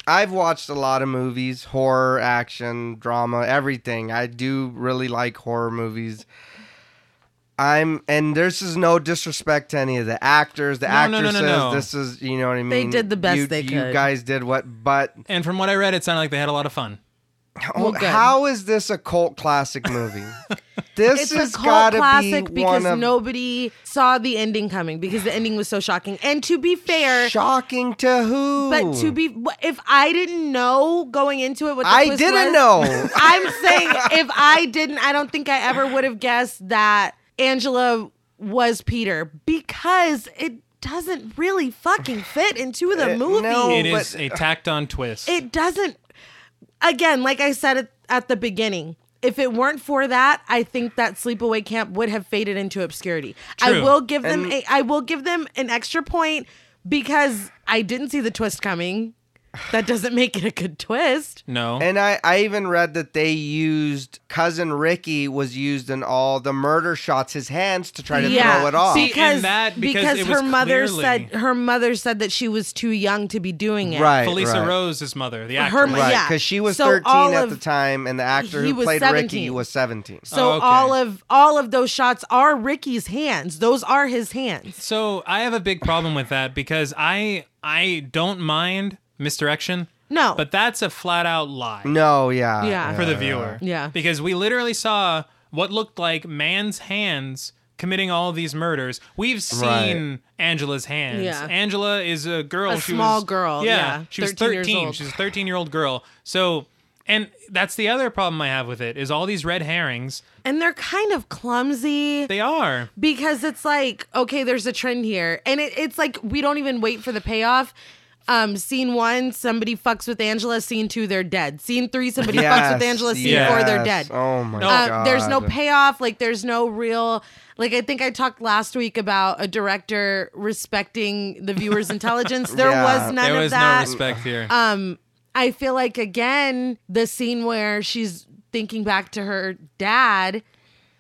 S3: I've watched a lot of movies, horror, action, drama, everything. I do really like horror movies. I'm and this is no disrespect to any of the actors, the
S1: No, no, no, no,
S3: actresses.
S1: no.
S3: This is you know what I mean.
S2: They did the best
S3: You-
S2: they
S3: You
S2: could.
S3: guys did what, but
S1: and from what i read it sounded like they had a lot of fun
S2: Well, good.
S3: Oh. How is this a cult classic movie? This
S2: it's
S3: has
S2: a
S3: got
S2: cult
S3: to
S2: classic
S3: be
S2: because
S3: one of
S2: nobody saw the ending coming because the ending was so shocking. And to be fair,
S3: shocking to who?
S2: but to be if I didn't know going into it what the
S3: I
S2: twist was,
S3: didn't know.
S2: I'm saying if I didn't, I don't think I ever would have guessed that Angela was Peter because it doesn't really fucking fit into the
S3: Uh,
S2: movie.
S3: no.
S1: It
S3: but-
S1: is a tacked on twist.
S2: Oh, it doesn't again like i said at, at the beginning if it weren't for that i think that sleepaway camp would have faded into obscurity
S1: True.
S2: i will give them
S3: And-
S2: a, i will give them an extra point because i didn't see the twist coming that doesn't make it a good twist
S1: no.
S3: And I, I even read that they used cousin Ricky was used in all the murder shots, his hands to try to
S2: yeah
S3: throw it off.
S1: See,
S2: because
S1: and that- because
S2: because,
S1: it was
S2: her mother
S1: clearly-
S2: said her mother said that she was too young to be doing it
S3: right,
S1: Felisa
S3: right.
S1: Rose's mother, the
S2: Her
S1: actress.
S2: mo-
S3: right?
S2: Yeah.
S3: Because she was
S2: So all
S3: thirteen at
S2: of-
S3: the time, and the actor
S2: he
S3: who
S2: was
S3: played
S2: 17.
S3: Ricky was seventeen.
S1: Oh,
S2: so
S1: okay.
S2: all of all of those shots are ricky's hands those are his hands
S1: So I have a big problem with that because I I don't mind misdirection,
S2: no
S1: but that's a flat out lie
S3: no, yeah,
S2: Yeah.
S1: for the viewer.
S2: Yeah.
S1: Because we literally saw what looked like man's hands committing all these murders. We've seen Angela's hands.
S2: Yeah.
S1: Angela is a girl.
S2: A
S1: she
S2: small
S1: was,
S2: girl, yeah,
S1: she was
S2: 13 years
S1: 13.
S2: old.
S1: She's a 13 year old girl. So, and that's the other problem I have with it is all these red herrings.
S2: and they're kind of clumsy
S1: They are.
S2: because it's like okay there's a trend here and it, it's like we don't even wait for the payoff Um, scene one, somebody fucks with Angela. Scene two, they're dead. Scene three, somebody fucks
S3: Yes,
S2: with Angela. Scene
S1: yes.
S2: four, they're dead.
S3: Oh my
S2: Uh,
S3: god.
S2: there's no payoff. Like there's no real. Like I think I talked last week about a director respecting the viewer's intelligence. There
S3: Yeah.
S2: was none
S1: there
S2: of
S1: was
S2: that.
S1: no respect here.
S2: Um, I feel like again the scene where she's thinking back to her dad.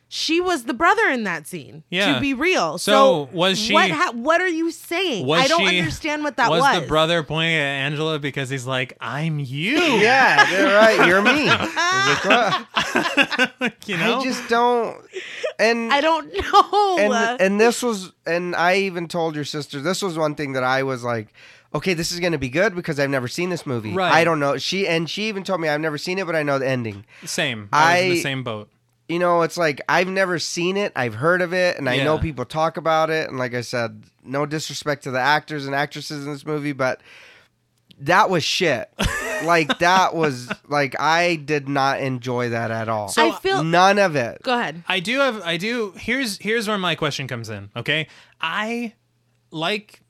S2: She was the brother in that scene.
S1: Yeah.
S2: To be real.
S1: So, was she-
S2: What, ha- what are you saying?
S1: was
S2: I don't
S1: she-
S2: understand what that was.
S1: was the brother pointing at Angela because he's like, "I'm you."
S3: Yeah, you're right. You're me. It's like, what?
S1: you know.
S3: I just don't. And
S2: I don't know.
S3: and and this was and I even told your sister this was one thing that I was like, okay, this is going to be good because I've never seen this movie.
S1: Right.
S3: I don't know. She and she even told me I've never seen it, but I know the ending.
S1: same. I, was in the
S3: I-
S1: same boat.
S3: You know, it's like I've never seen it. I've heard of it, and I know
S1: Yeah.
S3: people talk about it. And like I said, no disrespect to the actors and actresses in this movie, but that was shit. like that was like I did not enjoy that at all.
S1: So-
S2: I feel.
S3: None of it.
S2: go ahead.
S1: I do have I do here's here's where my question comes in, okay? I like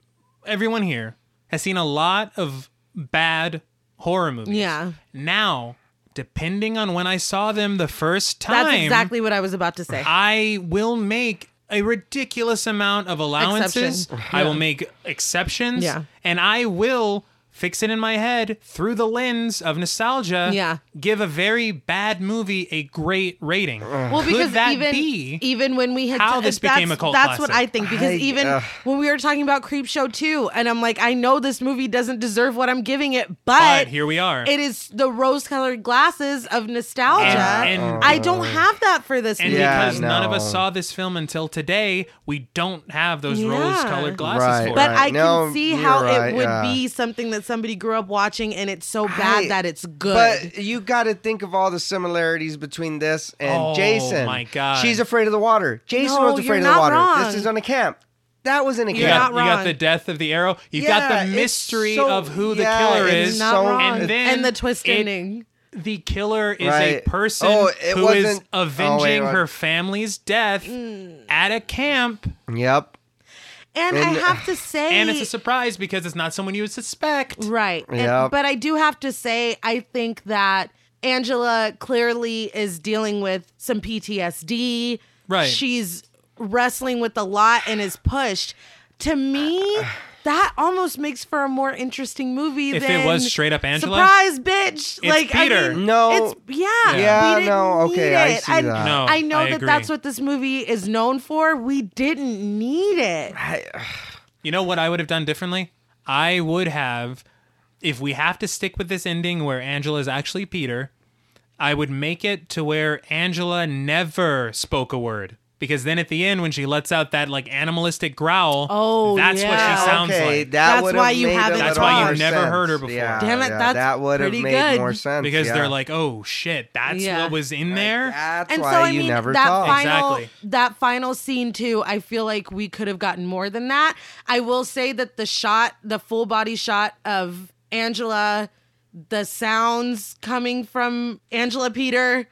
S1: everyone here has seen a lot of bad horror movies.
S2: Yeah.
S1: Now, depending on when I saw them the first time,
S2: That's exactly what I was about to say.
S1: I will make a ridiculous amount of allowances. I will make exceptions.
S2: Yeah.
S1: And I will fix it in my head through the lens of nostalgia.
S2: Yeah.
S1: Give a very bad movie a great rating.
S2: Well,
S1: Could
S2: because
S1: that
S2: even
S1: be
S2: even when we had
S1: how this became
S2: that's,
S1: a cult
S2: that's what I
S1: classic?
S2: think because
S3: I-
S2: even
S3: ugh.
S2: when we were talking about Creep Show 2 and I'm like I know this movie doesn't deserve what I'm giving it but,
S1: But here we are.
S2: it is the rose colored glasses of nostalgia
S1: And- and-
S2: I don't have that for this
S1: And
S2: movie
S3: Oh. Yeah,
S1: because none of us
S3: no.
S1: saw this film until today, we don't have those
S2: Yeah.
S1: rose-colored glasses
S3: Right,
S1: for
S2: but
S1: it.
S2: I
S3: Right. No,
S2: can see
S3: you're
S2: how
S3: right,
S2: it would
S3: yeah.
S2: be something that somebody grew up watching and it's so bad
S3: I-
S2: that it's good
S3: But you got to think of all the similarities between this and
S1: Oh,
S3: Jason.
S1: my God.
S3: she's afraid of the water. Jason
S2: No,
S3: was
S2: you're
S3: afraid of
S2: not
S3: the water.
S2: wrong.
S3: This is on a camp. That was in a
S1: you,
S2: You're
S1: got,
S3: camp.
S2: not
S1: you got
S2: wrong.
S1: the death of the arrow. You've
S3: Yeah,
S1: got the
S3: it's
S1: mystery
S3: so-
S1: of who the
S3: yeah,
S1: killer
S3: it's
S1: is.
S2: not
S3: so-
S2: wrong
S1: and then
S2: the twist
S1: it-
S2: ending
S1: the killer is a
S3: Right.
S1: person
S3: Oh, it
S1: who is
S3: wasn't- oh, wait,
S1: avenging
S3: what?
S1: her family's death
S2: Mm.
S1: at a camp,
S3: Yep.
S2: and, I
S3: and-
S2: have to say
S1: and it's a surprise because it's not someone you would suspect.
S2: Right. And-
S3: Yep.
S2: but I do have to say, I think that Angela clearly is dealing with some PTSD.
S1: Right.
S2: She's wrestling with a lot and is pushed. To me, that almost makes for a more interesting movie
S1: If
S2: than
S1: it was straight up Angela?
S2: Surprise, bitch. like I
S1: Peter.
S2: mean,
S3: No.
S2: It's yeah.
S3: Yeah,
S2: we didn't
S3: no,
S2: need
S3: okay, I
S2: it.
S3: see that.
S1: No,
S2: I know
S1: I
S2: that
S1: agree.
S2: that's what this movie is known for. We didn't need it.
S1: You know what I would have done differently? I would have, if we have to stick with this ending where Angela is actually Peter, I would make it to where Angela never spoke a word. Because then at the end, when she lets out that like animalistic growl,
S2: Oh,
S1: that's
S2: yeah.
S1: what she sounds
S3: okay,
S1: like.
S3: that
S2: That's
S3: would've
S2: why you
S3: made a
S2: haven't
S1: That's
S3: little
S1: why you
S3: more
S1: never
S3: sense.
S1: heard her before.
S3: Yeah,
S2: Damn it,
S3: yeah,
S2: that's
S3: that would have
S2: pretty
S3: made
S2: good.
S3: more sense
S1: because
S3: yeah. Ah,
S1: they're like, oh shit, that's
S2: Yeah.
S1: what was in there.
S3: That's
S2: and
S3: why
S2: so I
S3: you
S2: mean
S3: never
S2: that
S3: talk.
S2: final
S1: Exactly.
S2: that final scene too. I feel like we could have gotten more than that. I will say that the shot, the full body shot of Angela, the sounds coming from Angela Peter,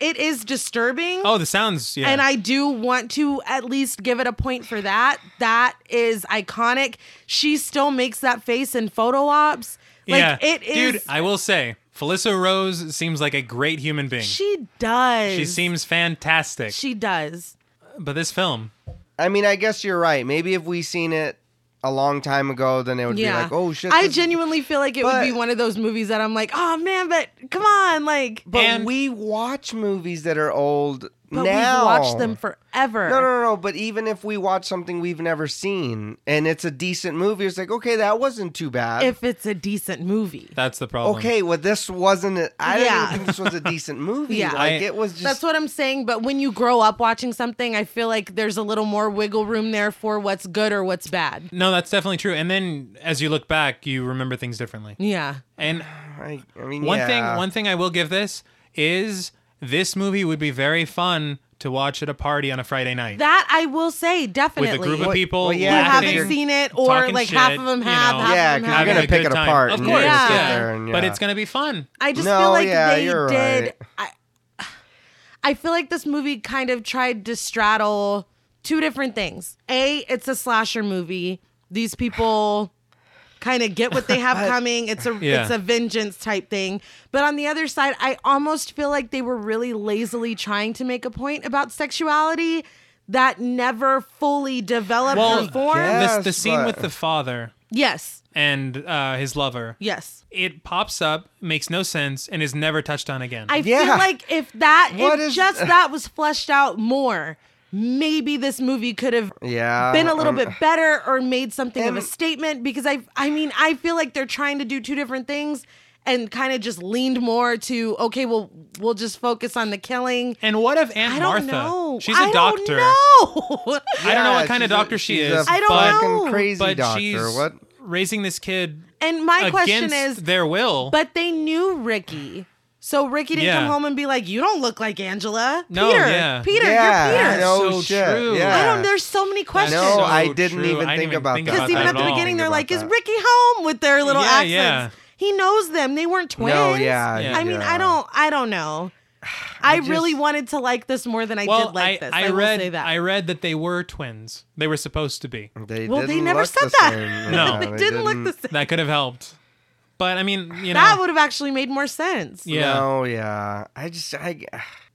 S2: it is disturbing.
S1: Oh, the sounds. Yeah.
S2: And I do want to at least give it a point for that. That is iconic. She still makes that face in photo ops. Like
S1: yeah.
S2: it is.
S1: Dude, I will say, Felissa Rose seems like a great human being. She,
S2: she does.
S1: seems fantastic.
S2: She does.
S1: but this film,
S3: I mean, I guess you're right. Maybe if we seen it a long time ago, then it would be like, oh shit.
S2: I
S3: this-
S2: genuinely feel like it would be
S3: But-
S2: one of those movies that I'm like, oh man, but come on, like,
S3: But
S1: And-
S3: we watch movies that are old
S2: but
S3: now.
S2: we've watched them forever.
S3: No, no, no, no. But even if we watch something we've never seen and it's a decent movie, it's like, okay, that wasn't too bad.
S2: If it's a decent movie,
S1: that's the problem.
S3: okay, well, this wasn't. A,
S2: Yeah.
S3: I didn't even think this was a decent movie.
S2: Yeah.
S3: like
S1: I-
S3: it was just.
S2: that's what I'm saying. But when you grow up watching something, I feel like there's a little more wiggle room there for what's good or what's bad.
S1: No, that's definitely true. And then as you look back, you remember things differently.
S2: Yeah,
S1: And
S3: I, I mean,
S1: one
S3: yeah.
S1: thing, one thing I will give this is this movie would be very fun to watch at a party on a Friday night
S2: that I will say
S1: with a
S2: definitely.
S1: group of
S3: Well-
S1: people
S3: well,
S2: who
S3: yeah,
S1: laughing,
S3: if
S2: haven't
S3: you're
S2: seen it, or
S1: talking
S2: like half
S1: shit,
S2: of them
S1: you
S2: have,
S1: know.
S2: half
S3: Yeah,
S2: of them
S3: 'cause
S2: haven't.
S3: you're
S1: having
S3: gonna
S1: a
S3: pick
S1: good
S3: it
S1: time.
S3: apart
S1: Of
S3: and
S2: you're
S1: course,
S2: gonna sit
S1: yeah.
S3: there and,
S1: But
S3: yeah.
S1: it's gonna be fun.
S2: I just
S3: No,
S2: feel like
S3: yeah,
S2: they
S3: you're
S2: did.
S3: right.
S2: I, I feel like this movie kind of tried to straddle two different things. A, it's a slasher movie. These people kind of get what they have coming. It's a
S1: Yeah.
S2: it's a vengeance type thing. But on the other side, I almost feel like they were really lazily trying to make a point about sexuality that never fully developed
S1: Well,
S2: or formed.
S3: yeah.
S1: This-
S3: Yes,
S1: the scene
S3: but-
S1: with the father
S2: Yes.
S1: and uh, his lover.
S2: Yes.
S1: It pops up, makes no sense, and is never touched on again.
S2: I
S3: Yeah.
S2: feel like if that
S3: What
S2: if
S3: is-
S2: just that was fleshed out more, maybe this movie could have
S3: Yeah,
S2: been a little
S3: um,
S2: bit better or made something of a
S3: and-
S2: statement because I I mean I feel like they're trying to do two different things and kind of just leaned more to okay well we'll just focus on the killing.
S1: and what of Aunt
S2: I don't
S1: Martha?
S2: know.
S1: She's a
S2: I
S1: doctor.
S2: Don't know.
S1: I don't know
S3: yeah,
S1: what kind of
S3: she's a-
S1: doctor she
S3: she's
S1: is.
S3: A
S2: I don't
S1: but,
S3: fucking
S2: know.
S3: Crazy
S1: But
S3: doctor.
S1: she's
S3: what?
S1: raising this kid
S2: and my question
S1: against
S2: is
S1: their will.
S2: but they knew Ricky. So Ricky didn't
S1: Yeah.
S2: come home and be like, "You don't look like Angela."
S1: No,
S2: Peter,
S1: yeah.
S2: Peter,
S3: yeah,
S2: you're Peter.
S1: That's
S3: no
S1: so
S3: shit.
S1: true.
S3: Yeah.
S2: I don't. There's so many
S1: That's
S2: questions.
S3: No,
S1: so
S3: I didn't
S1: true.
S3: even
S1: I
S3: think
S1: even
S3: about
S1: think
S3: that.
S1: about
S2: Because even
S1: that
S2: at the
S1: all.
S2: beginning, they're
S3: Think
S2: like,
S3: about
S2: "Is
S3: that.
S2: Ricky home?" with their little
S1: Yeah,
S2: accents.
S1: yeah.
S2: He knows them. They weren't twins.
S3: No, yeah,
S1: Yeah.
S2: I mean, I
S3: yeah.
S2: don't. I don't know. I, really
S3: just-
S2: wanted to like this more than I
S1: well,
S2: did like this. I, will
S1: read
S2: say that.
S1: I read that they were twins. They were supposed to be.
S3: They
S2: Well, they
S3: didn't
S2: never
S3: look
S2: said
S3: the
S2: that.
S3: Same.
S1: No.
S3: Yeah,
S2: they didn't look the same.
S1: That could have helped. But I mean, you know,
S2: That would have actually made more sense.
S1: yeah.
S3: No, yeah. I just I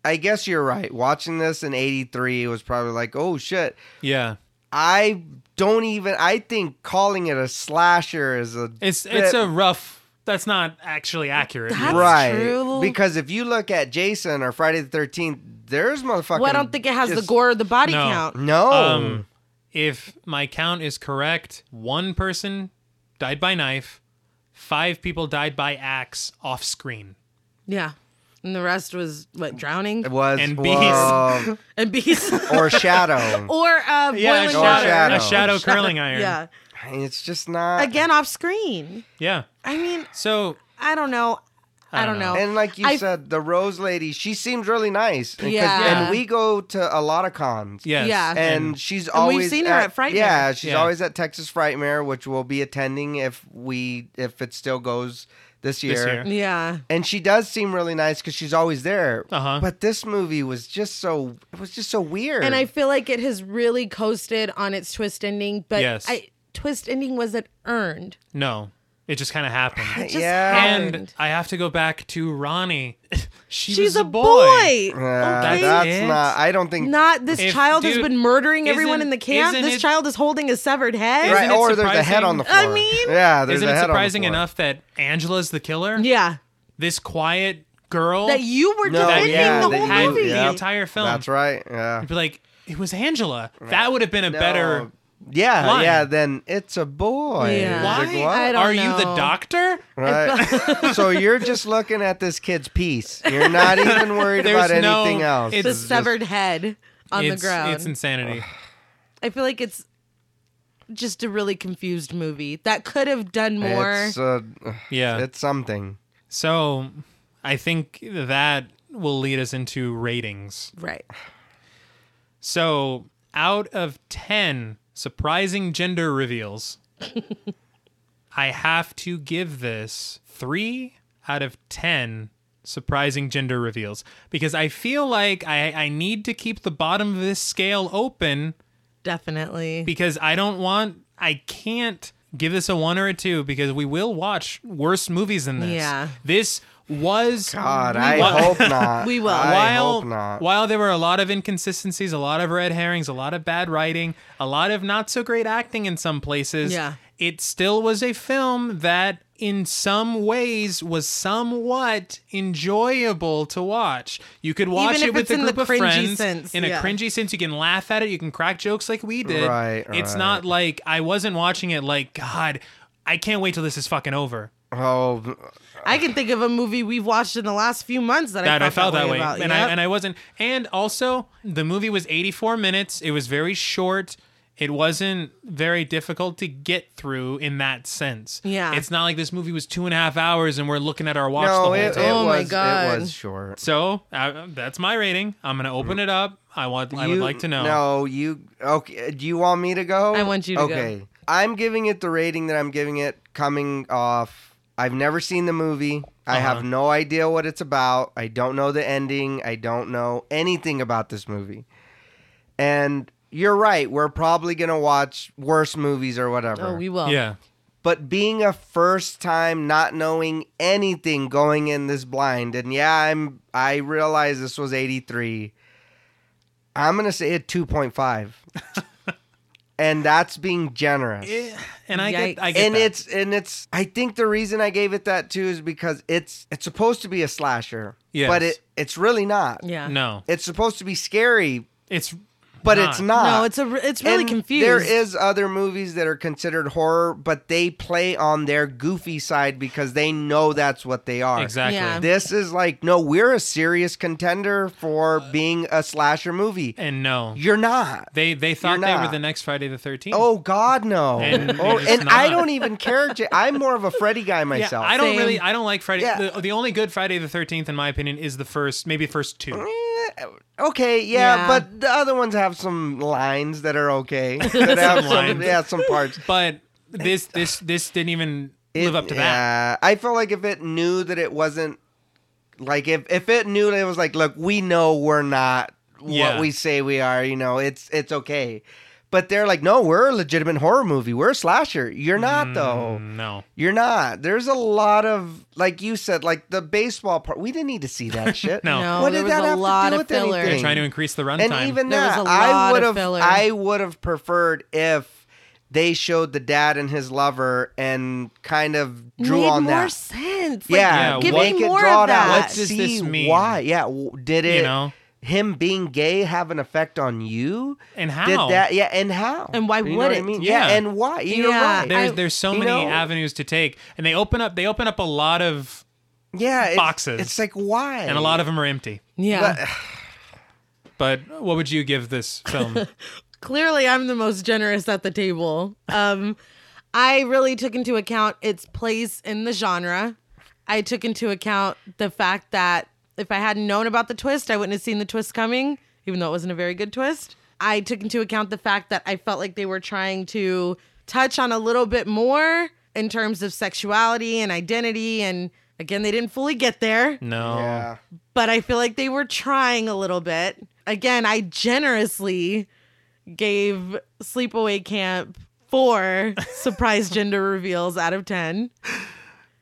S3: I guess you're right. Watching this in 83 was probably like, "Oh shit.
S1: Yeah.
S3: I don't even I think calling it a slasher is a
S1: It's
S3: bit-
S1: it's a rough that's not actually accurate.
S2: That's
S3: right
S2: true.
S3: because if you look at Jason or Friday the 13th, there's motherfucking
S2: Well, I don't think it has the
S3: just-
S2: gore or the body
S1: No.
S2: count.
S3: No.
S1: Um if my count is correct, one person died by knife, five people died by axe off screen.
S2: Yeah. And the rest was what drowning
S3: it was
S1: and
S3: well,
S2: and beast
S3: or shadow.
S2: or
S1: Yeah,
S2: uh,
S1: a
S2: boiling
S1: shadow,
S2: water.
S1: a
S3: Shadow.
S1: shadow curling iron.
S2: Yeah.
S3: it's just not
S2: Again, off screen.
S1: Yeah.
S2: I mean,
S1: So
S2: I don't know. I don't know.
S3: And like you
S2: I-
S3: said, the Rose Lady, she seems really nice. And 'cause-
S2: Yeah.
S3: And we go to a lot of cons.
S1: yes.
S2: Yeah.
S3: And she's
S2: And we've
S3: always
S2: seen her at Frightmare.
S3: Yeah, she's
S1: Yeah.
S3: always at Texas Frightmare, which we'll be attending if we if it still goes this year.
S1: year.
S2: Yeah.
S3: And she does seem really nice because she's always there.
S1: Uh-huh.
S3: But this movie was just so it was just so weird. Uh,
S2: And I feel like it has really coasted on its twist ending, but
S1: Yes.
S2: I twist ending wasn't earned.
S1: no. It just kinda happened.
S2: It just
S3: Yeah.
S2: happened.
S1: And I have to go back to Ronnie. she
S2: She's
S1: was
S2: a boy.
S3: Yeah,
S2: okay.
S3: that's
S1: it.
S3: not. I don't think.
S2: Not this
S1: If-
S2: child has
S1: dude,
S2: been murdering everyone
S1: isn't-
S2: in the camp.
S1: isn't
S2: This
S1: it-
S2: child is holding a severed head.
S1: Isn't
S3: right,
S1: it
S3: or there's a head
S1: surprising-
S3: on the floor.
S2: I mean-
S3: yeah, there's
S1: Isn't
S3: a
S1: it
S3: head
S1: surprising
S3: on the floor.
S1: enough that Angela's the killer?
S2: Yeah.
S1: This quiet girl
S2: That you were
S3: No,
S2: defending
S3: yeah,
S2: the
S3: that
S2: whole
S1: had
S3: you-
S2: movie.
S1: the
S3: Yep.
S1: entire film.
S3: That's right. Yeah.
S1: I'd be like, it was Angela. That would have been a
S3: No.
S1: better.
S3: Yeah,
S1: line.
S3: yeah. Then it's a boy.
S2: Yeah.
S3: It's like,
S1: Why
S3: what?
S2: I don't
S1: Are you the
S2: know.
S1: doctor?
S3: Right. so you're just looking at this kid's piece. You're not even worried
S1: There's
S3: about anything
S1: no-
S3: else.
S1: it's
S2: The
S3: just-
S2: severed head on the
S1: it's,
S2: ground.
S1: it's insanity.
S2: I feel like it's just a really confused movie that could have done more.
S3: It's, uh,
S1: Yeah.
S3: it's something.
S1: so I think that will lead us into ratings.
S2: right.
S1: So out of 10 surprising gender reveals, I have to give this three out of 10 surprising gender reveals because I feel like I, I need to keep the bottom of this scale open
S2: Definitely.
S1: because I don't want, I can't give this a one or a two because we will watch worse movies than this.
S2: Yeah.
S1: This was
S3: God, I
S1: wa-
S3: hope not.
S2: We will.
S3: I
S1: while
S3: hope not.
S1: while there were a lot of inconsistencies, a lot of red herrings, a lot of bad writing, a lot of not so great acting in some places,
S2: Yeah.
S1: it still was a film that in some ways was somewhat enjoyable to watch. You could watch
S2: Even
S1: it
S2: if
S1: with
S2: it's
S1: a
S2: in the
S1: group of
S2: cringy
S1: friends
S2: sense,
S1: in a
S2: yeah.
S1: cringy sense. You can laugh at it, you can crack jokes like we did.
S3: Right,
S1: it's
S3: right.
S1: not like I wasn't watching it like God, I can't wait till this is fucking over.
S3: Oh,
S2: I can think of a movie we've watched in the last few months that,
S1: that
S2: I,
S1: I felt that way,
S2: about.
S1: and
S2: Yep.
S1: I and I wasn't. And also, the movie was 84 minutes. It was very short. It wasn't very difficult to get through in that sense.
S2: Yeah.
S1: it's not like this movie was two and a half hours and we're looking at our watch the
S3: no,
S1: whole
S3: it, it
S1: time.
S2: Oh my
S3: was,
S2: God.
S3: It was short.
S1: So uh, that's my rating. I'm gonna open it up. I want. I would
S3: You-
S1: like to know.
S3: No, you okay? uh, Do you want me to go?
S2: I want you to go.
S3: Okay, I'm giving it the rating that I'm giving it. Coming off, I've never seen the movie. I
S1: Uh-huh.
S3: have no idea what it's about. I don't know the ending. I don't know anything about this movie. And you're right. We're probably gonna watch worse movies or whatever.
S2: oh, we will.
S1: Yeah.
S3: But being a first time not knowing anything going in this blind, and yeah, I'm I realize this was 83. I'm gonna say a 2.5. and that's being generous.
S1: Eh, and I
S2: Yikes.
S1: get, I get
S3: and
S1: that.
S3: it's and it's I think the reason I gave it that too is because it's it's supposed to be a slasher.
S1: Yes.
S3: But it it's really not.
S2: Yeah.
S1: no,
S3: It's supposed to be scary,
S1: it's
S3: but it's not.
S2: No, it's a re- it's really
S3: And
S2: confused.
S3: There is other movies that are considered horror, but they play on their goofy side because they know that's what they are.
S1: exactly.
S2: Yeah.
S3: This is like, no, we're a serious contender for being a slasher movie.
S1: And no,
S3: You're not.
S1: they they thought they were
S3: not.
S1: the next Friday the Thirteenth.
S3: Oh God, no!
S1: And
S3: oh,
S1: it's
S3: and I
S1: not.
S3: don't even care. J- I'm more of a Freddy guy
S1: yeah.
S3: myself.
S1: I don't
S2: Same.
S1: really, I don't like Friday.
S3: Yeah.
S1: The, the only good Friday the Thirteenth, in my opinion, is the first, maybe first two.
S3: Eh, Okay, yeah,
S2: Yeah.
S3: but the other ones have some lines that are okay. That have some,
S1: lines.
S3: yeah, some parts.
S1: But this this this didn't even live
S3: It-
S1: up to that.
S3: yeah, I feel like if it knew that it wasn't like if if it knew that it was like, look, we know we're not
S1: Yeah.
S3: what we say we are, you know, it's it's okay. But they're like, no, we're a legitimate horror movie. We're a slasher. You're not though.
S1: No,
S3: You're not. There's a lot of like you said, like the baseball part. We didn't need to see that shit.
S1: No.
S2: No,
S3: What
S2: there
S3: did
S2: was
S3: that
S2: a
S3: have
S2: lot
S3: to do
S2: of
S3: with
S2: filler.
S3: anything?
S1: they're trying to increase the runtime.
S3: and even
S2: There was
S3: that,
S2: a lot
S3: I
S2: of
S3: would have,
S2: filler.
S3: I would have preferred if they showed the dad and his lover and kind of drew
S2: Made
S3: on
S2: more
S3: that.
S2: sense. Like,
S3: yeah,
S2: give
S1: what-
S2: me
S3: make it
S2: more
S3: drawn
S2: of that.
S3: out.
S1: What
S3: Let's
S1: does
S3: see
S1: this mean?
S3: why. Yeah, w- did it?
S1: you know,
S3: him being gay have an effect on you?
S1: and how
S3: Did that? Yeah, and how?
S2: And why
S3: You know
S2: would
S3: what I
S2: it?
S3: mean? Yeah.
S1: Yeah.
S3: and why? You're
S2: Yeah.
S3: right.
S1: There's
S2: I-
S1: there's so
S3: you
S1: many
S3: know-
S1: avenues to take, and they open up they open up a lot of,
S3: yeah, it's,
S1: boxes.
S3: It's like why?
S1: and a lot of them are empty.
S2: Yeah.
S1: But what would you give this film?
S2: Clearly, I'm the most generous at the table. Um, I really took into account its place in the genre. I took into account the fact that if I hadn't known about the twist, I wouldn't have seen the twist coming, even though it wasn't a very good twist. I took into account the fact that I felt like they were trying to touch on a little bit more in terms of sexuality and identity. And again, they didn't fully get there
S1: No.
S3: Yeah.
S1: oh.
S2: but I feel like they were trying a little bit. Again, I generously gave Sleepaway Camp four surprise gender reveals out of 10.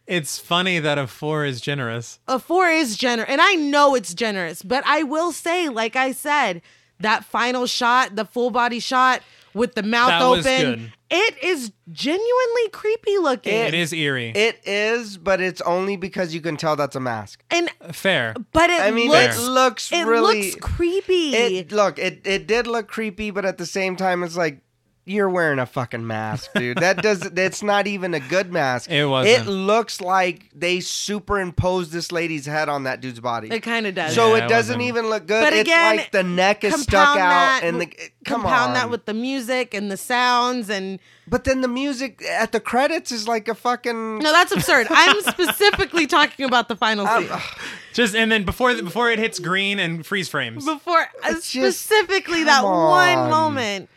S1: It's funny that a four is generous.
S2: A four is generous, and I know it's generous, but I will say, like I said, that final shot, the full body shot with the mouth
S1: That
S2: open,
S1: was good.
S2: it is genuinely creepy looking.
S1: it is eerie.
S3: It is, but it's only because you can tell that's a mask.
S2: and
S1: Fair.
S2: but it
S3: I mean,
S2: looks
S3: it looks
S2: it
S3: really.
S2: looks creepy.
S3: it look it it did look creepy, but at the same time, it's like you're wearing a fucking mask, dude. That does it's not even a good mask.
S1: It wasn't.
S3: It looks like they superimposed this lady's head on that dude's body.
S2: it kind of does.
S3: so
S1: Yeah,
S3: it
S1: it
S3: doesn't
S1: wasn't.
S3: even look good.
S2: But
S3: it's
S2: again,
S3: like the neck is stuck
S2: compound
S3: out,
S2: that
S3: and the come
S2: compound
S3: on.
S2: that with the music and the sounds and
S3: but then the music at the credits is like a fucking
S2: no that's absurd i'm specifically talking about the final
S3: Um,
S2: scene
S1: Just and then before the, before it hits green and freeze frames.
S2: before
S3: It's just-
S2: specifically that
S3: come
S2: one
S3: on.
S2: moment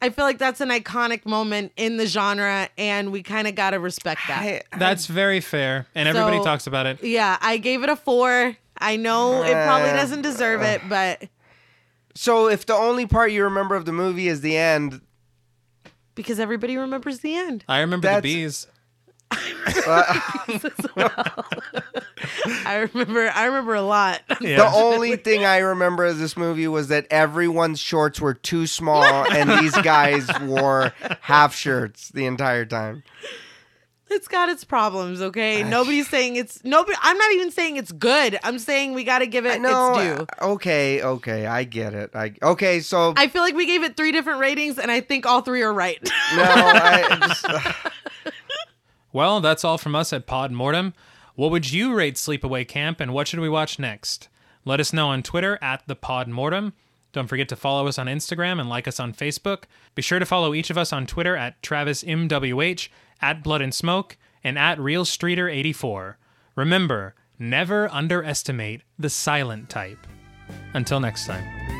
S2: i feel like that's an iconic moment in the genre and we kind of got to respect that
S3: I-
S1: That's very fair, and everybody
S2: So-
S1: talks about it.
S2: yeah i gave it a four i know it probably
S3: Uh,
S2: doesn't deserve it but
S3: so if the only part you remember of the movie is the end,
S2: because everybody remembers the end
S1: I remember the
S3: That's-
S1: bees.
S3: uh,
S2: i remember i remember a lot
S1: Yeah.
S3: The only thing I remember of this movie was that everyone's shorts were too small and these guys wore half shirts the entire time.
S2: It's got its problems, okay? Nobody's saying it's nobody I'm not even saying it's good. I'm saying we got to give it
S3: No,
S2: its due.
S3: okay, okay, I get it. I okay, so
S2: I feel like we gave it three different ratings and I think all three are right.
S3: no, I just,
S1: Well, that's all from us at Pod Mortem. What would you rate Sleepaway Camp, and what should we watch next? Let us know on Twitter at the Pod Mortem. Don't forget to follow us on Instagram and like us on Facebook. Be sure to follow each of us on Twitter at TravisMWH, at Blood and Smoke, and at RealStreeter84. Remember, never underestimate the silent type. Until next time.